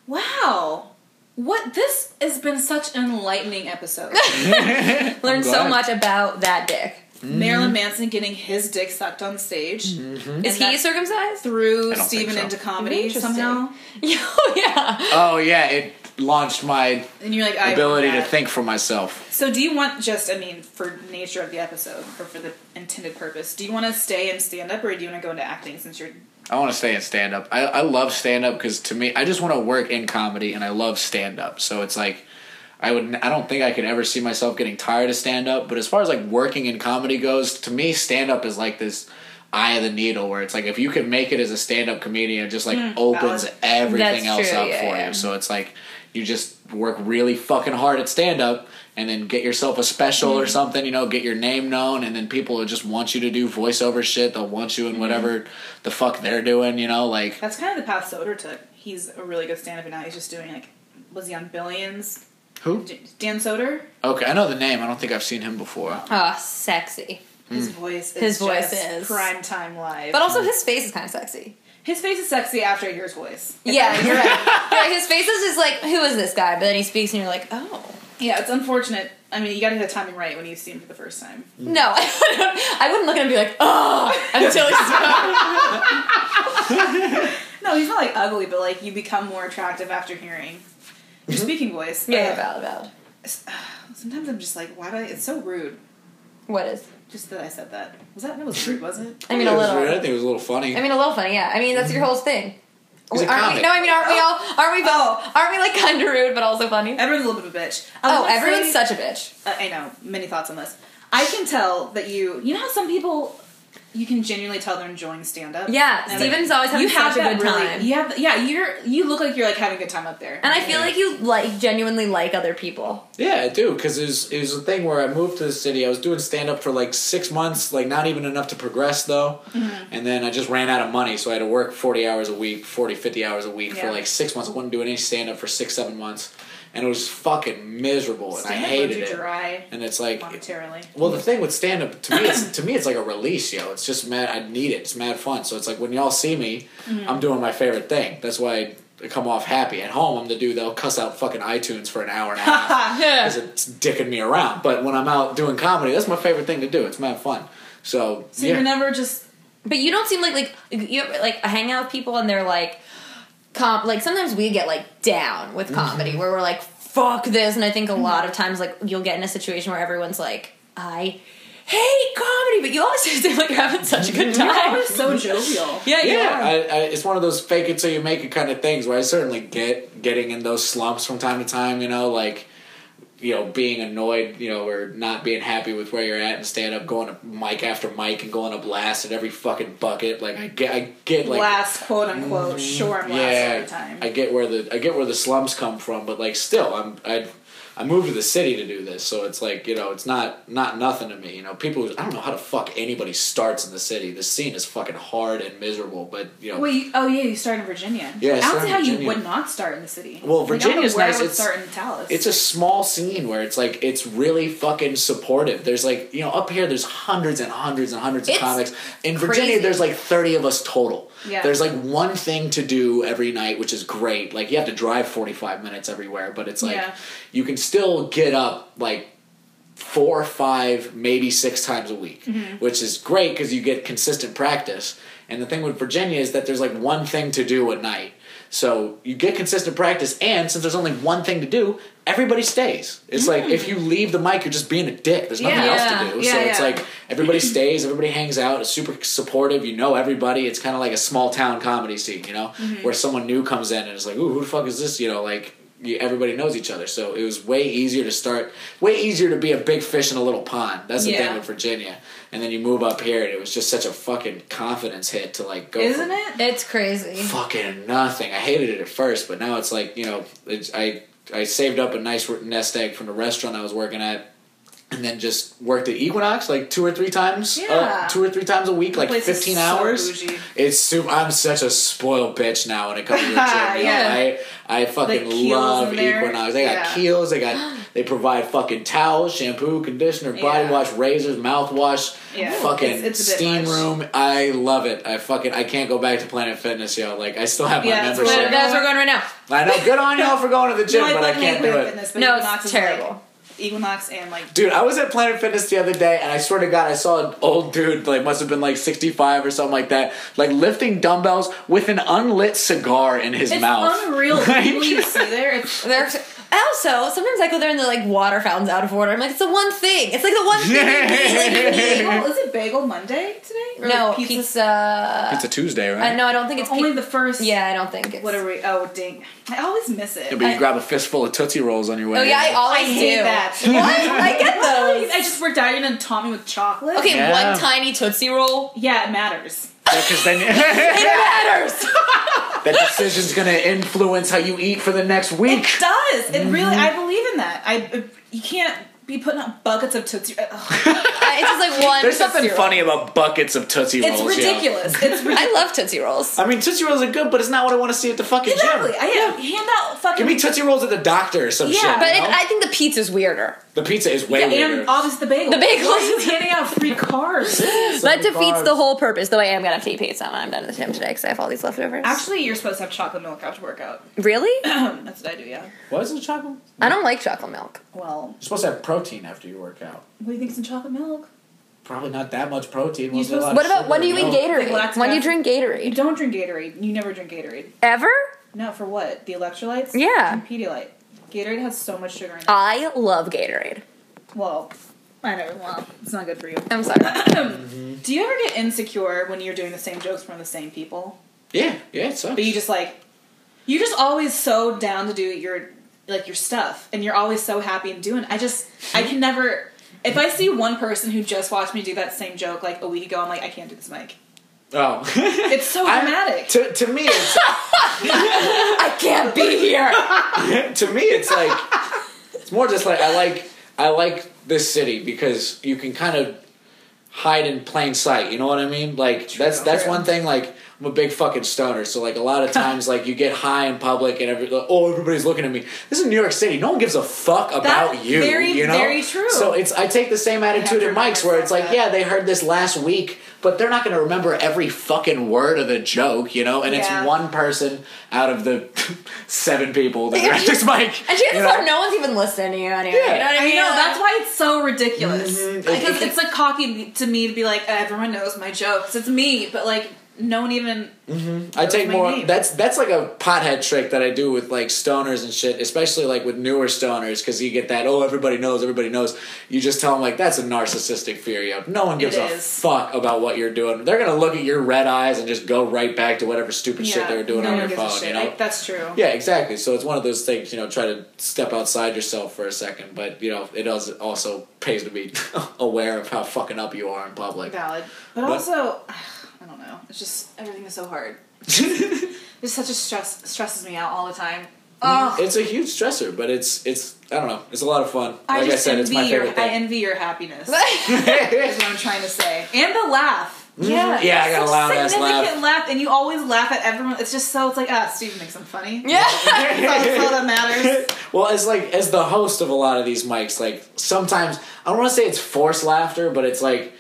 Speaker 2: Wow. What this has been such an enlightening episode.
Speaker 1: Learned so
Speaker 3: Mm-hmm. glad.
Speaker 1: much about that dick.
Speaker 3: Mm-hmm.
Speaker 2: Marilyn Manson getting his dick sucked on stage
Speaker 1: Is he
Speaker 2: that's-
Speaker 1: circumcised?
Speaker 2: threw
Speaker 3: I don't think
Speaker 2: Steven
Speaker 3: so.
Speaker 2: into comedy
Speaker 1: Interesting.
Speaker 2: somehow.
Speaker 1: oh yeah.
Speaker 3: Oh yeah, it launched my
Speaker 2: And you're like, I
Speaker 3: ability to
Speaker 2: yeah.
Speaker 3: think for myself.
Speaker 2: So, do you want just, I mean, for nature of the episode or for the intended purpose, do you want to stay in stand up or do you want to go into acting since you're.
Speaker 3: I want to stay in stand up. I, I love stand up because to me, I just want to work in comedy, and I love stand up. So it's like. I would. I don't think I could ever see myself getting tired of stand up. But as far as like working in comedy goes, to me, stand up is like this eye of the needle, where it's like if you can make it as a stand up comedian, it just like opens
Speaker 2: valid.
Speaker 1: Mm.
Speaker 3: everything
Speaker 1: That's
Speaker 3: else
Speaker 1: true,
Speaker 3: up
Speaker 1: yeah,
Speaker 3: for
Speaker 1: yeah.
Speaker 3: you. So it's like you just work really fucking hard at stand up, and then get yourself a special
Speaker 1: Mm-hmm.
Speaker 3: or something. You know, get your name known, and then people will just want you to do voiceover shit. They'll want you in
Speaker 1: Mm-hmm.
Speaker 3: whatever the fuck they're doing. You know, like
Speaker 2: That's kind of the path Soder took. He's a really good stand up and now he's just doing like, was he on Billions?
Speaker 3: who?
Speaker 2: D- Dan Soder?
Speaker 3: Okay, I know the name. I don't think I've seen him before.
Speaker 1: Oh, sexy.
Speaker 2: His
Speaker 3: Mm.
Speaker 2: voice is
Speaker 1: His voice
Speaker 2: just
Speaker 1: is.
Speaker 2: prime time live.
Speaker 1: But also his face is kind of sexy.
Speaker 2: his face is sexy after I hear his voice.
Speaker 1: Yeah, you're right. You're right. His face is just like, who is this guy? But then he speaks, and you're like, oh.
Speaker 2: Yeah, it's unfortunate. I mean, you gotta get the timing right when you see him for the first time.
Speaker 1: No, I, don't- I wouldn't look at him and be like, oh, until he's
Speaker 2: No, he's not like ugly, but like you become more attractive after hearing your speaking voice.
Speaker 1: Mm-hmm. yeah,
Speaker 2: Uh,
Speaker 1: valid, valid.
Speaker 2: s- Sometimes I'm just like, why do I? It's so rude.
Speaker 1: What is?
Speaker 2: Just that I said that. Was that that was rude, wasn't it?
Speaker 1: I mean, a
Speaker 3: It was
Speaker 1: little.
Speaker 3: weird. I think it was a little funny.
Speaker 1: I mean, a little funny, yeah. I mean, that's your whole thing.
Speaker 3: He's a
Speaker 1: aren't we,
Speaker 3: comic.
Speaker 1: no, I mean, aren't we all? Aren't we both?
Speaker 2: Oh.
Speaker 1: Aren't we like kind of rude but also funny?
Speaker 2: Everyone's a little bit of a bitch. I
Speaker 1: Oh,
Speaker 2: wanna
Speaker 1: everyone's
Speaker 2: say-
Speaker 1: such a bitch.
Speaker 2: Uh, I know. Many thoughts on this. I can tell that you. You know how some people. You can genuinely tell they're enjoying stand up.
Speaker 1: Yeah, Steven's always having
Speaker 2: you have
Speaker 1: such a
Speaker 2: that
Speaker 1: good
Speaker 2: really,
Speaker 1: time.
Speaker 2: You have, yeah, you're you look like you're like having a good time up there.
Speaker 1: And I feel like you like genuinely like other people.
Speaker 3: Yeah, I do because it was, it was a thing where I moved to the city. I was doing stand up for like six months, like not even enough to progress though.
Speaker 2: Mm-hmm.
Speaker 3: And then I just ran out of money, so I had to work 40 hours a week, 40, 50 hours a week
Speaker 2: Yeah.
Speaker 3: for like six months. I wasn't doing any stand up for six, seven months. And it was fucking miserable, and
Speaker 2: Stand-up
Speaker 3: I hated
Speaker 2: runs
Speaker 3: it.
Speaker 2: you dry
Speaker 3: And it's like,
Speaker 2: momentarily.
Speaker 3: well, the thing with stand up to me, it's, to me, it's like a release, yo. It's just mad. I need it. It's mad fun. So it's like when y'all see me,
Speaker 2: Mm-hmm.
Speaker 3: I'm doing my favorite thing. That's why I come off happy. At home, I'm the dude that'll cuss out fucking iTunes for an hour and a half because it's dicking me around. But when I'm out doing comedy, that's my favorite thing to do. It's mad fun. So,
Speaker 2: So
Speaker 3: yeah.
Speaker 2: you're never just
Speaker 1: But you don't seem like like you ever, like hang out with people and they're like, com- like sometimes we get like down with comedy where we're like, fuck this. And I think a lot of times like you'll get in a situation where everyone's like, I hate comedy, but you always seem like you're having such a good time.
Speaker 2: so jovial.
Speaker 1: yeah, you
Speaker 3: yeah,
Speaker 1: are.
Speaker 3: I, I, it's one of those fake it till you make it kind of things where I certainly get getting in those slumps from time to time, you know, like, you know, being annoyed, you know, or not being happy with where you're at and stand up, going to mic after mic and going to blast at every fucking bucket. Like, I get, I get like. mm-hmm.
Speaker 2: last quote unquote sure I'm last every time.
Speaker 3: I get where the I get where the slums come from, but like still, I'm I I moved to the city to do this, so it's like you know, it's not not nothing to me. You know, people I don't know how the fuck anybody starts in the city. The scene is fucking hard and miserable, but you know,
Speaker 2: Wait, you, oh yeah, you start in Virginia.
Speaker 3: Yeah, I
Speaker 2: I don't
Speaker 3: started
Speaker 2: see
Speaker 3: in
Speaker 2: how you
Speaker 3: Virginia.
Speaker 2: would not start in the city. Like,
Speaker 3: Well,
Speaker 2: I don't know
Speaker 3: Virginia's
Speaker 2: where
Speaker 3: nice.
Speaker 2: I would
Speaker 3: It's-
Speaker 2: start in Dallas.
Speaker 3: it's a small scene where it's like it's really fucking supportive. There's like you know up here there's hundreds and hundreds and hundreds
Speaker 1: It's
Speaker 3: of comics. In Virginia
Speaker 1: crazy.
Speaker 3: there's like thirty of us total.
Speaker 2: Yeah.
Speaker 3: There's like one thing to do every night, which is great. Like you have to drive forty five minutes everywhere, but it's like
Speaker 2: Yeah.
Speaker 3: you can still get up like four, five, maybe six times a week,
Speaker 2: Mm-hmm.
Speaker 3: which is great because you get consistent practice. And the thing with Virginia is that there's like one thing to do at night. So you get consistent practice, and since there's only one thing to do, everybody stays. It's like if you leave the mic, you're just being a dick. There's nothing
Speaker 2: Mm. Yeah.
Speaker 3: else to do.
Speaker 2: Yeah,
Speaker 3: so it's
Speaker 2: yeah.
Speaker 3: like everybody stays, everybody hangs out, it's super supportive, you know everybody. It's kind of like a small town comedy scene, you know,
Speaker 2: Mm-hmm.
Speaker 3: where someone new comes in and it's like, ooh, who the fuck is this? You know, like you, everybody knows each other. So it was way easier to start, way easier to be a big fish in a little pond. That's the
Speaker 2: Yeah.
Speaker 3: thing with Virginia. And then you move up here and it was just such a fucking confidence hit to like go.
Speaker 2: isn't
Speaker 3: from-
Speaker 2: it?
Speaker 1: It's crazy.
Speaker 3: fucking nothing. I hated it at first, but now it's like you know, it's, I I saved up a nice re- nest egg from the restaurant I was working at, and then just worked at Equinox like two or three times, uh,
Speaker 2: Yeah.
Speaker 3: two or three times a week, like
Speaker 2: place is
Speaker 3: fifteen
Speaker 2: so
Speaker 3: hours.
Speaker 2: bougie.
Speaker 3: It's super. I'm such a spoiled bitch now when it comes to the gym. you know?
Speaker 2: Yeah.
Speaker 3: I I fucking
Speaker 2: The keels
Speaker 3: love
Speaker 2: in there.
Speaker 3: Equinox. They got
Speaker 2: Yeah.
Speaker 3: keels. They got they provide fucking towels, shampoo, conditioner, body
Speaker 2: Yeah.
Speaker 3: wash, razors, mouthwash,
Speaker 2: Yeah.
Speaker 3: fucking
Speaker 2: It's- it's a bit
Speaker 3: steam
Speaker 2: much.
Speaker 3: room. I love it. I fucking I can't go back to Planet Fitness, yo. Like I still have my
Speaker 2: Yeah, it's
Speaker 3: membership.
Speaker 2: whatever.
Speaker 1: That's where we're going right now.
Speaker 3: I know. Good on y'all for going to the gym,
Speaker 2: No, I
Speaker 3: but I
Speaker 2: fucking hate
Speaker 3: can't do
Speaker 2: Planet
Speaker 3: it.
Speaker 2: Fitness, but
Speaker 1: No, it's
Speaker 2: Equinox is,
Speaker 1: terrible.
Speaker 2: Like, Equinox and like
Speaker 3: Dude, I was at Planet Fitness the other day, and I swear to God, I saw an old dude, like must have been like sixty-five or something like that, like lifting dumbbells with an unlit cigar in his
Speaker 2: it's
Speaker 3: mouth.
Speaker 2: unreal. the
Speaker 3: Like-
Speaker 2: People you see there, it's
Speaker 1: They're, also, sometimes I go there and the like water fountains out of order. I'm like, it's the one thing. It's like the one thing.
Speaker 3: Yeah.
Speaker 1: It's like,
Speaker 2: bagel. Is it Bagel Monday today? Or
Speaker 1: no
Speaker 2: like
Speaker 1: pizza.
Speaker 2: pizza.
Speaker 3: It's a Tuesday, right?
Speaker 1: Uh, no, I don't think it's
Speaker 2: Only
Speaker 1: pi-
Speaker 2: the first.
Speaker 1: Yeah, I don't think it's.
Speaker 2: What are we? Oh, ding! I always miss it.
Speaker 3: Yeah, but you
Speaker 2: I-
Speaker 3: grab a fistful of tootsie rolls on your way.
Speaker 1: Oh yeah, I
Speaker 3: in.
Speaker 1: always
Speaker 2: I hate
Speaker 1: do.
Speaker 2: that.
Speaker 1: What? I get those.
Speaker 2: I just worked out. You're gonna taunt me with chocolate.
Speaker 1: Okay,
Speaker 3: Yeah.
Speaker 1: one tiny tootsie roll.
Speaker 2: Yeah, it matters.
Speaker 3: Yeah, 'cause then
Speaker 1: It matters.
Speaker 3: that decision's gonna influence how you eat for the next
Speaker 2: It
Speaker 3: week.
Speaker 2: does. It really.
Speaker 3: Mm-hmm.
Speaker 2: I believe in that. I. uh, You can't be putting up buckets of tootsie. uh, Ugh.
Speaker 1: it's just like one.
Speaker 3: There's nothing
Speaker 1: Tootsie Roll.
Speaker 3: funny about buckets of tootsie
Speaker 2: It's
Speaker 3: rolls. yo.
Speaker 2: ridiculous. It's ridiculous.
Speaker 1: I love tootsie rolls.
Speaker 3: I mean, tootsie rolls are good, but it's not what I want to see at the fucking
Speaker 2: Exactly.
Speaker 3: gym.
Speaker 2: I hand out fucking.
Speaker 3: Give me tootsie rolls at the doctor or some
Speaker 2: Yeah,
Speaker 3: shit.
Speaker 1: But
Speaker 3: you
Speaker 1: it,
Speaker 3: know?
Speaker 1: I think the pizza's weirder.
Speaker 3: the pizza is way
Speaker 2: and
Speaker 3: weirder.
Speaker 2: obviously the bagel.
Speaker 1: The bagel.
Speaker 2: Why are you handing out free carbs?
Speaker 1: That defeats
Speaker 3: carbs.
Speaker 1: the whole purpose. Though I am gonna have to eat pizza when I'm done at the gym today because I have all these leftovers.
Speaker 2: Actually, you're supposed to have chocolate milk after workout.
Speaker 1: really?
Speaker 2: That's what I do. Yeah.
Speaker 3: What is the chocolate?
Speaker 1: I don't like chocolate milk.
Speaker 2: Well,
Speaker 3: You're supposed to have protein after you work out.
Speaker 2: what do you think's in chocolate milk?
Speaker 3: Probably not that much protein. Wasn't
Speaker 2: supposed-
Speaker 3: a lot of
Speaker 1: What about
Speaker 3: sugar
Speaker 1: when do you
Speaker 3: and
Speaker 1: eat
Speaker 3: milk.
Speaker 1: Gatorade?
Speaker 2: Like lactose.
Speaker 1: when do you drink
Speaker 2: You
Speaker 1: Gatorade?
Speaker 2: don't drink Gatorade. You never drink Gatorade.
Speaker 1: Ever?
Speaker 2: No, for what? The electrolytes?
Speaker 1: Yeah.
Speaker 2: And Pedialyte. Gatorade has so much sugar in it.
Speaker 1: I love Gatorade.
Speaker 2: well, Oh. I never. Well, it's not good for you.
Speaker 1: I'm sorry.
Speaker 2: Do you ever get insecure when you're doing the same jokes from the same people?
Speaker 3: Yeah, yeah, it sucks.
Speaker 2: But you just like, you're just always so down to do your like your stuff, and you're always so happy and doing. I just I can never. If I see one person who just watched me do that same joke like a week ago, I'm like, I can't do this, Mike.
Speaker 3: oh.
Speaker 2: It's so
Speaker 3: I'm-
Speaker 2: dramatic.
Speaker 3: To, to me, it's
Speaker 1: I can't be here.
Speaker 3: to me, it's like it's more just like I like I like this city because you can kind of hide in plain sight. You know what I mean? Like that's that's
Speaker 2: True.
Speaker 3: one thing. Like I'm a big fucking stoner, so like a lot of times, like you get high in public and every like, oh everybody's looking at me. This is New York City. No one gives a fuck about you.
Speaker 2: very,
Speaker 3: you know?
Speaker 2: very true.
Speaker 3: So it's I take the same attitude
Speaker 2: to
Speaker 3: at Mike's where it's like
Speaker 2: remember
Speaker 3: yeah they heard this last week, but they're not going to remember every fucking word of the joke. You know, and
Speaker 2: Yeah.
Speaker 3: it's one person out of the seven people that are at this mic.
Speaker 1: And chances
Speaker 3: you know?
Speaker 1: are no one's even listening anyway.
Speaker 3: Yeah. Mm-hmm.
Speaker 1: You know what I
Speaker 2: I
Speaker 1: mean?
Speaker 2: know
Speaker 1: Like-
Speaker 2: that's why it's so ridiculous. Because
Speaker 3: It- it-
Speaker 2: it's like cocky to me to be like everyone knows my jokes. It's me, but like no one even.
Speaker 3: I take
Speaker 2: my
Speaker 3: more.
Speaker 2: name.
Speaker 3: That's that's like a pothead trick that I do with like stoners and shit, especially like with newer stoners, because you get that. Oh, everybody knows, everybody knows. You just tell them like that's a narcissistic fear. Yo. No one gives a
Speaker 2: is.
Speaker 3: fuck about what you're doing. They're gonna look at your red eyes and just go right back to whatever stupid shit they were doing
Speaker 2: no
Speaker 3: on
Speaker 2: one
Speaker 3: your
Speaker 2: gives a
Speaker 3: phone.
Speaker 2: shit.
Speaker 3: You know.
Speaker 2: Like, that's true.
Speaker 3: yeah, exactly. So it's one of those things, you know, try to step outside yourself for a second, but you know, it does also pays to be aware of how fucking up you are in public.
Speaker 2: Valid, but,
Speaker 3: But-
Speaker 2: also I don't know. It's just everything is so hard. It's such a stress stresses me out all the time. Oh,
Speaker 3: It's a huge stressor, but it's it's I don't know. It's a lot of fun. Like
Speaker 2: I
Speaker 3: I,
Speaker 2: just
Speaker 3: said, it's
Speaker 2: envy
Speaker 3: my
Speaker 2: your
Speaker 3: favorite
Speaker 2: I
Speaker 3: thing.
Speaker 2: envy your happiness. is
Speaker 1: But-
Speaker 2: what I'm trying to say, and the laugh. Yeah,
Speaker 3: Yeah, I got a
Speaker 2: such
Speaker 3: loud ass laugh.
Speaker 2: significant laugh, and you always laugh at everyone. It's just so it's like ah, Steve thinks I'm funny.
Speaker 1: yeah.
Speaker 2: That's all that matters.
Speaker 3: well, as like as the host of a lot of these mics, like sometimes I don't want to say it's forced laughter, but it's like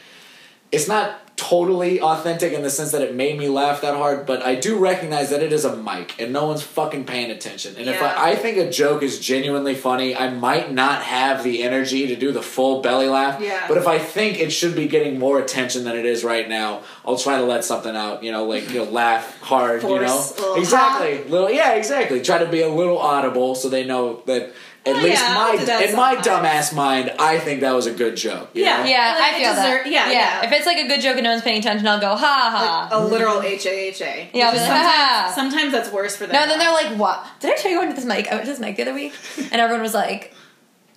Speaker 3: it's not totally authentic in the sense that it made me laugh that hard, but I do recognize that it is a mic and no one's fucking paying attention. And if
Speaker 2: Yeah.
Speaker 3: I, I think a joke is genuinely funny, I might not have the energy to do the full belly laugh.
Speaker 2: Yeah.
Speaker 3: But if I think it should be getting more attention than it is right now, I'll try to let something out, you know, like you know, laugh hard, you
Speaker 2: Force,
Speaker 3: know.
Speaker 2: little
Speaker 3: Exactly. Little yeah, exactly. Try to be a little audible so they know that at
Speaker 2: Oh,
Speaker 3: least
Speaker 2: yeah, I'll do
Speaker 3: my
Speaker 2: that
Speaker 3: in my
Speaker 2: sometimes.
Speaker 3: dumbass mind, I think that was a good joke. you
Speaker 2: Yeah,
Speaker 3: know?
Speaker 1: Yeah,
Speaker 2: Like,
Speaker 1: I
Speaker 2: it
Speaker 1: feel
Speaker 2: deserve-
Speaker 1: that.
Speaker 2: yeah, yeah.
Speaker 1: If it's like a good joke and no one's paying attention, I'll go, ha
Speaker 2: Like, oh
Speaker 1: ha.
Speaker 2: a literal H A H A.
Speaker 1: Uh, Yeah, I'll be like, ha ha.
Speaker 2: Sometimes, sometimes that's worse for them.
Speaker 1: No, then they're like, what? Did I tell you I went to this mic? I went to this mic the other week, and everyone was like,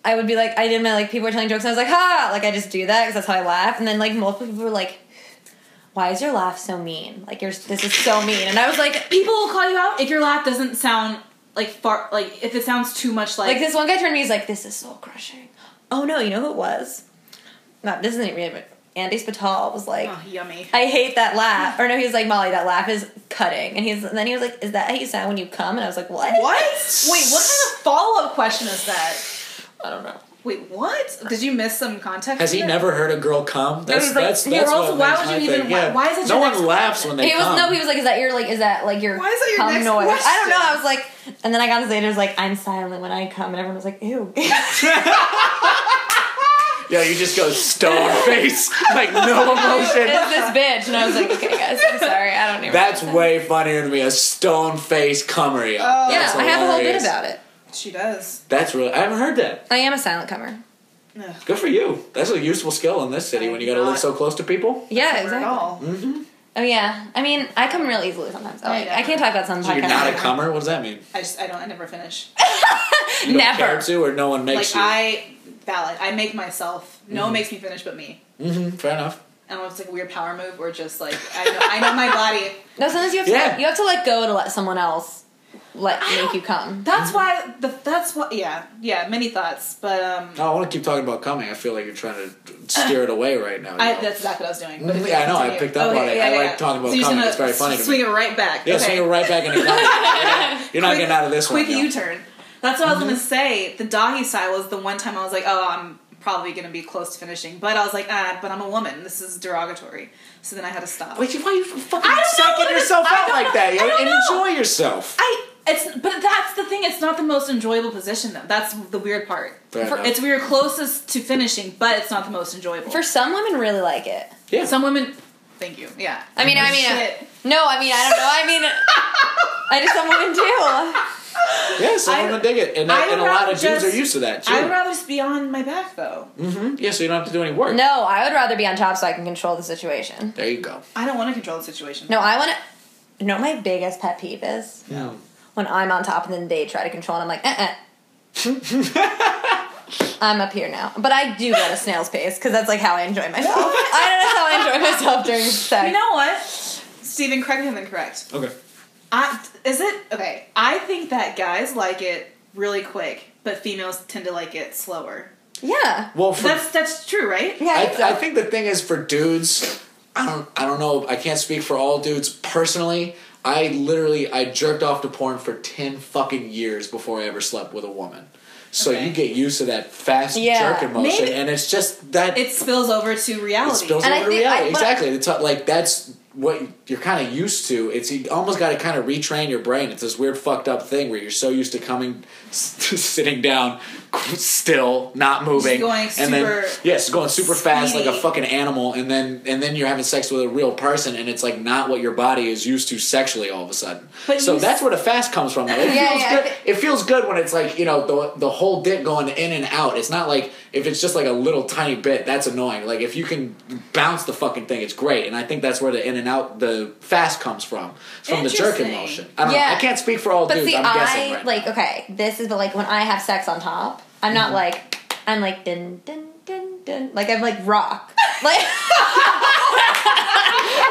Speaker 1: I would be like, I did my, like, people were telling jokes, and I was like, ha! Like, I just do that because that's how I laugh. And then, like, multiple people were like, why is your laugh so mean? Like, you're, this is so mean. And I was like,
Speaker 2: people will call you out if your laugh doesn't sound like far like if it sounds too much like,
Speaker 1: Like this one guy turned to me, he's like, "This is soul crushing." Oh no, you know who it was? Not this isn't even Andy Spital was like,
Speaker 2: Oh, yummy.
Speaker 1: I hate that laugh. Or no, he was like, Molly, that laugh is cutting. And he's and then he was like, Is that how you sound when you come? And I was like, What?
Speaker 2: What? Wait, what kind of follow up question is that?
Speaker 1: I don't know.
Speaker 2: Wait, what? Did you miss some context?
Speaker 3: Has
Speaker 2: to
Speaker 3: he
Speaker 2: that?
Speaker 3: never heard a girl come? That's
Speaker 2: was like,
Speaker 3: that's,
Speaker 2: "Hey,
Speaker 3: that's
Speaker 2: girls,
Speaker 3: what
Speaker 2: why
Speaker 3: makes
Speaker 2: would
Speaker 3: my
Speaker 2: you even-
Speaker 3: thing, yeah.
Speaker 2: why is it
Speaker 3: no
Speaker 2: your
Speaker 3: one
Speaker 2: next
Speaker 3: laughs when they
Speaker 1: He was
Speaker 3: come.
Speaker 1: no, he was like, Is that your like is that like your
Speaker 2: Why is that your
Speaker 1: cum
Speaker 2: next
Speaker 1: noise? I don't know.
Speaker 2: question?
Speaker 1: I was like and then I got his later, it was like, I'm silent when I come and everyone was like, Ew.
Speaker 3: yeah, you just go stone face, like no
Speaker 2: Oh,
Speaker 3: emotion.
Speaker 1: it's this bitch. And I was like, Okay guys, I'm sorry, I don't even
Speaker 3: That's way funnier to me. A stone face cummery.
Speaker 2: Oh.
Speaker 1: Yeah,
Speaker 3: That's
Speaker 1: I have a whole bit
Speaker 3: hilarious.
Speaker 1: about it.
Speaker 2: She does.
Speaker 3: That's really. I haven't heard that.
Speaker 1: I am a silent comer.
Speaker 2: Ugh.
Speaker 3: Good for you. That's a useful skill in this city when you got to live
Speaker 2: Not-
Speaker 3: so close to people.
Speaker 1: Yeah,
Speaker 2: Or At
Speaker 1: exactly.
Speaker 2: all.
Speaker 3: Hmm?
Speaker 1: Oh yeah. I mean, I come real easily sometimes. I, like,
Speaker 2: yeah.
Speaker 1: I can't talk about some
Speaker 3: So you're
Speaker 1: podcast.
Speaker 3: not a cummer. What does that mean?
Speaker 2: I just I don't I never finish.
Speaker 3: You don't care
Speaker 1: Never.
Speaker 3: to, or no one
Speaker 2: Like
Speaker 3: makes you. Mm-hmm.
Speaker 2: I valid. I make myself. No one makes me finish but me.
Speaker 3: Mhm, fair enough.
Speaker 2: I don't know if it's like a weird power move or just like I know, I know my body.
Speaker 1: No, sometimes you have to
Speaker 3: Yeah.
Speaker 1: you have to let go to let someone else let
Speaker 2: I
Speaker 1: make
Speaker 2: don't-
Speaker 1: you come.
Speaker 2: That's why the that's what yeah yeah many thoughts but um
Speaker 3: No, I want to keep talking about coming. I feel like you're trying to steer it away right now. you
Speaker 2: I
Speaker 3: know?
Speaker 2: that's exactly what I was doing.
Speaker 3: Mhm.
Speaker 2: if
Speaker 3: Yeah, I
Speaker 2: you
Speaker 3: know, I
Speaker 2: continue-
Speaker 3: picked up on it. I like talking about
Speaker 2: so you're just
Speaker 3: comedy.
Speaker 2: gonna
Speaker 3: It's very funny to me.
Speaker 2: Swing it right back.
Speaker 3: yeah,
Speaker 2: okay.
Speaker 3: swing it right back into comedy. Yeah. You're not
Speaker 2: Quick-
Speaker 3: getting out of this
Speaker 2: quick
Speaker 3: one. no. Mm-hmm.
Speaker 2: U-turn. That's what I was gonna say. The doggy style was the one time I was like, oh, I'm probably gonna be close to finishing, but I was like, ah, but I'm a woman. This is derogatory. So then I had to stop.
Speaker 3: Wait, why are you fucking
Speaker 2: I don't know
Speaker 3: psyching
Speaker 2: what it-
Speaker 3: yourself
Speaker 2: I
Speaker 3: out
Speaker 2: don't
Speaker 3: like
Speaker 2: know-
Speaker 3: that?
Speaker 2: I don't
Speaker 3: and
Speaker 2: know.
Speaker 3: enjoy yourself.
Speaker 2: I it's but that's the thing. It's not the most enjoyable position though. That's the weird part.
Speaker 3: Fair
Speaker 2: For-
Speaker 3: enough.
Speaker 2: it's we were closest to finishing, but it's not the most enjoyable.
Speaker 1: For some women really like it.
Speaker 3: yeah.
Speaker 2: some women, thank you. Yeah.
Speaker 1: I mean, I mean, uh,
Speaker 2: Shit.
Speaker 1: no, I mean, I don't know. I mean, I just some women do.
Speaker 3: yeah, some
Speaker 2: I-
Speaker 3: women dig it. And,
Speaker 2: I
Speaker 3: and a
Speaker 2: would
Speaker 3: lot of
Speaker 2: rather
Speaker 3: dudes
Speaker 2: just-
Speaker 3: are used to that, too.
Speaker 2: I would rather just be on my back though.
Speaker 3: Mhm. Yeah, so you don't have to do any work.
Speaker 1: No, I would rather be on top so I can control the situation.
Speaker 3: There you go.
Speaker 2: I don't want to control the situation.
Speaker 1: No, I want to. You know, what my biggest pet peeve is
Speaker 3: No.
Speaker 1: when I'm on top and then they try to control, and I'm like, uh. uh I'm up here now, but I do go at a snail's pace because that's like how I enjoy myself. I don't know that's how I enjoy myself during sex.
Speaker 2: You know what? Stephen, correct me if I'm incorrect.
Speaker 3: Okay.
Speaker 2: I, is it okay? I think that guys like it really quick, but females tend to like it slower.
Speaker 1: yeah,
Speaker 3: Well, for
Speaker 2: That's that's true, right?
Speaker 1: yeah.
Speaker 3: I,
Speaker 1: it's a-
Speaker 3: I think the thing is for dudes, I don't I don't know. I can't speak for all dudes personally. I literally I jerked off to porn for ten fucking years before I ever slept with a woman. So
Speaker 2: Okay.
Speaker 3: you get used to that fast
Speaker 1: Yeah,
Speaker 3: jerking motion,
Speaker 2: maybe-
Speaker 3: and it's just that
Speaker 2: It spills over to reality.
Speaker 3: it spills
Speaker 1: And I
Speaker 3: over to
Speaker 1: think-
Speaker 3: reality.
Speaker 1: I- but-
Speaker 3: exactly. It's not- like that's what you're kind of used to. It's you almost got to kind of retrain your brain. It's this weird fucked up thing where you're so used to coming, sitting down, still not moving,
Speaker 2: going
Speaker 3: and then
Speaker 2: super
Speaker 3: yes, going super fast like a
Speaker 2: speedy.
Speaker 3: fucking animal, and then and then you're having sex with a real person, and it's like not what your body is used to sexually all of a sudden.
Speaker 2: But
Speaker 3: so
Speaker 2: you
Speaker 3: that's where the fast comes from. It
Speaker 1: Yeah,
Speaker 3: feels
Speaker 1: yeah, I
Speaker 3: good.
Speaker 1: thi-
Speaker 3: It feels good when it's like you know the the whole dick going in and out. It's not like if it's just like a little tiny bit. That's annoying. Like if you can bounce the fucking thing, it's great. And I think that's where the in and out, the fast comes from, It's from the jerking
Speaker 2: Interesting.
Speaker 3: motion. I don't know.
Speaker 1: Yeah.
Speaker 3: I can't speak for all
Speaker 1: But
Speaker 3: dudes.
Speaker 1: see,
Speaker 3: I'm
Speaker 1: i
Speaker 3: guessing right
Speaker 1: like
Speaker 3: now. Mm-hmm.
Speaker 1: okay. This is but like when I have sex on top, I'm not like I'm like dun dun dun dun. Like I'm like rock. Like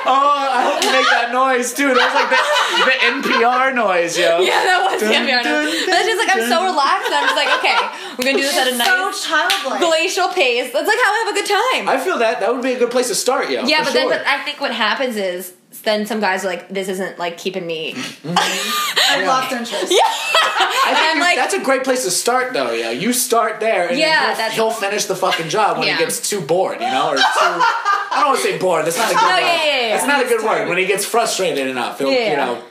Speaker 3: Oh, I hope you make that noise too. That was like the, the NPR noise, yo.
Speaker 1: yeah, that was yeah, yeah, I know.
Speaker 3: dun,
Speaker 1: That's just like I'm so
Speaker 3: dun.
Speaker 1: relaxed. And I'm just like okay, we're gonna do this at a nice
Speaker 2: so childlike.
Speaker 1: glacial pace. That's like how I have a good time.
Speaker 3: I feel that that would be a good place to start, yo.
Speaker 1: yeah,
Speaker 3: for
Speaker 1: but
Speaker 3: sure.
Speaker 1: then but I think what happens is then some guys are like this isn't like keeping me.
Speaker 2: I
Speaker 3: Yeah.
Speaker 2: lost interest.
Speaker 3: I
Speaker 1: I'm
Speaker 3: think you-
Speaker 1: like-
Speaker 3: that's a great place to start, though. Yeah, you start there, and
Speaker 1: Yeah,
Speaker 3: yeah, he'll,
Speaker 1: that's-
Speaker 3: he'll finish the fucking job when
Speaker 1: Yeah.
Speaker 3: he gets too bored, you know, or too. I don't want to say bored. That's not a good.
Speaker 1: No,
Speaker 3: word.
Speaker 1: yeah, yeah, yeah,
Speaker 3: That's
Speaker 1: yeah.
Speaker 3: not a good word. When he gets frustrated enough, he'll you
Speaker 1: Yeah.
Speaker 3: know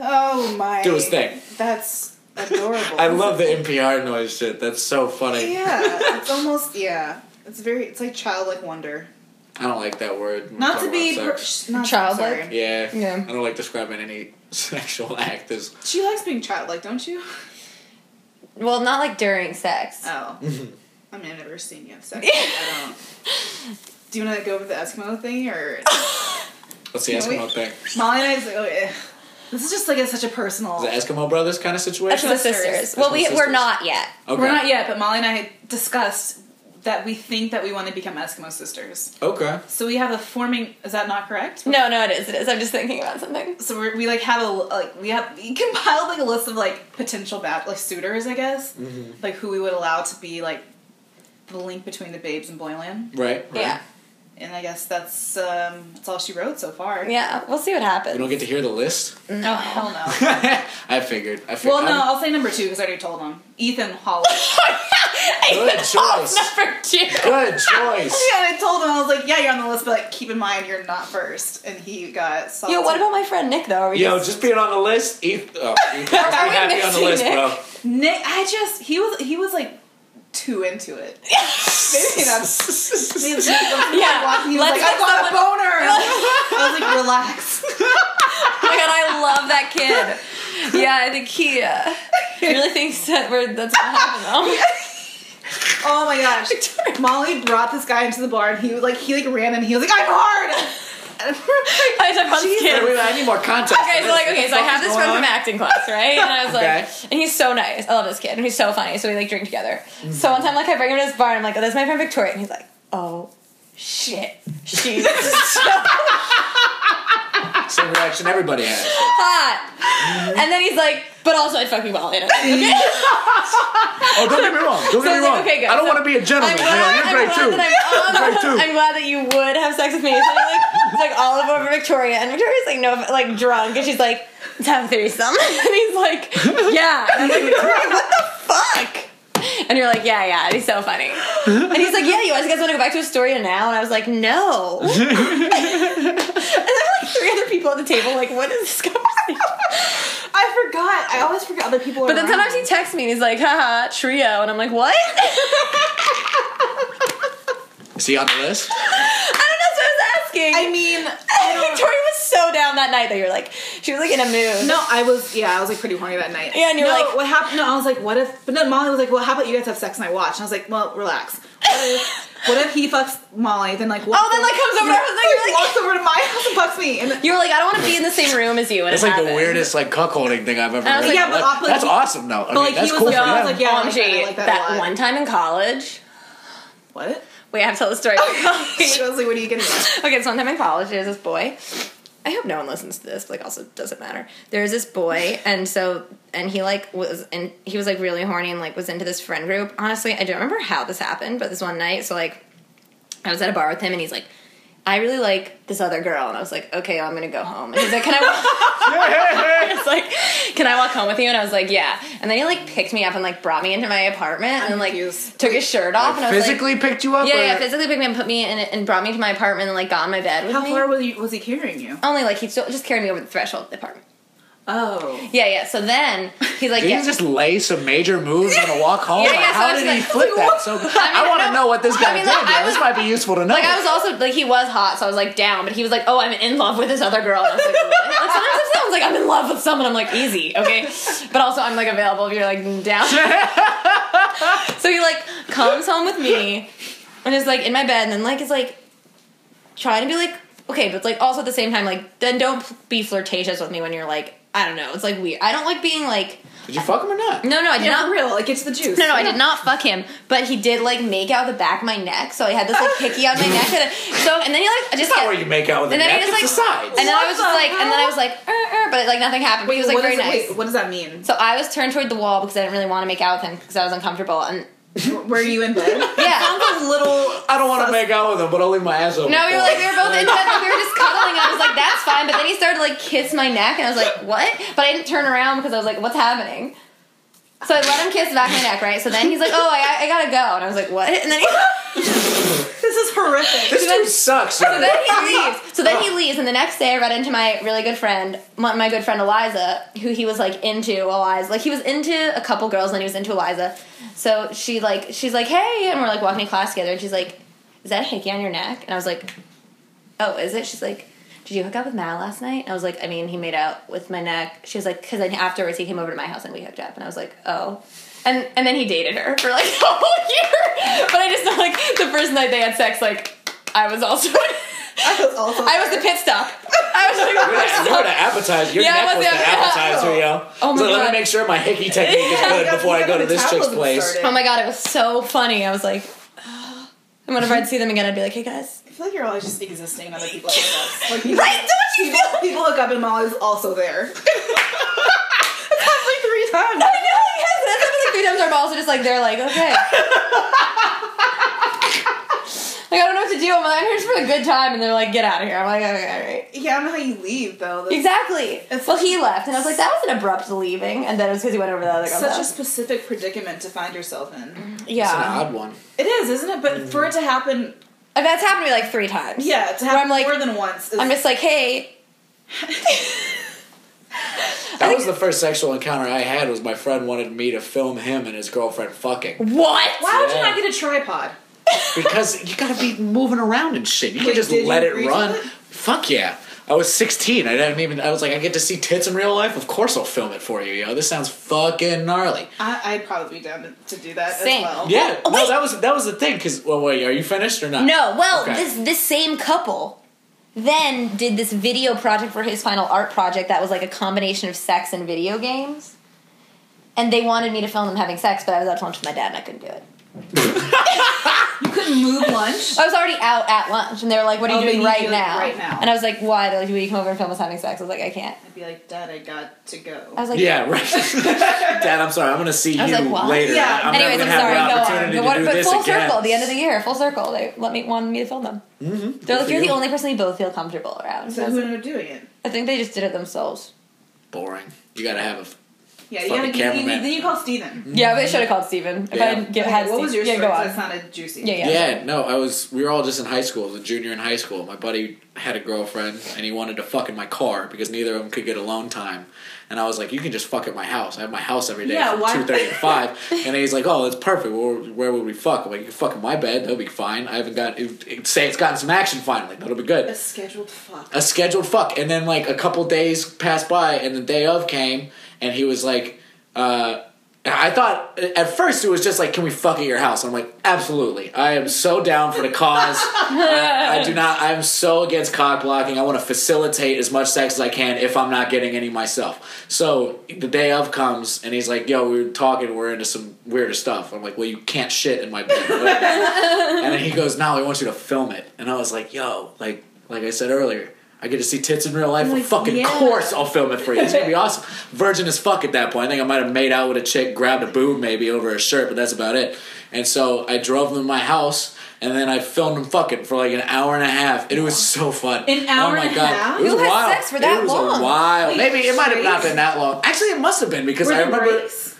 Speaker 2: Oh my.
Speaker 3: do his thing.
Speaker 2: That's adorable.
Speaker 3: I love the NPR noise shit. That's so funny.
Speaker 2: Yeah, it's almost yeah. It's very. It's like childlike wonder.
Speaker 3: I don't like that word. when
Speaker 2: Not
Speaker 3: we're
Speaker 2: to
Speaker 3: talking
Speaker 2: be
Speaker 3: about
Speaker 2: per-
Speaker 3: sex.
Speaker 2: sh- not,
Speaker 1: Childlike?
Speaker 2: Sorry.
Speaker 3: yeah.
Speaker 1: Yeah.
Speaker 3: I don't like describing any sexual act as.
Speaker 2: She likes being childlike, don't you?
Speaker 1: Well, not like during
Speaker 3: Uh,
Speaker 1: sex.
Speaker 2: Oh.
Speaker 3: Mm-hmm.
Speaker 2: I mean, I've never seen you have sex. I don't. Do you want to go over the Eskimo thing or
Speaker 3: What's the
Speaker 2: No, we-
Speaker 3: Eskimo thing?
Speaker 2: Molly and I? Just, like, oh, eh. This is just like a, such a personal.
Speaker 3: Is it Eskimo brothers kind of
Speaker 1: That's
Speaker 3: situation?
Speaker 1: the
Speaker 2: sisters.
Speaker 1: sisters. Well, we
Speaker 3: That's the
Speaker 1: we're
Speaker 3: sisters.
Speaker 1: not yet.
Speaker 3: Okay.
Speaker 2: We're not yet, but Molly and I had discussed that we think that we want to become Eskimo sisters.
Speaker 3: Okay.
Speaker 2: So we have a forming. Is that not correct?
Speaker 1: No, no, it is. It is. I'm just thinking about something.
Speaker 2: So we're, we like have a like we have we compiled like a
Speaker 3: Mm-hmm.
Speaker 2: list of like potential bat like suitors I guess like who we would allow to be like the link between the babes and Boylan.
Speaker 3: Right, right.
Speaker 1: Yeah.
Speaker 2: And I guess that's um, that's all she wrote so far.
Speaker 1: Yeah. We'll see what
Speaker 3: We
Speaker 1: happens.
Speaker 3: don't get to hear the list.
Speaker 2: No, hell no.
Speaker 3: I figured. I figured.
Speaker 2: Well, no,
Speaker 3: I'm-
Speaker 2: I'll say number two because I already told him. Ethan Hawley.
Speaker 3: Good choice.
Speaker 1: Number two.
Speaker 3: Good choice.
Speaker 2: yeah, and I told him I was like, "Yeah, you're on the list, but like, keep in mind you're not first. And he got.
Speaker 1: Yo, what about my friend Nick though? Are we
Speaker 3: Yo,
Speaker 1: just-
Speaker 3: just being on the list. Ethan, oh, Ethan's pretty
Speaker 1: Are we
Speaker 3: happy on the
Speaker 1: missing
Speaker 3: list,
Speaker 1: Nick?
Speaker 3: bro.
Speaker 2: Nick? I just he was he was like too into it. Maybe that's. He was, like,
Speaker 1: Yeah,
Speaker 2: walking, he was
Speaker 1: let's
Speaker 2: like, I
Speaker 1: get
Speaker 2: got a
Speaker 1: someone-
Speaker 2: boner. I was like, relax.
Speaker 1: Oh my god, I love that kid. Yeah, I think he uh, really thinks that we're that's what happened
Speaker 2: Oh my gosh. Molly brought this guy into the bar and he was like he like ran and he was like, I'm hard And we're
Speaker 1: though. I talk about this
Speaker 3: Wait,
Speaker 1: kid.
Speaker 3: wait, I need more context.
Speaker 1: Okay, so like, okay, so I have this friend from acting class, right? And I was like,
Speaker 3: Okay.
Speaker 1: and he's so nice. I love this kid, and he's so funny. So we like drink together.
Speaker 3: Mm-hmm.
Speaker 1: So one time, like, I bring him to this bar, and I'm like, oh, that's my friend Victoria, and he's like, oh shit, she's so
Speaker 3: Same reaction everybody has.
Speaker 1: hot.
Speaker 3: Mm-hmm.
Speaker 1: And then he's like, but also I'd fuck you while in it. Okay?
Speaker 3: Oh, don't get me wrong.
Speaker 1: So
Speaker 3: Don't get
Speaker 1: it's
Speaker 3: me
Speaker 1: like,
Speaker 3: wrong.
Speaker 1: okay, good.
Speaker 3: I don't
Speaker 1: So
Speaker 3: want to be a
Speaker 1: I'm
Speaker 3: gentleman.
Speaker 1: glad,
Speaker 3: you know, you're
Speaker 1: I'm glad
Speaker 3: great too.
Speaker 1: that I'm,
Speaker 3: Great, too.
Speaker 1: I'm glad that you would have sex with me. So I'm like, it's like all over Victoria, and Victoria's like no, like drunk, and she's like, let's have a threesome, and he's like, yeah, and I'm like, Victoria, what the fuck? And you're like, yeah, yeah, and he's so funny. And he's like, yeah, you guys want to go back to Astoria now? And I was like, no. and there were like three other people at the table, like, what is this conversation?
Speaker 2: I forgot. I always forget other people
Speaker 1: But then sometimes he texts me and he's like, haha, trio. And I'm like, what?
Speaker 3: Is he on the list?
Speaker 1: I don't know, so I was asking.
Speaker 2: I mean
Speaker 1: Victoria was so down that night that you're like, she was like in a mood.
Speaker 2: No, I was yeah, I was like pretty horny that night.
Speaker 1: Yeah, and you were
Speaker 2: No,
Speaker 1: like-
Speaker 2: what happened? No, I was like, what if? But then Molly was like, well, how about you guys have sex and I watch? And I was like, well, relax. What if? What if he fucks Molly? Then like, what
Speaker 1: Oh, then, like, comes over to
Speaker 2: Yeah,
Speaker 1: our house, like, you're like-
Speaker 2: walks over to my house and fucks me. And
Speaker 1: You were like, I don't want to be in the same room as you. And
Speaker 3: That's
Speaker 1: it
Speaker 3: like the
Speaker 1: happened.
Speaker 3: weirdest like cuckolding thing I've ever
Speaker 1: I was like,
Speaker 3: heard.
Speaker 2: yeah, but
Speaker 3: Like,
Speaker 2: but
Speaker 3: that's
Speaker 2: he-
Speaker 3: awesome though. I mean,
Speaker 2: like, he
Speaker 3: that's
Speaker 2: was
Speaker 3: cool
Speaker 2: like,
Speaker 3: for
Speaker 2: oh, I
Speaker 3: them.
Speaker 2: was like, yeah, I like that, I
Speaker 1: OMG,
Speaker 2: like that
Speaker 1: that,
Speaker 2: a lot.
Speaker 1: one time in college.
Speaker 2: what?
Speaker 1: Wait, I have to tell the story.
Speaker 2: I was like, what are you getting? At?
Speaker 1: okay, so one time in college, there's this boy. I hope no one listens to this, but like also doesn't matter. There's this boy, and so and he like was and he was like really horny and like was into this friend group. Honestly, I don't remember how this happened, but this one night, so like I was at a bar with him, and he's like, I really like this other girl, and I was like, okay, I'm gonna go home. And he's like, can I? Walk? I was like, "Can I walk home with you?" And I was like, "Yeah." And then he like picked me up and like brought me into my apartment and like
Speaker 2: confused.
Speaker 1: took his shirt off. and I was
Speaker 3: physically picked you up.
Speaker 1: like, "Yeah,
Speaker 3: or-
Speaker 1: yeah." Physically picked me and put me in and brought me to my apartment and like got on my bed with
Speaker 2: How
Speaker 1: me.
Speaker 2: far was he, was he carrying you?
Speaker 1: Only like he still just carried me over the threshold of the apartment.
Speaker 2: Oh,
Speaker 1: Yeah, yeah. So then he's like,
Speaker 3: Did
Speaker 1: "Yeah."
Speaker 3: he just lay some major moves on a walk home?
Speaker 1: Yeah,
Speaker 3: Like,
Speaker 1: yeah, so I
Speaker 3: how
Speaker 1: was
Speaker 3: did he
Speaker 1: like-
Speaker 3: flip that? So I,
Speaker 1: I
Speaker 3: want to
Speaker 1: know-
Speaker 3: know what this
Speaker 1: I
Speaker 3: guy
Speaker 1: mean,
Speaker 3: did.
Speaker 1: like, I
Speaker 3: now.
Speaker 1: was-
Speaker 3: this might be useful to know.
Speaker 1: like I was also like he was hot, so I was like down, but he was like, "Oh, I'm in love with this other girl." And I was like, what? like sometimes it sounds like I'm in love with someone. I'm like, easy, okay, but also I'm like available if you're like down. so he like comes home with me and is like in my bed, and then like is like trying to be like okay, but like also at the same time like then don't be flirtatious with me when you're like I don't know, it's like weird. I don't like being like
Speaker 3: did you fuck him or not?
Speaker 1: no, no, I did
Speaker 2: yeah,
Speaker 1: not
Speaker 2: for real. Like, it's the juice.
Speaker 1: no, no, I did not fuck him, but he did like make out the back of my neck, so I had this like hickey on my neck. And, so and then he like I just
Speaker 3: That's not
Speaker 1: get-
Speaker 3: where you make out with a
Speaker 1: and then
Speaker 3: neck.
Speaker 1: I just
Speaker 3: it's
Speaker 1: like
Speaker 3: the sides.
Speaker 1: and then I
Speaker 2: What
Speaker 1: was
Speaker 2: the
Speaker 1: just like and then I was like "Uh, uh," but like nothing happened. But he was like
Speaker 2: What
Speaker 1: very
Speaker 2: does it-
Speaker 1: nice.
Speaker 2: Wait, what does that mean?
Speaker 1: so I was turned toward the wall because I didn't really want to make out with him because I was uncomfortable and
Speaker 2: Were you in bed?
Speaker 1: yeah.
Speaker 2: Sounds a little.
Speaker 3: I don't want to make out with him, but I'll leave my ass open.
Speaker 1: No, we
Speaker 3: for
Speaker 1: were like
Speaker 3: him.
Speaker 1: we were both in bed, like, we were just cuddling. I was like, "That's fine," but then he started to, like kiss my neck, and I was like, "What?" But I didn't turn around because I was like, "What's happening?" So I let him kiss the back of my neck, right? So then he's like, "Oh, I, I gotta go," and I was like, "What?" And then he.
Speaker 2: This is horrific.
Speaker 3: This dude sucks.
Speaker 1: So then he leaves. So then he leaves, and the next day I ran into my really good friend, my, my good friend Eliza, who he was like into Eliza. Like he was into a couple girls, and then he was into Eliza. So she like she's like, hey, and we're like walking to class together, and she's like, is that a hickey on your neck? And I was like, oh, is it? She's like. Did you hook up with Matt last night? And I was like, I mean, he made out with my neck. She was like, because then afterwards he came over to my house and we hooked up. And I was like, oh. And and then he dated her for like a whole year. But I just know, like, the first night they had sex, like, I was also.
Speaker 2: I was also.
Speaker 1: I was the pit stop. I was like, the pit
Speaker 3: You
Speaker 1: stop.
Speaker 3: were the appetizer. Your
Speaker 1: Yeah, I
Speaker 3: neck
Speaker 1: was
Speaker 3: was
Speaker 1: the
Speaker 3: the appetizer,
Speaker 2: appetizer.
Speaker 3: yo.
Speaker 1: Oh my
Speaker 3: so let
Speaker 1: God.
Speaker 3: me make sure my hickey technique
Speaker 2: Yeah,
Speaker 3: is good
Speaker 2: you got-
Speaker 3: before
Speaker 2: you
Speaker 3: I go
Speaker 2: got
Speaker 3: to
Speaker 2: the
Speaker 3: this chick's
Speaker 2: metabolism
Speaker 3: place.
Speaker 2: started.
Speaker 1: Oh my god, it was so funny. I was like, and whenever I'd see them again, I'd be like, hey guys.
Speaker 2: I feel like you're always just existing in other people's lives. Like, people,
Speaker 1: Right? Don't you
Speaker 2: people,
Speaker 1: feel?
Speaker 2: people look up and Molly's also there. That's like three times.
Speaker 1: I know, yes. That's happened like three times. Our balls are just like, they're like, okay. Like, I don't know what to do. I'm like, I'm here just for the good time. And they're like, get out of here. I'm like, okay, all right.
Speaker 2: Yeah, I don't know how you leave though. That's
Speaker 1: Exactly.
Speaker 2: It's-
Speaker 1: well, he left. And I was like, that was an abrupt leaving. And then it was because he went over the other girl's
Speaker 2: Such a
Speaker 1: house.
Speaker 2: specific predicament to find yourself in.
Speaker 1: Yeah.
Speaker 3: It's an odd one.
Speaker 2: It is, isn't it? But for it to happen,
Speaker 1: Like, that's happened to me like three times.
Speaker 2: yeah, to
Speaker 1: Where I'm
Speaker 2: happen
Speaker 1: like-
Speaker 2: more than once. Is,
Speaker 1: I'm just like, hey.
Speaker 3: That was the first sexual encounter I had. Was my friend wanted me to film him and his girlfriend fucking
Speaker 1: What?
Speaker 2: why would you
Speaker 3: Yeah.
Speaker 2: not get a tripod?
Speaker 3: because you gotta be moving around and shit. You
Speaker 2: Wait,
Speaker 3: can't just
Speaker 2: did you
Speaker 3: let it
Speaker 2: agree to
Speaker 3: run.
Speaker 2: it?
Speaker 3: Fuck yeah. I was 16. I didn't even. I was like, I get to see tits in real life. Of course, I'll film it for you, yo. This sounds fucking gnarly.
Speaker 2: I, I'd probably be down to, to do that
Speaker 1: Same.
Speaker 2: as well.
Speaker 3: Yeah.
Speaker 1: Oh,
Speaker 3: no,
Speaker 1: wait.
Speaker 3: that was that was the thing. Because well, wait, are you finished or not?
Speaker 1: No, well,
Speaker 3: Okay.
Speaker 1: this this same couple then did this video project for his final art project that was like a combination of sex and video games. And they wanted me to film them having sex, but I was out to lunch with my dad and I couldn't do it.
Speaker 2: You couldn't move lunch.
Speaker 1: I was already out at lunch and they were like, What are
Speaker 2: Oh,
Speaker 1: you
Speaker 2: they
Speaker 1: doing
Speaker 2: need
Speaker 1: right,
Speaker 2: you
Speaker 1: now?
Speaker 2: right now.
Speaker 1: And I was like, Why? They're like, Will you come over and film us having sex? I was like, I can't.
Speaker 2: I'd be like, Dad, I got to go.
Speaker 1: I was like,
Speaker 3: Yeah, right. Dad, I'm sorry. I'm gonna see you
Speaker 1: I was like, what?
Speaker 3: later.
Speaker 2: Yeah.
Speaker 3: I'm
Speaker 1: Anyways,
Speaker 3: never
Speaker 1: I'm
Speaker 3: gonna
Speaker 1: sorry,
Speaker 3: have
Speaker 1: go
Speaker 3: the
Speaker 1: on.
Speaker 3: opportunity
Speaker 1: But,
Speaker 3: to
Speaker 1: what-
Speaker 3: do
Speaker 1: but
Speaker 3: this
Speaker 1: full
Speaker 3: again.
Speaker 1: circle, the end of the year, full circle. They let me wanted me to film them.
Speaker 3: Mhm.
Speaker 1: They're like,
Speaker 3: for
Speaker 1: You're the
Speaker 3: you.
Speaker 1: only person we both feel comfortable around.
Speaker 2: so
Speaker 1: I, was
Speaker 2: who
Speaker 1: like,
Speaker 2: are doing it?
Speaker 1: I think they just did it themselves.
Speaker 3: boring. You gotta have a
Speaker 2: Yeah, you
Speaker 3: Fucking
Speaker 2: gotta. You, you,
Speaker 3: cameraman.
Speaker 2: then you call Steven.
Speaker 1: Yeah, but I should have called Steven. If I
Speaker 3: Yeah.
Speaker 1: didn't get
Speaker 2: Okay,
Speaker 1: had
Speaker 2: what was your
Speaker 1: Steven-
Speaker 2: story?
Speaker 1: Yeah, go
Speaker 2: 'Cause
Speaker 1: on.
Speaker 2: It's not a juicy.
Speaker 1: Yeah, yeah.
Speaker 3: Yeah, no, I was. We were all just in high school. I was a junior in high school. My buddy had a girlfriend, and he wanted to fuck in my car because neither of them could get alone time. And I was like, "You can just fuck at my house. I have my house every day
Speaker 2: Yeah,
Speaker 3: from
Speaker 2: why-
Speaker 3: two thirty to 5. And he's like, "Oh, that's perfect. Where, where would we fuck?" I'm like, "You can fuck in my bed. That'll be fine. I haven't got it, it- say it's gotten some action finally. That'll be good."
Speaker 2: A scheduled fuck.
Speaker 3: a scheduled fuck. And then like a couple days passed by, and the day of came, and he was like, uh, and I thought at first it was just like, can we fuck at your house? I'm like, absolutely. I am so down for the cause. I, I do not. I'm so against cock blocking. I want to facilitate as much sex as I can if I'm not getting any myself. So the day of comes, and he's like, yo, we were talking. We're into some weirder stuff. I'm like, well, you can't shit in my bed. Whatever. And then he goes, "No, I want you to film it." And I was like, "Yo, like, like I said earlier, I get to see tits in real life. Of
Speaker 2: Like,
Speaker 3: fucking
Speaker 2: yeah.
Speaker 3: course, I'll film it for you. It's gonna be awesome." Virgin as fuck at that point. I think I might have made out with a chick, grabbed a boob maybe over her shirt, but that's about it. And so I drove them to my house, and then I filmed them fucking for like an hour and a half, and it was so fun.
Speaker 2: An hour
Speaker 3: oh my
Speaker 2: and a
Speaker 3: god,
Speaker 2: half?
Speaker 3: it was
Speaker 1: Who had
Speaker 3: wild.
Speaker 1: sex for that
Speaker 3: it was
Speaker 1: long?
Speaker 3: A while.
Speaker 2: Wait,
Speaker 3: maybe it might have not
Speaker 2: straight?
Speaker 3: been that long. Actually, it must have been because
Speaker 2: Were
Speaker 3: I
Speaker 2: there
Speaker 3: remember
Speaker 2: breaks?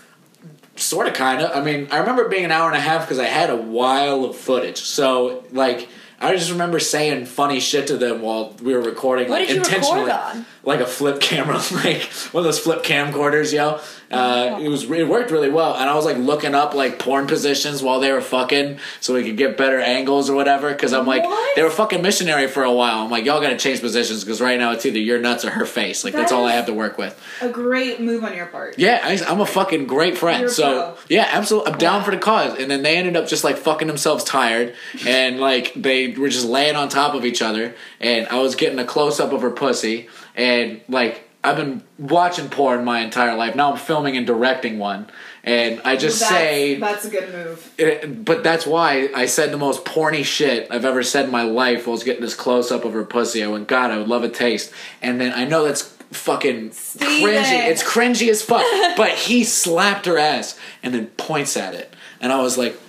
Speaker 3: sort of kind of i mean i remember it being an hour and a half because i had a while of footage so like i just remember saying funny shit to them while we were recording
Speaker 1: What
Speaker 3: like
Speaker 1: did you record
Speaker 3: intentionally
Speaker 1: on?
Speaker 3: like a flip camera like one of those flip camcorders yo uh, it was it worked really well and i was like looking up like porn positions while they were fucking so we could get better angles or whatever because i'm like
Speaker 2: What?
Speaker 3: they were fucking missionary for a while i'm like y'all gotta change positions because right now it's either your nuts or her face like that's
Speaker 2: That
Speaker 3: all i
Speaker 2: is-
Speaker 3: have to work with
Speaker 2: A great move on your part.
Speaker 3: yeah, I, I'm a fucking great friend.
Speaker 2: You're a
Speaker 3: so
Speaker 2: pro.
Speaker 3: yeah, absolutely, I'm down for the cause. And then they ended up just like fucking themselves tired, and like they were just laying on top of each other. And I was getting a close up of her pussy, and like I've been watching porn my entire life. Now I'm filming and directing one, and I just
Speaker 2: That's-
Speaker 3: say
Speaker 2: that's a good move.
Speaker 3: it, Uh, but that's why I said the most porny shit I've ever said in my life while I was getting this close up of her pussy. I went, God, I would love a taste. And then I know that's fucking cringy.
Speaker 2: Steven.
Speaker 3: It's cringy as fuck. but he slapped her ass and then points at it. And I was like,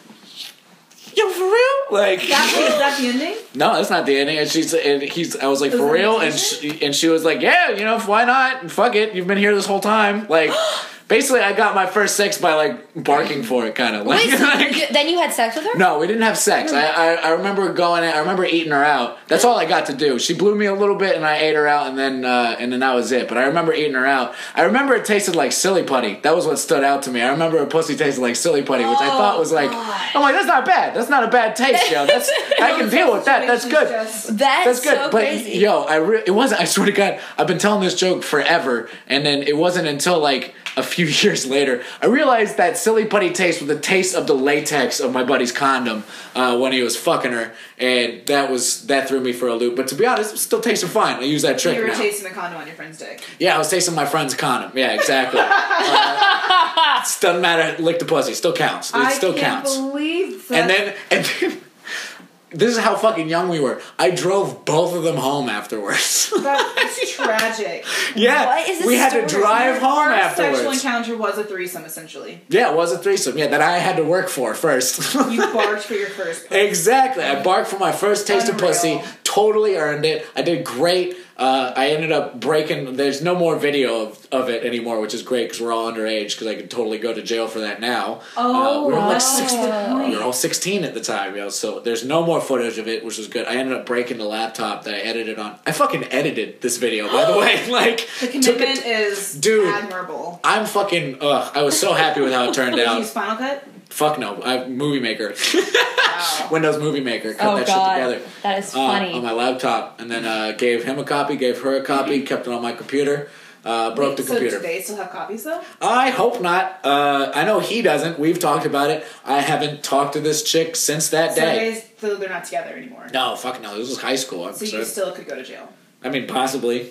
Speaker 3: Yo, for real? Like,
Speaker 2: That was is that the ending?
Speaker 3: no, that's not the ending. And she's and he's. I was like,
Speaker 2: Was
Speaker 3: for
Speaker 2: it
Speaker 3: real?
Speaker 2: a
Speaker 3: And
Speaker 2: teaser?
Speaker 3: she, and she was like, yeah, you know, why not? Fuck it. You've been here this whole time. Like, basically, I got my first sex by like barking for it, kind of. Like,
Speaker 1: Wait, so
Speaker 3: like-
Speaker 1: you- then you had sex with her?
Speaker 3: no, we didn't have sex. I, I, I remember going. I remember eating her out. That's all I got to do. She blew me a little bit, and I ate her out, and then uh, and then that was it. But I remember eating her out. I remember it tasted like silly putty. That was what stood out to me. I remember her pussy tasted like silly putty, which I
Speaker 2: Oh,
Speaker 3: thought was like,
Speaker 2: God.
Speaker 3: I'm like, that's not bad. That's not a bad taste, yo. That's I can deal with that. That's good.
Speaker 2: Situation's just-
Speaker 1: That's,
Speaker 3: That's good,
Speaker 1: so
Speaker 3: but
Speaker 1: crazy.
Speaker 3: yo, I re- it wasn't. I swear to God, I've been telling this joke forever, and then it wasn't until like a few years later I realized that silly putty taste was the taste of the latex of my buddy's condom uh, when he was fucking her, and that was that threw me for a loop. But to be honest, it still tasted fine. I use that trick
Speaker 2: You were
Speaker 3: now.
Speaker 2: tasting the condom on your friend's dick.
Speaker 3: yeah, I was tasting my friend's condom. Yeah, exactly. uh, it doesn't matter. Lick the pussy, still counts. It
Speaker 2: I
Speaker 3: still
Speaker 2: can't
Speaker 3: counts
Speaker 2: believe that.
Speaker 3: and then and then This is how fucking young we were. I drove both of them home afterwards.
Speaker 2: That's tragic.
Speaker 3: yeah,
Speaker 1: What is this
Speaker 3: we had to
Speaker 1: story?
Speaker 3: drive home
Speaker 2: Our sexual
Speaker 3: afterwards.
Speaker 2: encounter was a threesome, essentially.
Speaker 3: Yeah, it was a threesome. Yeah, that I had to work for first.
Speaker 2: You barked for your first. pussy.
Speaker 3: Exactly. I barked for my first taste of
Speaker 2: Unreal.
Speaker 3: pussy. Totally earned it. I did great. Uh, I ended up breaking. There's no more video of, of it anymore, which is great because we're all underage. Because I could totally go to jail for that now.
Speaker 2: Oh,
Speaker 3: uh, we were all like
Speaker 2: wow.
Speaker 3: 16. We were all 16 at the time, yo. So there's no more footage of it, which was good. I ended up breaking the laptop that I edited on. I fucking edited this video, by the way. Like,
Speaker 2: The
Speaker 3: took
Speaker 2: commitment
Speaker 3: it.
Speaker 2: is
Speaker 3: Dude.
Speaker 2: admirable.
Speaker 3: I'm fucking. Ugh. I was so happy with how it turned
Speaker 2: Did you
Speaker 3: out.
Speaker 2: use Final Cut?
Speaker 3: Fuck no. I Movie Maker.
Speaker 2: Wow.
Speaker 3: Windows Movie Maker. Cut
Speaker 1: Oh
Speaker 3: that shit
Speaker 1: god,
Speaker 3: together.
Speaker 1: that is
Speaker 3: uh,
Speaker 1: funny.
Speaker 3: on my laptop, and then uh, gave him a copy, gave her a copy, kept it on my computer, uh, broke the
Speaker 2: Mm-hmm. so
Speaker 3: computer.
Speaker 2: do they still have copies though?
Speaker 3: I hope not. Uh, I know he doesn't. We've talked about it. I haven't talked to this chick since that
Speaker 2: So,
Speaker 3: day.
Speaker 2: they, so they're not together anymore.
Speaker 3: No, fuck no. This was high school. I'm
Speaker 2: So you
Speaker 3: sure.
Speaker 2: still could go to jail.
Speaker 3: I mean, possibly.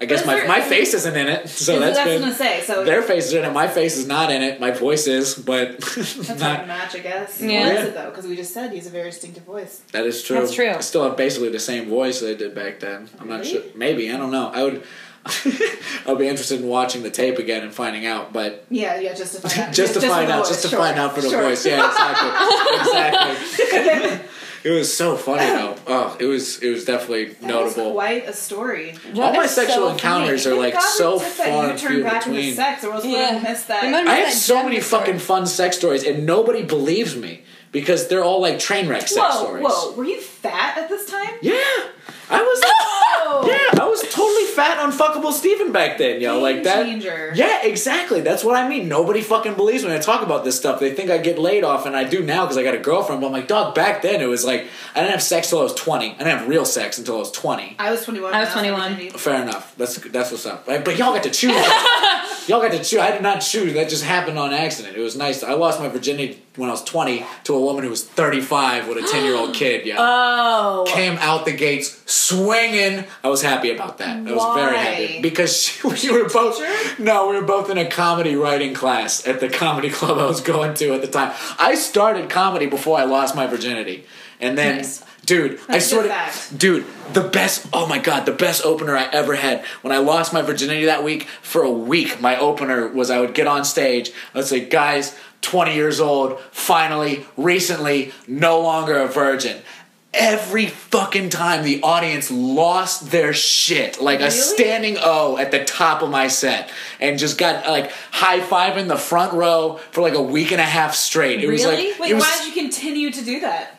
Speaker 3: I guess
Speaker 2: is
Speaker 3: my
Speaker 2: there-
Speaker 3: my face isn't in it, so that's,
Speaker 2: that's what I'm
Speaker 3: good.
Speaker 2: gonna say. So
Speaker 3: Their face is in it. My face is not in it. My voice is, but
Speaker 2: that's not a
Speaker 3: not.
Speaker 2: match, I guess.
Speaker 1: Yeah.
Speaker 2: What
Speaker 3: Yeah.
Speaker 2: is it though? Because we just said he's a very distinctive voice.
Speaker 3: That is true.
Speaker 1: That's true.
Speaker 3: I still have basically the same voice that I did back then. I'm not
Speaker 2: Really?
Speaker 3: sure. Maybe I don't know. I would. I'll be interested in watching the tape again and finding out, but
Speaker 2: Yeah, yeah, just to find out.
Speaker 3: just, to
Speaker 2: for
Speaker 3: find
Speaker 2: the
Speaker 3: out,
Speaker 2: voice,
Speaker 3: just to
Speaker 2: sure,
Speaker 3: find out for the
Speaker 2: sure.
Speaker 3: voice. Yeah, exactly, exactly. it was so funny though. Oh, it was it was definitely
Speaker 2: That was
Speaker 3: notable.
Speaker 2: quite a story.
Speaker 3: All
Speaker 1: That
Speaker 3: my
Speaker 1: is so
Speaker 3: sexual
Speaker 1: funny.
Speaker 3: encounters are
Speaker 2: Thank
Speaker 3: like
Speaker 2: God we
Speaker 3: so
Speaker 2: took
Speaker 3: far
Speaker 2: that
Speaker 3: and
Speaker 2: U-turn
Speaker 3: few
Speaker 2: back into
Speaker 3: between.
Speaker 2: sex, or else we would
Speaker 1: Yeah.
Speaker 2: have missed that.
Speaker 1: They might
Speaker 3: I
Speaker 1: Remember
Speaker 3: have
Speaker 1: that
Speaker 3: so
Speaker 1: gender
Speaker 3: many
Speaker 1: story?
Speaker 3: fucking fun sex stories, and nobody believes me because they're all like train wreck sex
Speaker 2: whoa,
Speaker 3: stories.
Speaker 2: whoa, were you fat at this time?
Speaker 3: Yeah, I was.
Speaker 2: Oh.
Speaker 3: Yeah, I was totally fat, unfuckable Steven back then, yo.
Speaker 2: Game
Speaker 3: like that.
Speaker 2: changer.
Speaker 3: Yeah, exactly. That's what I mean. Nobody fucking believes when I talk about this stuff. They think I get laid off, and I do now because I got a girlfriend. But I'm like, dog. Back then, it was like I didn't have sex till I was 20. I didn't have real sex until I was 20.
Speaker 2: I was 21.
Speaker 1: I was
Speaker 2: when
Speaker 1: 21.
Speaker 2: virginity.
Speaker 3: Fair enough. That's that's what's up. Right? But y'all got to choose. y'all got to choose. I did not choose. That just happened on accident. It was nice. I lost my virginity when I was 20 to a woman who was 35 with a 10 year old kid. Yeah
Speaker 1: oh,
Speaker 3: came out the gates swinging. I was happy about that. I was very
Speaker 2: Why?
Speaker 3: happy because she, we were both
Speaker 2: teacher?
Speaker 3: no, we were both in a comedy writing class at the comedy club I was going to at the time. I started comedy before I lost my virginity, and then.
Speaker 1: Nice.
Speaker 3: Dude, I
Speaker 2: That's a
Speaker 3: sort
Speaker 2: good
Speaker 3: of,
Speaker 2: fact.
Speaker 3: dude, the best. Oh my god, the best opener I ever had. When I lost my virginity that week, for a week, my opener was I would get on stage. I would say, guys, 20 years old, finally, recently, no longer a virgin. Every fucking time the audience lost their shit, like a
Speaker 2: Really?
Speaker 3: standing O at the top of my set, and just got like high five in the front row for like a week and a half straight. It was
Speaker 1: Really?
Speaker 3: like
Speaker 2: Wait,
Speaker 3: it was
Speaker 2: why did you continue to do that?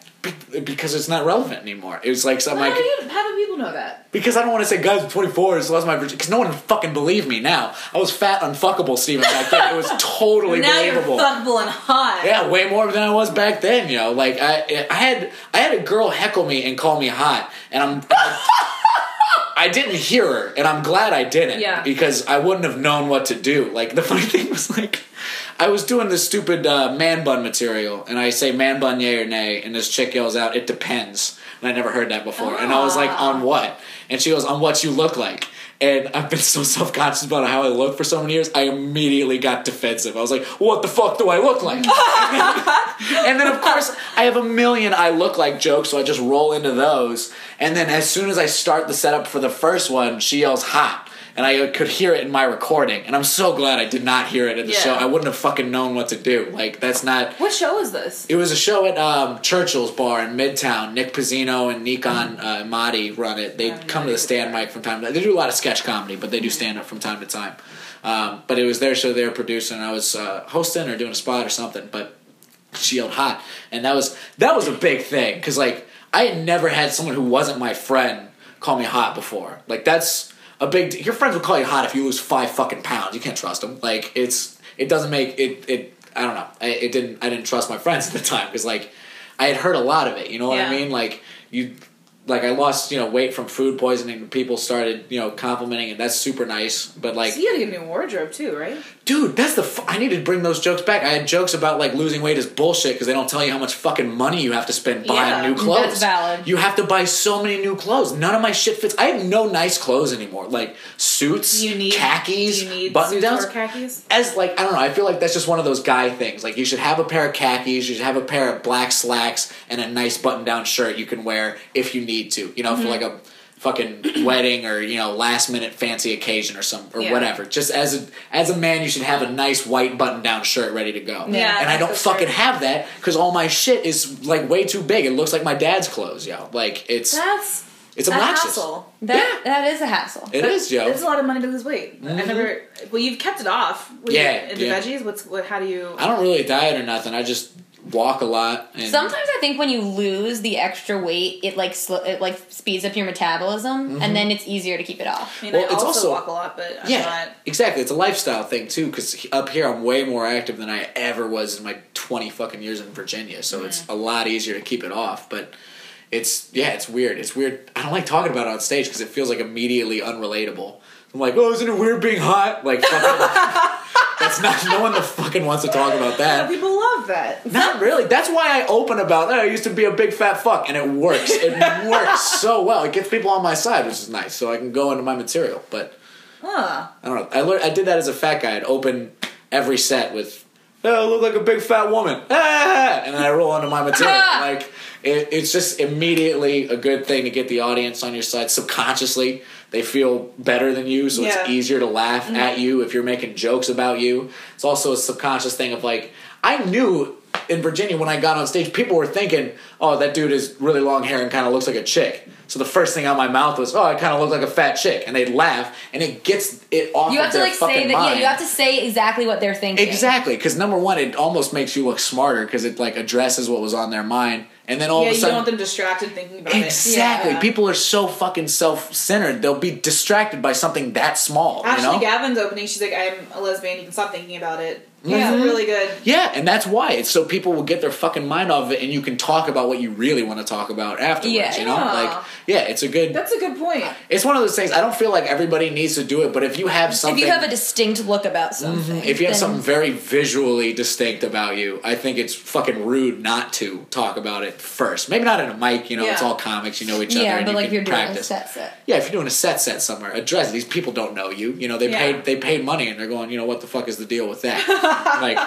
Speaker 3: because it's not relevant anymore. It was like something
Speaker 2: How
Speaker 3: like
Speaker 2: do you? How do people know that?
Speaker 3: because I don't want to say guys, I'm 24, so lost my virginity. Because no one fucking believed me now. I was fat, unfuckable, Steven. Back then, it was totally
Speaker 2: now
Speaker 3: believable.
Speaker 2: you're fuckable and hot.
Speaker 3: yeah, way more than I was back then. You know, like I, I had, I had a girl heckle me and call me hot, and I'm. I didn't hear her, and I'm glad I didn't.
Speaker 1: Yeah.
Speaker 3: Because I wouldn't have known what to do. Like the funny thing was like, I was doing this stupid uh, man bun material, and I say man bun yay or nay, and this chick yells out, "It depends." And I never heard that before, and I was like, "On what?" And she goes, "On what you look like." And I've been so self conscious about how I look for so many years. I immediately got defensive. I was like, "What the fuck do I look like?" and then of course I have a million I look like jokes, so I just roll into those. And then as soon as I start the setup for the first one, she yells hot. And I uh, could hear it in my recording, and I'm so glad I did not hear it at the
Speaker 1: Yeah.
Speaker 3: show. I wouldn't have fucking known what to do. Like that's not.
Speaker 1: what show is this?
Speaker 3: It was a show at um, Churchill's Bar in Midtown. Nick Pizzino and Nikon uh, Mahdi run it. They come to the stand mic from time to time. They do a lot of sketch comedy, but they do stand up from time to time. Um, but it was their show they were producing. I was uh, hosting or doing a spot or something, but she yelled hot. And that was that was a big thing because like I had never had someone who wasn't my friend call me hot before. Like that's a big. d- Your friends will call you hot if you lose five fucking pounds. You can't trust them. Like it's it doesn't make it it. I don't know. I, it didn't. I didn't trust my friends at the time because like I had heard a lot of it. You know what I
Speaker 1: Yeah.
Speaker 3: mean? Like you like I lost you know weight from food poisoning. People started you know complimenting it. That's super nice. But like,
Speaker 2: So you had to get a new wardrobe too, right?
Speaker 3: dude, that's the f- I need to bring those jokes back. I had jokes about like losing weight is bullshit because they don't tell you how much fucking money you have to spend buying
Speaker 2: Yeah,
Speaker 3: new
Speaker 1: that's
Speaker 3: clothes.
Speaker 1: valid.
Speaker 3: You have to buy so many new clothes. None of my shit fits. I have no nice clothes anymore. Like suits,
Speaker 2: You need
Speaker 3: khakis,
Speaker 2: You need
Speaker 3: button
Speaker 2: suits
Speaker 3: downs
Speaker 2: or khakis.
Speaker 3: as like I don't know, I feel like that's just one of those guy things. Like you should have a pair of khakis, you should have a pair of black slacks, and a nice button-down shirt you can wear if you need to. You know,
Speaker 2: Mm-hmm.
Speaker 3: for like a fucking wedding or you know last-minute fancy occasion or some or
Speaker 2: Yeah.
Speaker 3: whatever. Just as a as a man, you should have a nice white button-down shirt ready to go.
Speaker 2: Yeah,
Speaker 3: and I
Speaker 2: that's
Speaker 3: don't
Speaker 2: for
Speaker 3: fucking
Speaker 2: sure.
Speaker 3: have that because all my shit is like way too big. It looks like my dad's clothes, yo. Like it's
Speaker 2: That's
Speaker 3: it's
Speaker 2: a
Speaker 3: obnoxious.
Speaker 2: hassle.
Speaker 1: That that is a hassle.
Speaker 3: It is, yo.
Speaker 2: It's a lot of money to lose weight.
Speaker 1: Mm-hmm.
Speaker 2: I never. Well, you've kept it off. What do you-
Speaker 3: Yeah,
Speaker 2: into
Speaker 3: yeah.
Speaker 2: veggies. What's what? How do you?
Speaker 3: I don't really diet or nothing. I just walk a lot. And
Speaker 1: Sometimes I think when you lose the extra weight, it like sl- it like speeds up your metabolism,
Speaker 3: Mm-hmm.
Speaker 1: and then it's easier to keep it off.
Speaker 2: I mean,
Speaker 3: Well,
Speaker 2: I
Speaker 3: it's
Speaker 2: also,
Speaker 3: also-
Speaker 2: walk a lot, but I'm
Speaker 3: Yeah,
Speaker 2: not.
Speaker 3: exactly. It's a lifestyle thing too. Because up here, I'm way more active than I ever was in my twenty fucking years in Virginia. So it's
Speaker 2: Mm-hmm.
Speaker 3: a lot easier to keep it off. But it's yeah, it's weird. It's weird. I don't like talking about it on stage because it feels like immediately unrelatable. I'm like, oh, isn't it weird being hot? Like, fucking, that's not. No one the fucking wants to talk about
Speaker 2: Some
Speaker 3: that.
Speaker 2: people love that.
Speaker 3: Not really. That's why I open about. Oh, I used to be a big fat fuck, and it works. It works so well. It gets people on my side, which is nice. So I can go into my material, but.
Speaker 2: Huh.
Speaker 3: I don't know. I learned, I did that as a fat guy. I'd open every set with, "Oh, I look like a big fat woman," ah! and then I roll onto my material. like it, it's just immediately a good thing to get the audience on your side. Subconsciously, they feel better than you, so
Speaker 2: Yeah.
Speaker 3: it's easier to laugh
Speaker 1: Mm-hmm.
Speaker 3: at you if you're making jokes about you. It's also a subconscious thing of like I knew. In Virginia, when I got on stage, people were thinking, "Oh, that dude is really long hair and kind of looks like a chick." So the first thing out of my mouth was, "Oh, I kind of look like a fat chick," and they'd laugh, and it gets it off
Speaker 1: You
Speaker 3: of
Speaker 1: have to
Speaker 3: their
Speaker 1: like say
Speaker 3: fucking
Speaker 1: that. Yeah,
Speaker 3: mind.
Speaker 1: you have to say exactly what they're thinking.
Speaker 3: Exactly, because number one, it almost makes you look smarter because it like addresses what was on their mind, and then all
Speaker 2: Yeah,
Speaker 3: of a
Speaker 2: you don't
Speaker 3: sudden,
Speaker 2: want them distracted thinking about it.
Speaker 3: exactly,
Speaker 1: Yeah.
Speaker 3: people are so fucking self-centered they'll be distracted by something that small.
Speaker 2: Ashley
Speaker 3: you know?
Speaker 2: Gavin's opening. She's like, "I'm a lesbian. You can stop thinking about it."
Speaker 1: Yeah.
Speaker 2: It's really good.
Speaker 3: yeah, and that's why it's so people will get their fucking mind off of it, and you can talk about what you really want to talk about afterwards.
Speaker 1: Yeah.
Speaker 3: you know,
Speaker 2: Yeah.
Speaker 3: like yeah, it's a good.
Speaker 2: That's a good point.
Speaker 3: it's one of those things. I don't feel like everybody needs to do it, but if you have
Speaker 1: If
Speaker 3: something,
Speaker 1: you have a distinct look about something,
Speaker 3: Mm-hmm. If you have
Speaker 1: then-
Speaker 3: something very visually distinct about you, I think it's fucking rude not to talk about it first. Maybe not in a mic, you know, it's
Speaker 2: Yeah.
Speaker 3: all comics, you know each other,
Speaker 1: yeah,
Speaker 3: and
Speaker 1: but
Speaker 3: you
Speaker 1: like
Speaker 3: can
Speaker 1: you're doing
Speaker 3: practice.
Speaker 1: a set set.
Speaker 3: Yeah, if you're doing a set set somewhere, address it. These people don't know you. You know, they
Speaker 2: Yeah.
Speaker 3: paid they paid money and they're going, you know, what the fuck is the deal with that? like,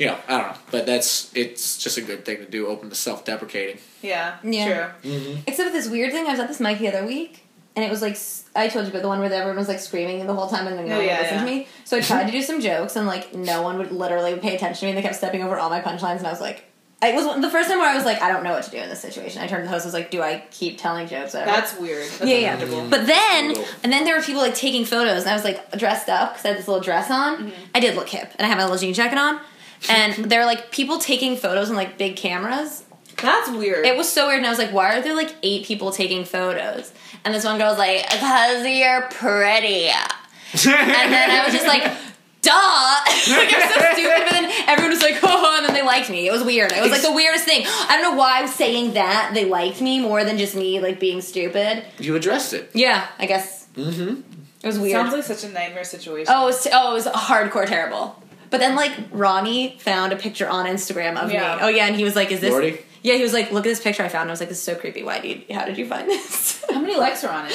Speaker 3: you know, I don't know, but that's it's just a good thing to do. Open to self deprecating.
Speaker 2: Yeah.
Speaker 1: Yeah.
Speaker 2: True.
Speaker 1: Except for this weird thing, I was at this mic the other week, and it was like s- I told you about the one where everyone was like screaming the whole time, and then no
Speaker 2: Oh,
Speaker 1: one
Speaker 2: yeah,
Speaker 1: would listen to
Speaker 2: yeah.
Speaker 1: me. So I tried to do some jokes, and like no one would literally pay attention to me. And they kept stepping over all my punchlines, and I was like. It was one- the first time where I was like, I don't know what to do in this situation. I turned to the host, I was like, Do I keep telling jokes? Whatever.
Speaker 2: That's weird. That's
Speaker 1: yeah, yeah.
Speaker 2: uncomfortable.
Speaker 1: But then,
Speaker 3: Brutal.
Speaker 1: and then there were people like taking photos, and I was like dressed up because I had this little dress on.
Speaker 2: Mm-hmm.
Speaker 1: I did look hip, and I had my little jean jacket on. And there were like people taking photos on like big cameras.
Speaker 3: Mm.
Speaker 2: That's weird.
Speaker 1: It was so weird, and I was like, why are there like eight people taking photos? And this one girl was like, because you're pretty. And then I was just like, duh. like, I'm so stupid. But then everyone was like, oh, and then they liked me. It was weird. It was like the weirdest thing. I don't know why I'm saying that they liked me more than just me like being stupid.
Speaker 3: You addressed it.
Speaker 1: Yeah, I guess. Mm-hmm. It was weird.
Speaker 2: Sounds like such a nightmare situation.
Speaker 1: oh, it was, oh, it was hardcore terrible. But then, like, Ronnie found a picture on Instagram of
Speaker 2: Yeah.
Speaker 1: me. Oh, yeah, and he was like, is this...
Speaker 3: Lordy?
Speaker 1: Yeah, he was like, look at this picture I found. And I was like, this is so creepy. Why do you... How did you find this?
Speaker 2: How many likes are on it?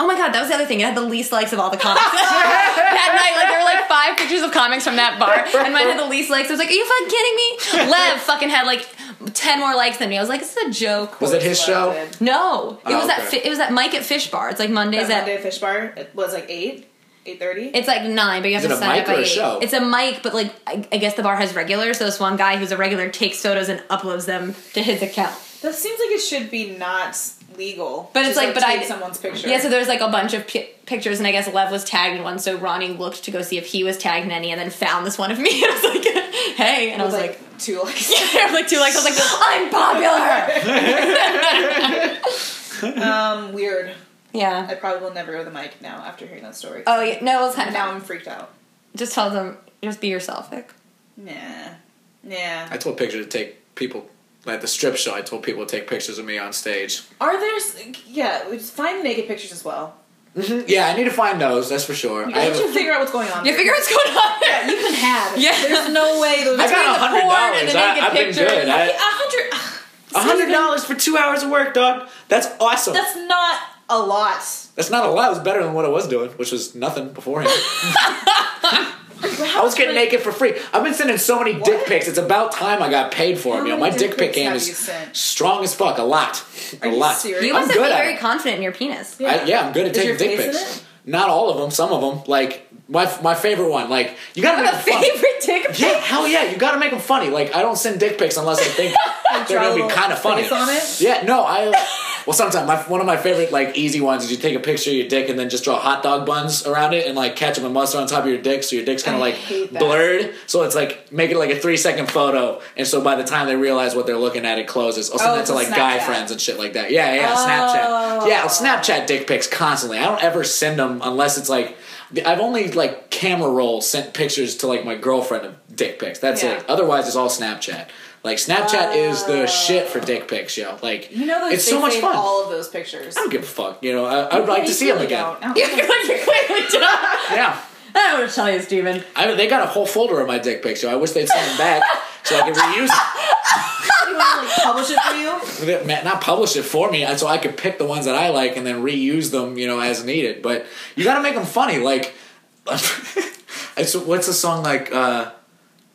Speaker 1: oh, my God, that was the other thing. It had the least likes of all the comics. that night, like, there were, like, five pictures of comics from that bar. And mine had the least likes. I was like, are you fucking kidding me? Lev fucking had, like, ten more likes than me. I was like, this is a joke.
Speaker 3: Was it his show?
Speaker 2: Did.
Speaker 1: No. It
Speaker 3: Oh,
Speaker 1: was that.
Speaker 3: okay.
Speaker 1: Fi- it was that Mike at Fish Bar. It's, like, Mondays
Speaker 2: that
Speaker 1: at...
Speaker 2: Monday Fish Bar? It was like eight, eight thirty.
Speaker 1: It's like nine, but you have
Speaker 3: Is
Speaker 1: to
Speaker 3: it a
Speaker 1: sign
Speaker 3: mic
Speaker 1: up by
Speaker 3: or a
Speaker 1: eight.
Speaker 3: show?
Speaker 1: It's a mic, but like I, I guess the bar has regulars, so this one guy who's a regular takes photos and uploads them to his account.
Speaker 2: That seems like it should be not legal.
Speaker 1: But it's
Speaker 2: Just,
Speaker 1: like, but I-
Speaker 2: take someone's picture.
Speaker 1: Yeah, so there's like a bunch of pi pictures, and I guess Lev was tagged in one, so Ronnie looked to go see if he was tagged in any, and then found this one of me. And I was like, hey, and I was like.
Speaker 2: two likes.
Speaker 1: I was like two likes. I was like, I'm popular.
Speaker 2: um, weird. I
Speaker 1: Yeah.
Speaker 2: probably will never go to the mic now after hearing that story.
Speaker 1: Oh yeah. No, it's kind of.
Speaker 2: now I'm freaked out.
Speaker 1: Just tell them. Just be yourself, Vic.
Speaker 2: Nah, nah.
Speaker 3: I told Picture to take people At the strip show, I told people to take pictures of me on stage.
Speaker 2: Are there? s- Yeah, we just find naked pictures as well.
Speaker 3: Yeah, I need to find those. That's for sure. I,
Speaker 2: Once
Speaker 3: have
Speaker 2: you
Speaker 3: a-
Speaker 2: figure out what's going on.
Speaker 1: You figure out what's going on.
Speaker 2: Yeah, you've been had.
Speaker 1: Yeah.
Speaker 2: There's no way those.
Speaker 3: I got a
Speaker 1: the
Speaker 3: hundred
Speaker 1: porn and
Speaker 3: dollars.
Speaker 1: the naked
Speaker 3: I've been
Speaker 1: pictures.
Speaker 3: good.
Speaker 2: a
Speaker 3: I-
Speaker 2: hundred.
Speaker 3: A hundred dollars for two hours of work, dog. That's awesome.
Speaker 2: That's not a lot.
Speaker 3: That's not a lot. It was better than what I was doing, which was nothing beforehand. I was getting naked for free. I've been sending so many dick
Speaker 2: What?
Speaker 3: pics. It's about time I got paid for
Speaker 2: How
Speaker 3: it. You know,
Speaker 2: many
Speaker 3: my
Speaker 2: dick
Speaker 3: dick pic
Speaker 2: pics
Speaker 3: game
Speaker 2: have
Speaker 3: is
Speaker 2: you sent?
Speaker 3: strong as fuck. A lot. A
Speaker 2: Are you
Speaker 3: lot.
Speaker 2: serious?
Speaker 1: You
Speaker 2: I'm
Speaker 1: must have
Speaker 3: good
Speaker 1: been
Speaker 3: at
Speaker 1: very
Speaker 3: it.
Speaker 1: confident in your penis.
Speaker 2: Yeah.
Speaker 3: I, yeah, I'm good at
Speaker 2: Is
Speaker 3: taking
Speaker 2: your
Speaker 3: dick
Speaker 2: face in
Speaker 3: pics.
Speaker 2: it?
Speaker 3: Not all of them. Some of them. Like my my favorite one. Like you gotta make
Speaker 1: The
Speaker 3: them funny.
Speaker 1: favorite dick pic.
Speaker 3: Yeah, hell yeah, you gotta make them funny. Like I don't send dick pics unless I think
Speaker 2: draw
Speaker 3: they're
Speaker 2: a
Speaker 3: gonna be
Speaker 2: little
Speaker 3: kind of funny.
Speaker 2: face on it?
Speaker 3: Yeah, no, I. Well, sometimes my, one of my favorite like easy ones is you take a picture of your dick and then just draw hot dog buns around it and like ketchup and mustard on top of your dick, so your dick's kind
Speaker 2: I
Speaker 3: of like
Speaker 2: hate that.
Speaker 3: blurred. So it's like make it like a three second photo, and so by the time they realize what they're looking at, it closes. I'll send
Speaker 2: Oh,
Speaker 3: that to
Speaker 2: it's a
Speaker 3: like guy
Speaker 2: Snapchat. Oh,
Speaker 3: friends and shit like that. Yeah, yeah, Snapchat. Yeah, I'll Snapchat dick pics constantly. I don't ever send them unless it's like I've only like camera roll sent pictures to like my girlfriend of dick pics. That's
Speaker 2: Yeah. Uh.
Speaker 3: it. Otherwise, it's all Snapchat. Like Snapchat is the shit for dick pics, yo. Like
Speaker 2: You know that
Speaker 3: it's
Speaker 2: they
Speaker 3: so much
Speaker 2: save
Speaker 3: fun.
Speaker 2: all of those pictures.
Speaker 3: I don't give a fuck. You know, I, I would like to see them again.
Speaker 1: You feel like you're quickly done.
Speaker 3: Yeah,
Speaker 1: I don't want to tell you, Steven.
Speaker 3: I mean, they got a whole folder of my dick pics, yo. I wish they'd send them back so I could reuse them.
Speaker 2: you want to like publish it for you?
Speaker 3: that- ma- not publish it for me so I could pick the ones that I like and then reuse them, you know, as needed. But you gotta make them funny. Like, it's, what's a song like, uh,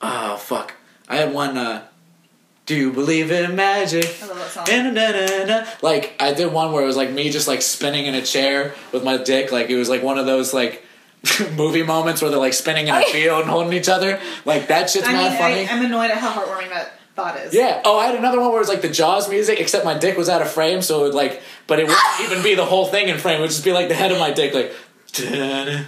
Speaker 3: oh, fuck. I had one, uh, do you believe in magic?
Speaker 2: I love that song.
Speaker 3: Na-na-na-na-na. Like, I did one where it was like me just like spinning in a chair with my dick. Like, it was like one of those like movie moments where they're like spinning in a field and holding each other. Like, that shit's
Speaker 2: I
Speaker 3: not
Speaker 2: mean, I,
Speaker 3: funny.
Speaker 2: I'm annoyed at how heartwarming that thought is.
Speaker 3: Yeah. Oh, I had another one where it was like the Jaws music, except my dick was out of frame, so it would like, but it wouldn't even be the whole thing in frame. It would just be like the head of my dick, like. "Dun,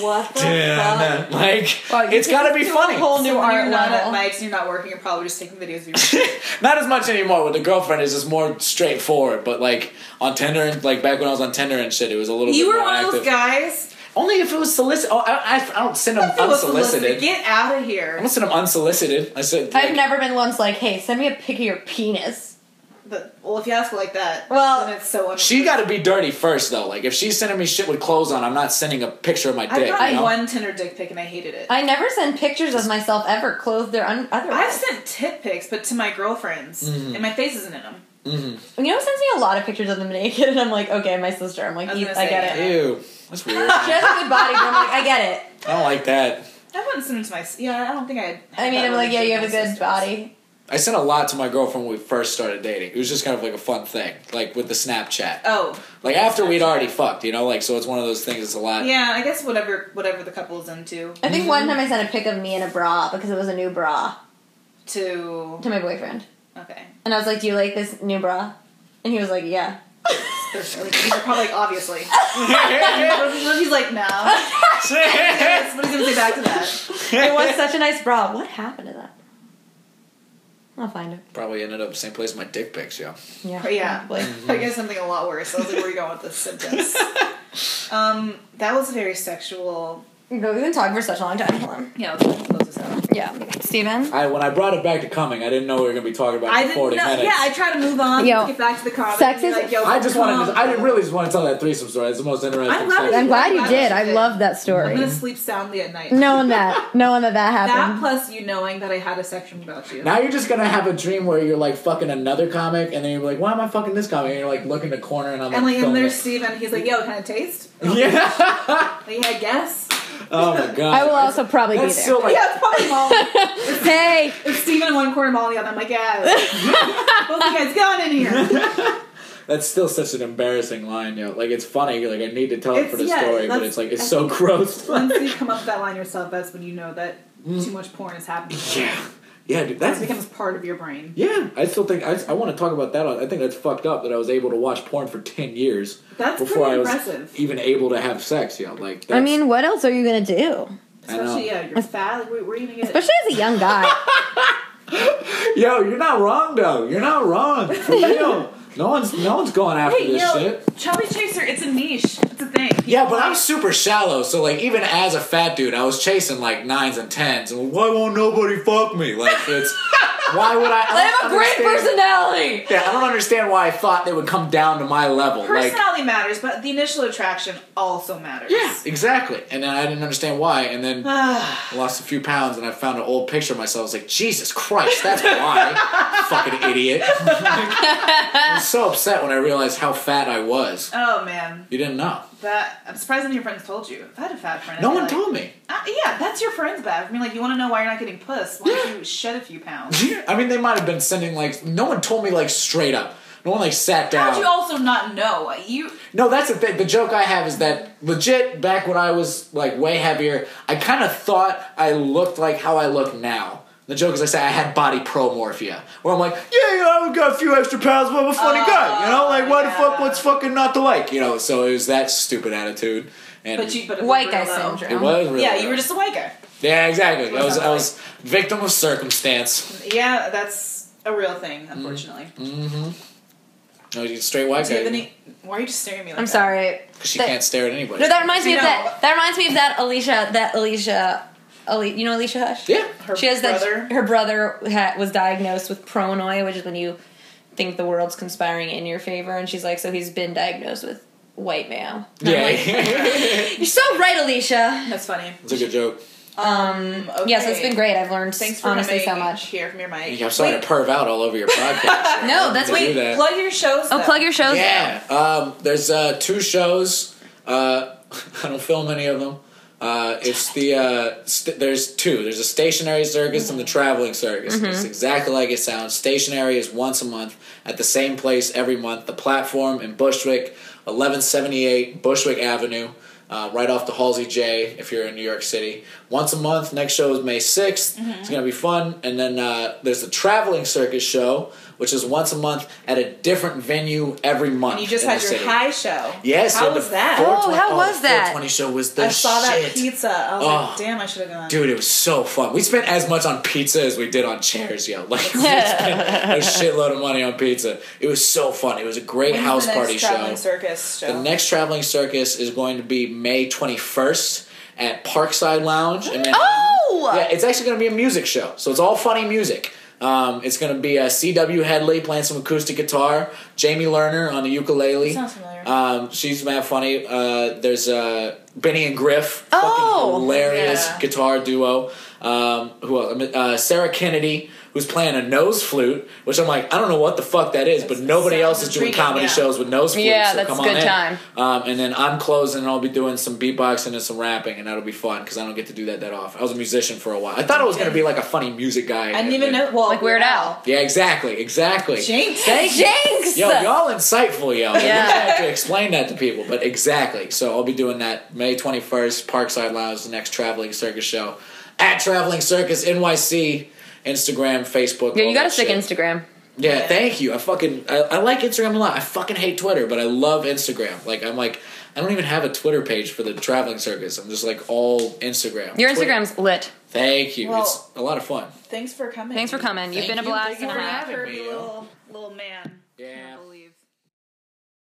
Speaker 2: What the fuck?
Speaker 3: dun," Like
Speaker 1: Wow, you
Speaker 3: it's got to be funny.
Speaker 1: whole new
Speaker 2: So when
Speaker 1: art
Speaker 2: you're not
Speaker 1: level.
Speaker 2: at mics and you're not working, you're probably just taking videos of yourself.
Speaker 3: Not as much anymore with the girlfriend. It's just more straightforward. But like on Tinder, and like back when I was on Tinder and shit, it was a little.
Speaker 2: You
Speaker 3: bit
Speaker 2: were
Speaker 3: more
Speaker 2: one of
Speaker 3: active.
Speaker 2: those guys.
Speaker 3: Only if it was solicit. Oh, I, I, I don't send them
Speaker 2: If it was
Speaker 3: unsolicited. I
Speaker 2: Get out of here.
Speaker 3: don't send them unsolicited. I said. Like,
Speaker 1: I've never been once like, hey, send me a pic of your penis.
Speaker 2: But, well, if you ask like that,
Speaker 1: Well,
Speaker 2: then it's so un-
Speaker 3: She got to be dirty first though. Like if she's sending me shit with clothes on, I'm not sending a picture of my
Speaker 2: I've
Speaker 3: dick.
Speaker 2: gotten
Speaker 3: you know?
Speaker 2: one Tinder dick pic and I hated it.
Speaker 1: I never send pictures of myself ever clothed or un-
Speaker 2: I've
Speaker 1: otherwise.
Speaker 2: sent tit pics, but to my girlfriends,
Speaker 3: Mm.
Speaker 2: and my face isn't in them.
Speaker 1: you know, who sends me a lot of pictures of them naked, and I'm like, okay, my sister. I'm like,
Speaker 2: I was
Speaker 1: "You- I,
Speaker 2: gonna say,
Speaker 1: get
Speaker 2: yeah.
Speaker 1: it.
Speaker 3: Ew, that's
Speaker 1: She
Speaker 3: weird. I
Speaker 1: has a good body, but I'm like, I get it.
Speaker 3: don't like that.
Speaker 2: I wouldn't send them to my. Yeah, I don't think I'd.
Speaker 1: I mean, I'm like, yeah, you have a good body.
Speaker 3: I sent a lot to my girlfriend when we first started dating. It was just kind of like a fun thing, like with the Snapchat.
Speaker 2: Oh,
Speaker 3: Like after we'd already fucked, you know, like so it's one of those things. It's a
Speaker 1: Uh,
Speaker 3: lot.
Speaker 2: yeah. I guess whatever whatever the couple's into
Speaker 1: I think one time I sent a pic of me in a bra because it was a new bra
Speaker 2: to.
Speaker 1: to my boyfriend,
Speaker 2: Okay.
Speaker 1: and I was like, do you like this new bra? And he was like, yeah.
Speaker 2: They're probably like, obviously. He's like, no. That's what he's gonna say back to that.
Speaker 1: It was such a nice bra. What happened to that? I'll find it.
Speaker 3: Probably ended up same place my dick pics, yo.
Speaker 1: Yeah.
Speaker 2: But yeah.
Speaker 1: probably.
Speaker 2: I guess something a lot worse. I was like, where are you going with this sentence? um, that was very sexual.
Speaker 1: But We've been talking for such a long time. Hold on.
Speaker 2: Yeah, let's close this out.
Speaker 1: Yeah. Steven?
Speaker 3: I when I brought it back to coming, I didn't know we were gonna be talking about it
Speaker 2: I
Speaker 3: for
Speaker 2: didn't know.
Speaker 3: forty minutes.
Speaker 2: Yeah, I try to move on.
Speaker 1: Yo.
Speaker 2: get back to the comment.
Speaker 1: Sex
Speaker 2: and be
Speaker 1: is-
Speaker 2: like, yo,
Speaker 3: I just
Speaker 2: come
Speaker 3: wanted. To,
Speaker 2: on.
Speaker 3: I didn't really just want to tell that threesome story. It's the most interesting.
Speaker 2: I'm glad
Speaker 3: sex-
Speaker 2: I'm glad you did. I love
Speaker 1: that
Speaker 2: I'm gonna
Speaker 1: story.
Speaker 2: sleep soundly at night.
Speaker 1: Knowing that, knowing that that
Speaker 2: That plus you knowing that I had a section about you.
Speaker 3: Now you're just gonna have a dream where you're like fucking another comic, and then you're like, "Why am I fucking this comic?" And you're like, look in the corner, and I'm
Speaker 2: and like, and
Speaker 3: filming
Speaker 2: there's Steven. He's like, yo, can I taste?
Speaker 3: it. Yeah.
Speaker 2: Like, yeah, I guess.
Speaker 3: oh my god.
Speaker 1: also probably
Speaker 3: That's still like
Speaker 2: Yeah, it's probably Molly.
Speaker 1: hey,
Speaker 2: It's Steven in one corner, Molly in the other. I'm like, yeah. Both of you guys gone in here.
Speaker 3: That's still such an embarrassing line, yo. Like it's funny, like I need to tell it for the
Speaker 2: It's- yeah,
Speaker 3: story, but
Speaker 2: that's-
Speaker 3: it's like it's
Speaker 2: I
Speaker 3: so gross.
Speaker 2: Once you come up with that line yourself, that's when you know that too much porn is happening.
Speaker 3: yeah, yeah, dude.
Speaker 2: That
Speaker 3: Mm. That's
Speaker 2: becomes part of your brain.
Speaker 3: yeah. I still think I, I want to talk about that. I think that's fucked up that I was able to watch porn for ten years
Speaker 2: That's
Speaker 3: before I
Speaker 2: pretty
Speaker 3: was
Speaker 2: impressive.
Speaker 3: even able to have sex, yo. Like that's,
Speaker 1: what else are you gonna do?
Speaker 3: I know.
Speaker 2: Especially, yeah, you're fat. Like, where, where are you gonna get
Speaker 1: as a young guy.
Speaker 3: yo, you're not wrong though. You're not wrong. For real. No one's no one's going after
Speaker 2: Hey,
Speaker 3: this
Speaker 2: yo,
Speaker 3: shit.
Speaker 2: Chubby Chaser, it's a niche. It's a thing.
Speaker 3: Yeah, but I'm super shallow, so like even as a fat dude, I was chasing like nines and tens, and why won't nobody fuck me? Like it's Why would I? I
Speaker 1: They have
Speaker 3: don't
Speaker 1: a great
Speaker 3: understand-
Speaker 1: personality.
Speaker 3: Yeah, I don't understand why I thought they would come down to my level. Like,
Speaker 2: Personality matters, but the initial attraction also matters.
Speaker 3: yeah, exactly. And then I didn't understand why. And then I lost a few pounds, and I found an old picture of myself. I was like, Jesus Christ, that's why. Fucking idiot. I was so upset when I realized how fat I was.
Speaker 2: Oh man,
Speaker 3: You didn't know.
Speaker 2: that I'm surprised none of your friends told you. If I had a fat friend,
Speaker 3: No
Speaker 2: I'd be
Speaker 3: one
Speaker 2: like,
Speaker 3: told me.
Speaker 2: "Ah, yeah, that's your friend's bad. I mean, like, you want to know why you're not getting puss? Why don't you shed a few pounds?
Speaker 3: I mean, they might have been sending like. No one told me like straight up. No one like sat down.
Speaker 2: How'd you also not know? You
Speaker 3: No, that's the thing. The joke I have is that legit back when I was like way heavier, I kind of thought I looked like how I look now. The joke is I say I had body promorphia, where I'm like, yeah, you know, I've got a few extra pounds, but I'm a funny guy, you know, like why the fuck,
Speaker 2: Oh, yeah.
Speaker 3: what's fucking not to like, you know? So it was that stupid attitude, and
Speaker 2: but you but it
Speaker 1: White
Speaker 2: was
Speaker 1: guy
Speaker 2: real low.
Speaker 1: syndrome.
Speaker 3: it was really
Speaker 2: Yeah, you were just a white guy.
Speaker 3: yeah, exactly. I was
Speaker 2: not
Speaker 3: I
Speaker 2: to
Speaker 3: was victim of circumstance.
Speaker 2: Yeah, that's a real
Speaker 3: Mm-hmm.
Speaker 2: thing, unfortunately.
Speaker 3: No, you straight white
Speaker 2: Do you
Speaker 3: guy
Speaker 2: have any? Why are you just staring at me? Like
Speaker 1: I'm
Speaker 2: that?
Speaker 1: sorry.
Speaker 3: 'cause she
Speaker 1: That-
Speaker 3: can't stare at anybody.
Speaker 1: No, that reminds me of
Speaker 2: No.
Speaker 1: that. That reminds me of that Alicia. That Alicia. Ali, you know Alicia Hush.
Speaker 3: yeah,
Speaker 2: Her
Speaker 1: she has
Speaker 2: brother.
Speaker 1: that. Her brother ha, was diagnosed with pronoia, which is when you think the world's conspiring in your favor, and she's like, so he's been diagnosed with white mayo. And I'm
Speaker 3: yeah,
Speaker 1: like, You're so right, Alicia.
Speaker 2: That's funny.
Speaker 3: it's a good joke.
Speaker 2: Um. Okay.
Speaker 1: Yeah, so it's been great. I've learned
Speaker 2: Thanks for
Speaker 1: honestly so
Speaker 2: having me
Speaker 1: much.
Speaker 2: Here from your mic.
Speaker 3: I'm sorry
Speaker 2: Wait,
Speaker 3: to perv out all over your podcast.
Speaker 1: No, that's
Speaker 3: Wait,
Speaker 1: what.
Speaker 3: do
Speaker 1: You,
Speaker 3: Oh, that.
Speaker 2: Plug your shows.
Speaker 1: oh,
Speaker 2: though.
Speaker 1: plug your shows.
Speaker 3: Yeah, um, there's uh, two shows. Uh, I don't film any of them. Uh, it's the uh, st- there's two. There's a stationary circus and the traveling circus.
Speaker 2: Mm-hmm.
Speaker 3: It's exactly like it sounds. Stationary is once a month at the same place every month. The platform in Bushwick, eleven seventy eight Bushwick Avenue. Uh, right off the Halsey J, if you're in New York City. Once a month, next show is May 6th.
Speaker 2: Mm-hmm.
Speaker 3: It's going to be fun. And then uh, there's the Traveling Circus show, which is once a month at a different venue every month.
Speaker 2: And you just
Speaker 3: in
Speaker 2: had
Speaker 3: the
Speaker 2: your
Speaker 3: city.
Speaker 2: high show.
Speaker 3: Yes.
Speaker 2: How
Speaker 3: and the
Speaker 2: was that?
Speaker 3: 420
Speaker 1: Oh, how was that?
Speaker 3: 420 show was the
Speaker 2: I saw that
Speaker 3: shit.
Speaker 2: pizza. I was
Speaker 3: Oh.
Speaker 2: like, damn, I should have gone.
Speaker 3: Dude, it was so fun. We spent as much on pizza as we did on chairs, yo. Like we spent a shitload of money on pizza. It was so fun. It was a great
Speaker 2: When's
Speaker 3: house
Speaker 2: the next
Speaker 3: party
Speaker 2: traveling
Speaker 3: show.
Speaker 2: circus show.
Speaker 3: The next traveling circus is going to be May twenty first at Parkside Lounge in Manhattan.
Speaker 1: Oh.
Speaker 3: Yeah, it's actually going to be a music show. So it's all funny music. Um, it's going to be uh, C.W. Headley playing some acoustic guitar, Jamie Lerner on the ukulele.
Speaker 2: Sounds familiar.
Speaker 3: Um, she's mad funny. Uh, there's uh, Benny and Griff,
Speaker 1: Oh!
Speaker 3: fucking hilarious
Speaker 2: Yeah.
Speaker 3: guitar duo. Um, who else? I mean, Uh, Sarah Kennedy, who's playing a nose flute, which I'm like, I don't know what the fuck that is, but nobody
Speaker 2: sounds
Speaker 3: else is doing
Speaker 2: intriguing,
Speaker 3: comedy
Speaker 2: yeah.
Speaker 3: shows with nose flutes.
Speaker 1: Yeah,
Speaker 3: so
Speaker 1: that's
Speaker 3: come
Speaker 1: a
Speaker 3: on
Speaker 1: good
Speaker 3: in.
Speaker 1: time.
Speaker 3: Um, and then I'm closing, and I'll be doing some beatboxing and some rapping, and that'll be fun because I don't get to do that that often. I was a musician for a while. I thought I was going to be like a funny music guy.
Speaker 2: I didn't even know. Well,
Speaker 1: Like Weird Al.
Speaker 3: Yeah, exactly, exactly.
Speaker 2: Jinx.
Speaker 1: Jinx.
Speaker 3: Yo, y'all insightful, yo.
Speaker 1: Yeah.
Speaker 3: Yeah. I have to explain that to people, but exactly. So I'll be doing that May 21st, Parkside Lounge, the next Traveling Circus show. At Traveling Circus NYC, Instagram, Facebook.
Speaker 1: Yeah,
Speaker 3: all
Speaker 1: you gotta
Speaker 3: that
Speaker 1: stick
Speaker 3: shit.
Speaker 1: Instagram.
Speaker 3: Yeah, thank you. I fucking I, I like Instagram a lot. I fucking hate Twitter, but I love Instagram. Like I'm like I don't even have a Twitter page for the Traveling Circus. I'm just like all Instagram.
Speaker 1: Your
Speaker 3: Twitter-
Speaker 1: Instagram's lit.
Speaker 3: Thank you.
Speaker 2: Well-
Speaker 3: it's a lot of fun.
Speaker 2: Thanks for coming.
Speaker 1: Thanks for coming. You've
Speaker 3: Thank
Speaker 1: been a
Speaker 3: you.
Speaker 1: blast
Speaker 2: Thank you
Speaker 1: and a
Speaker 2: for
Speaker 1: half.
Speaker 2: your
Speaker 3: having me,
Speaker 2: curvy
Speaker 3: yo.
Speaker 2: little little man.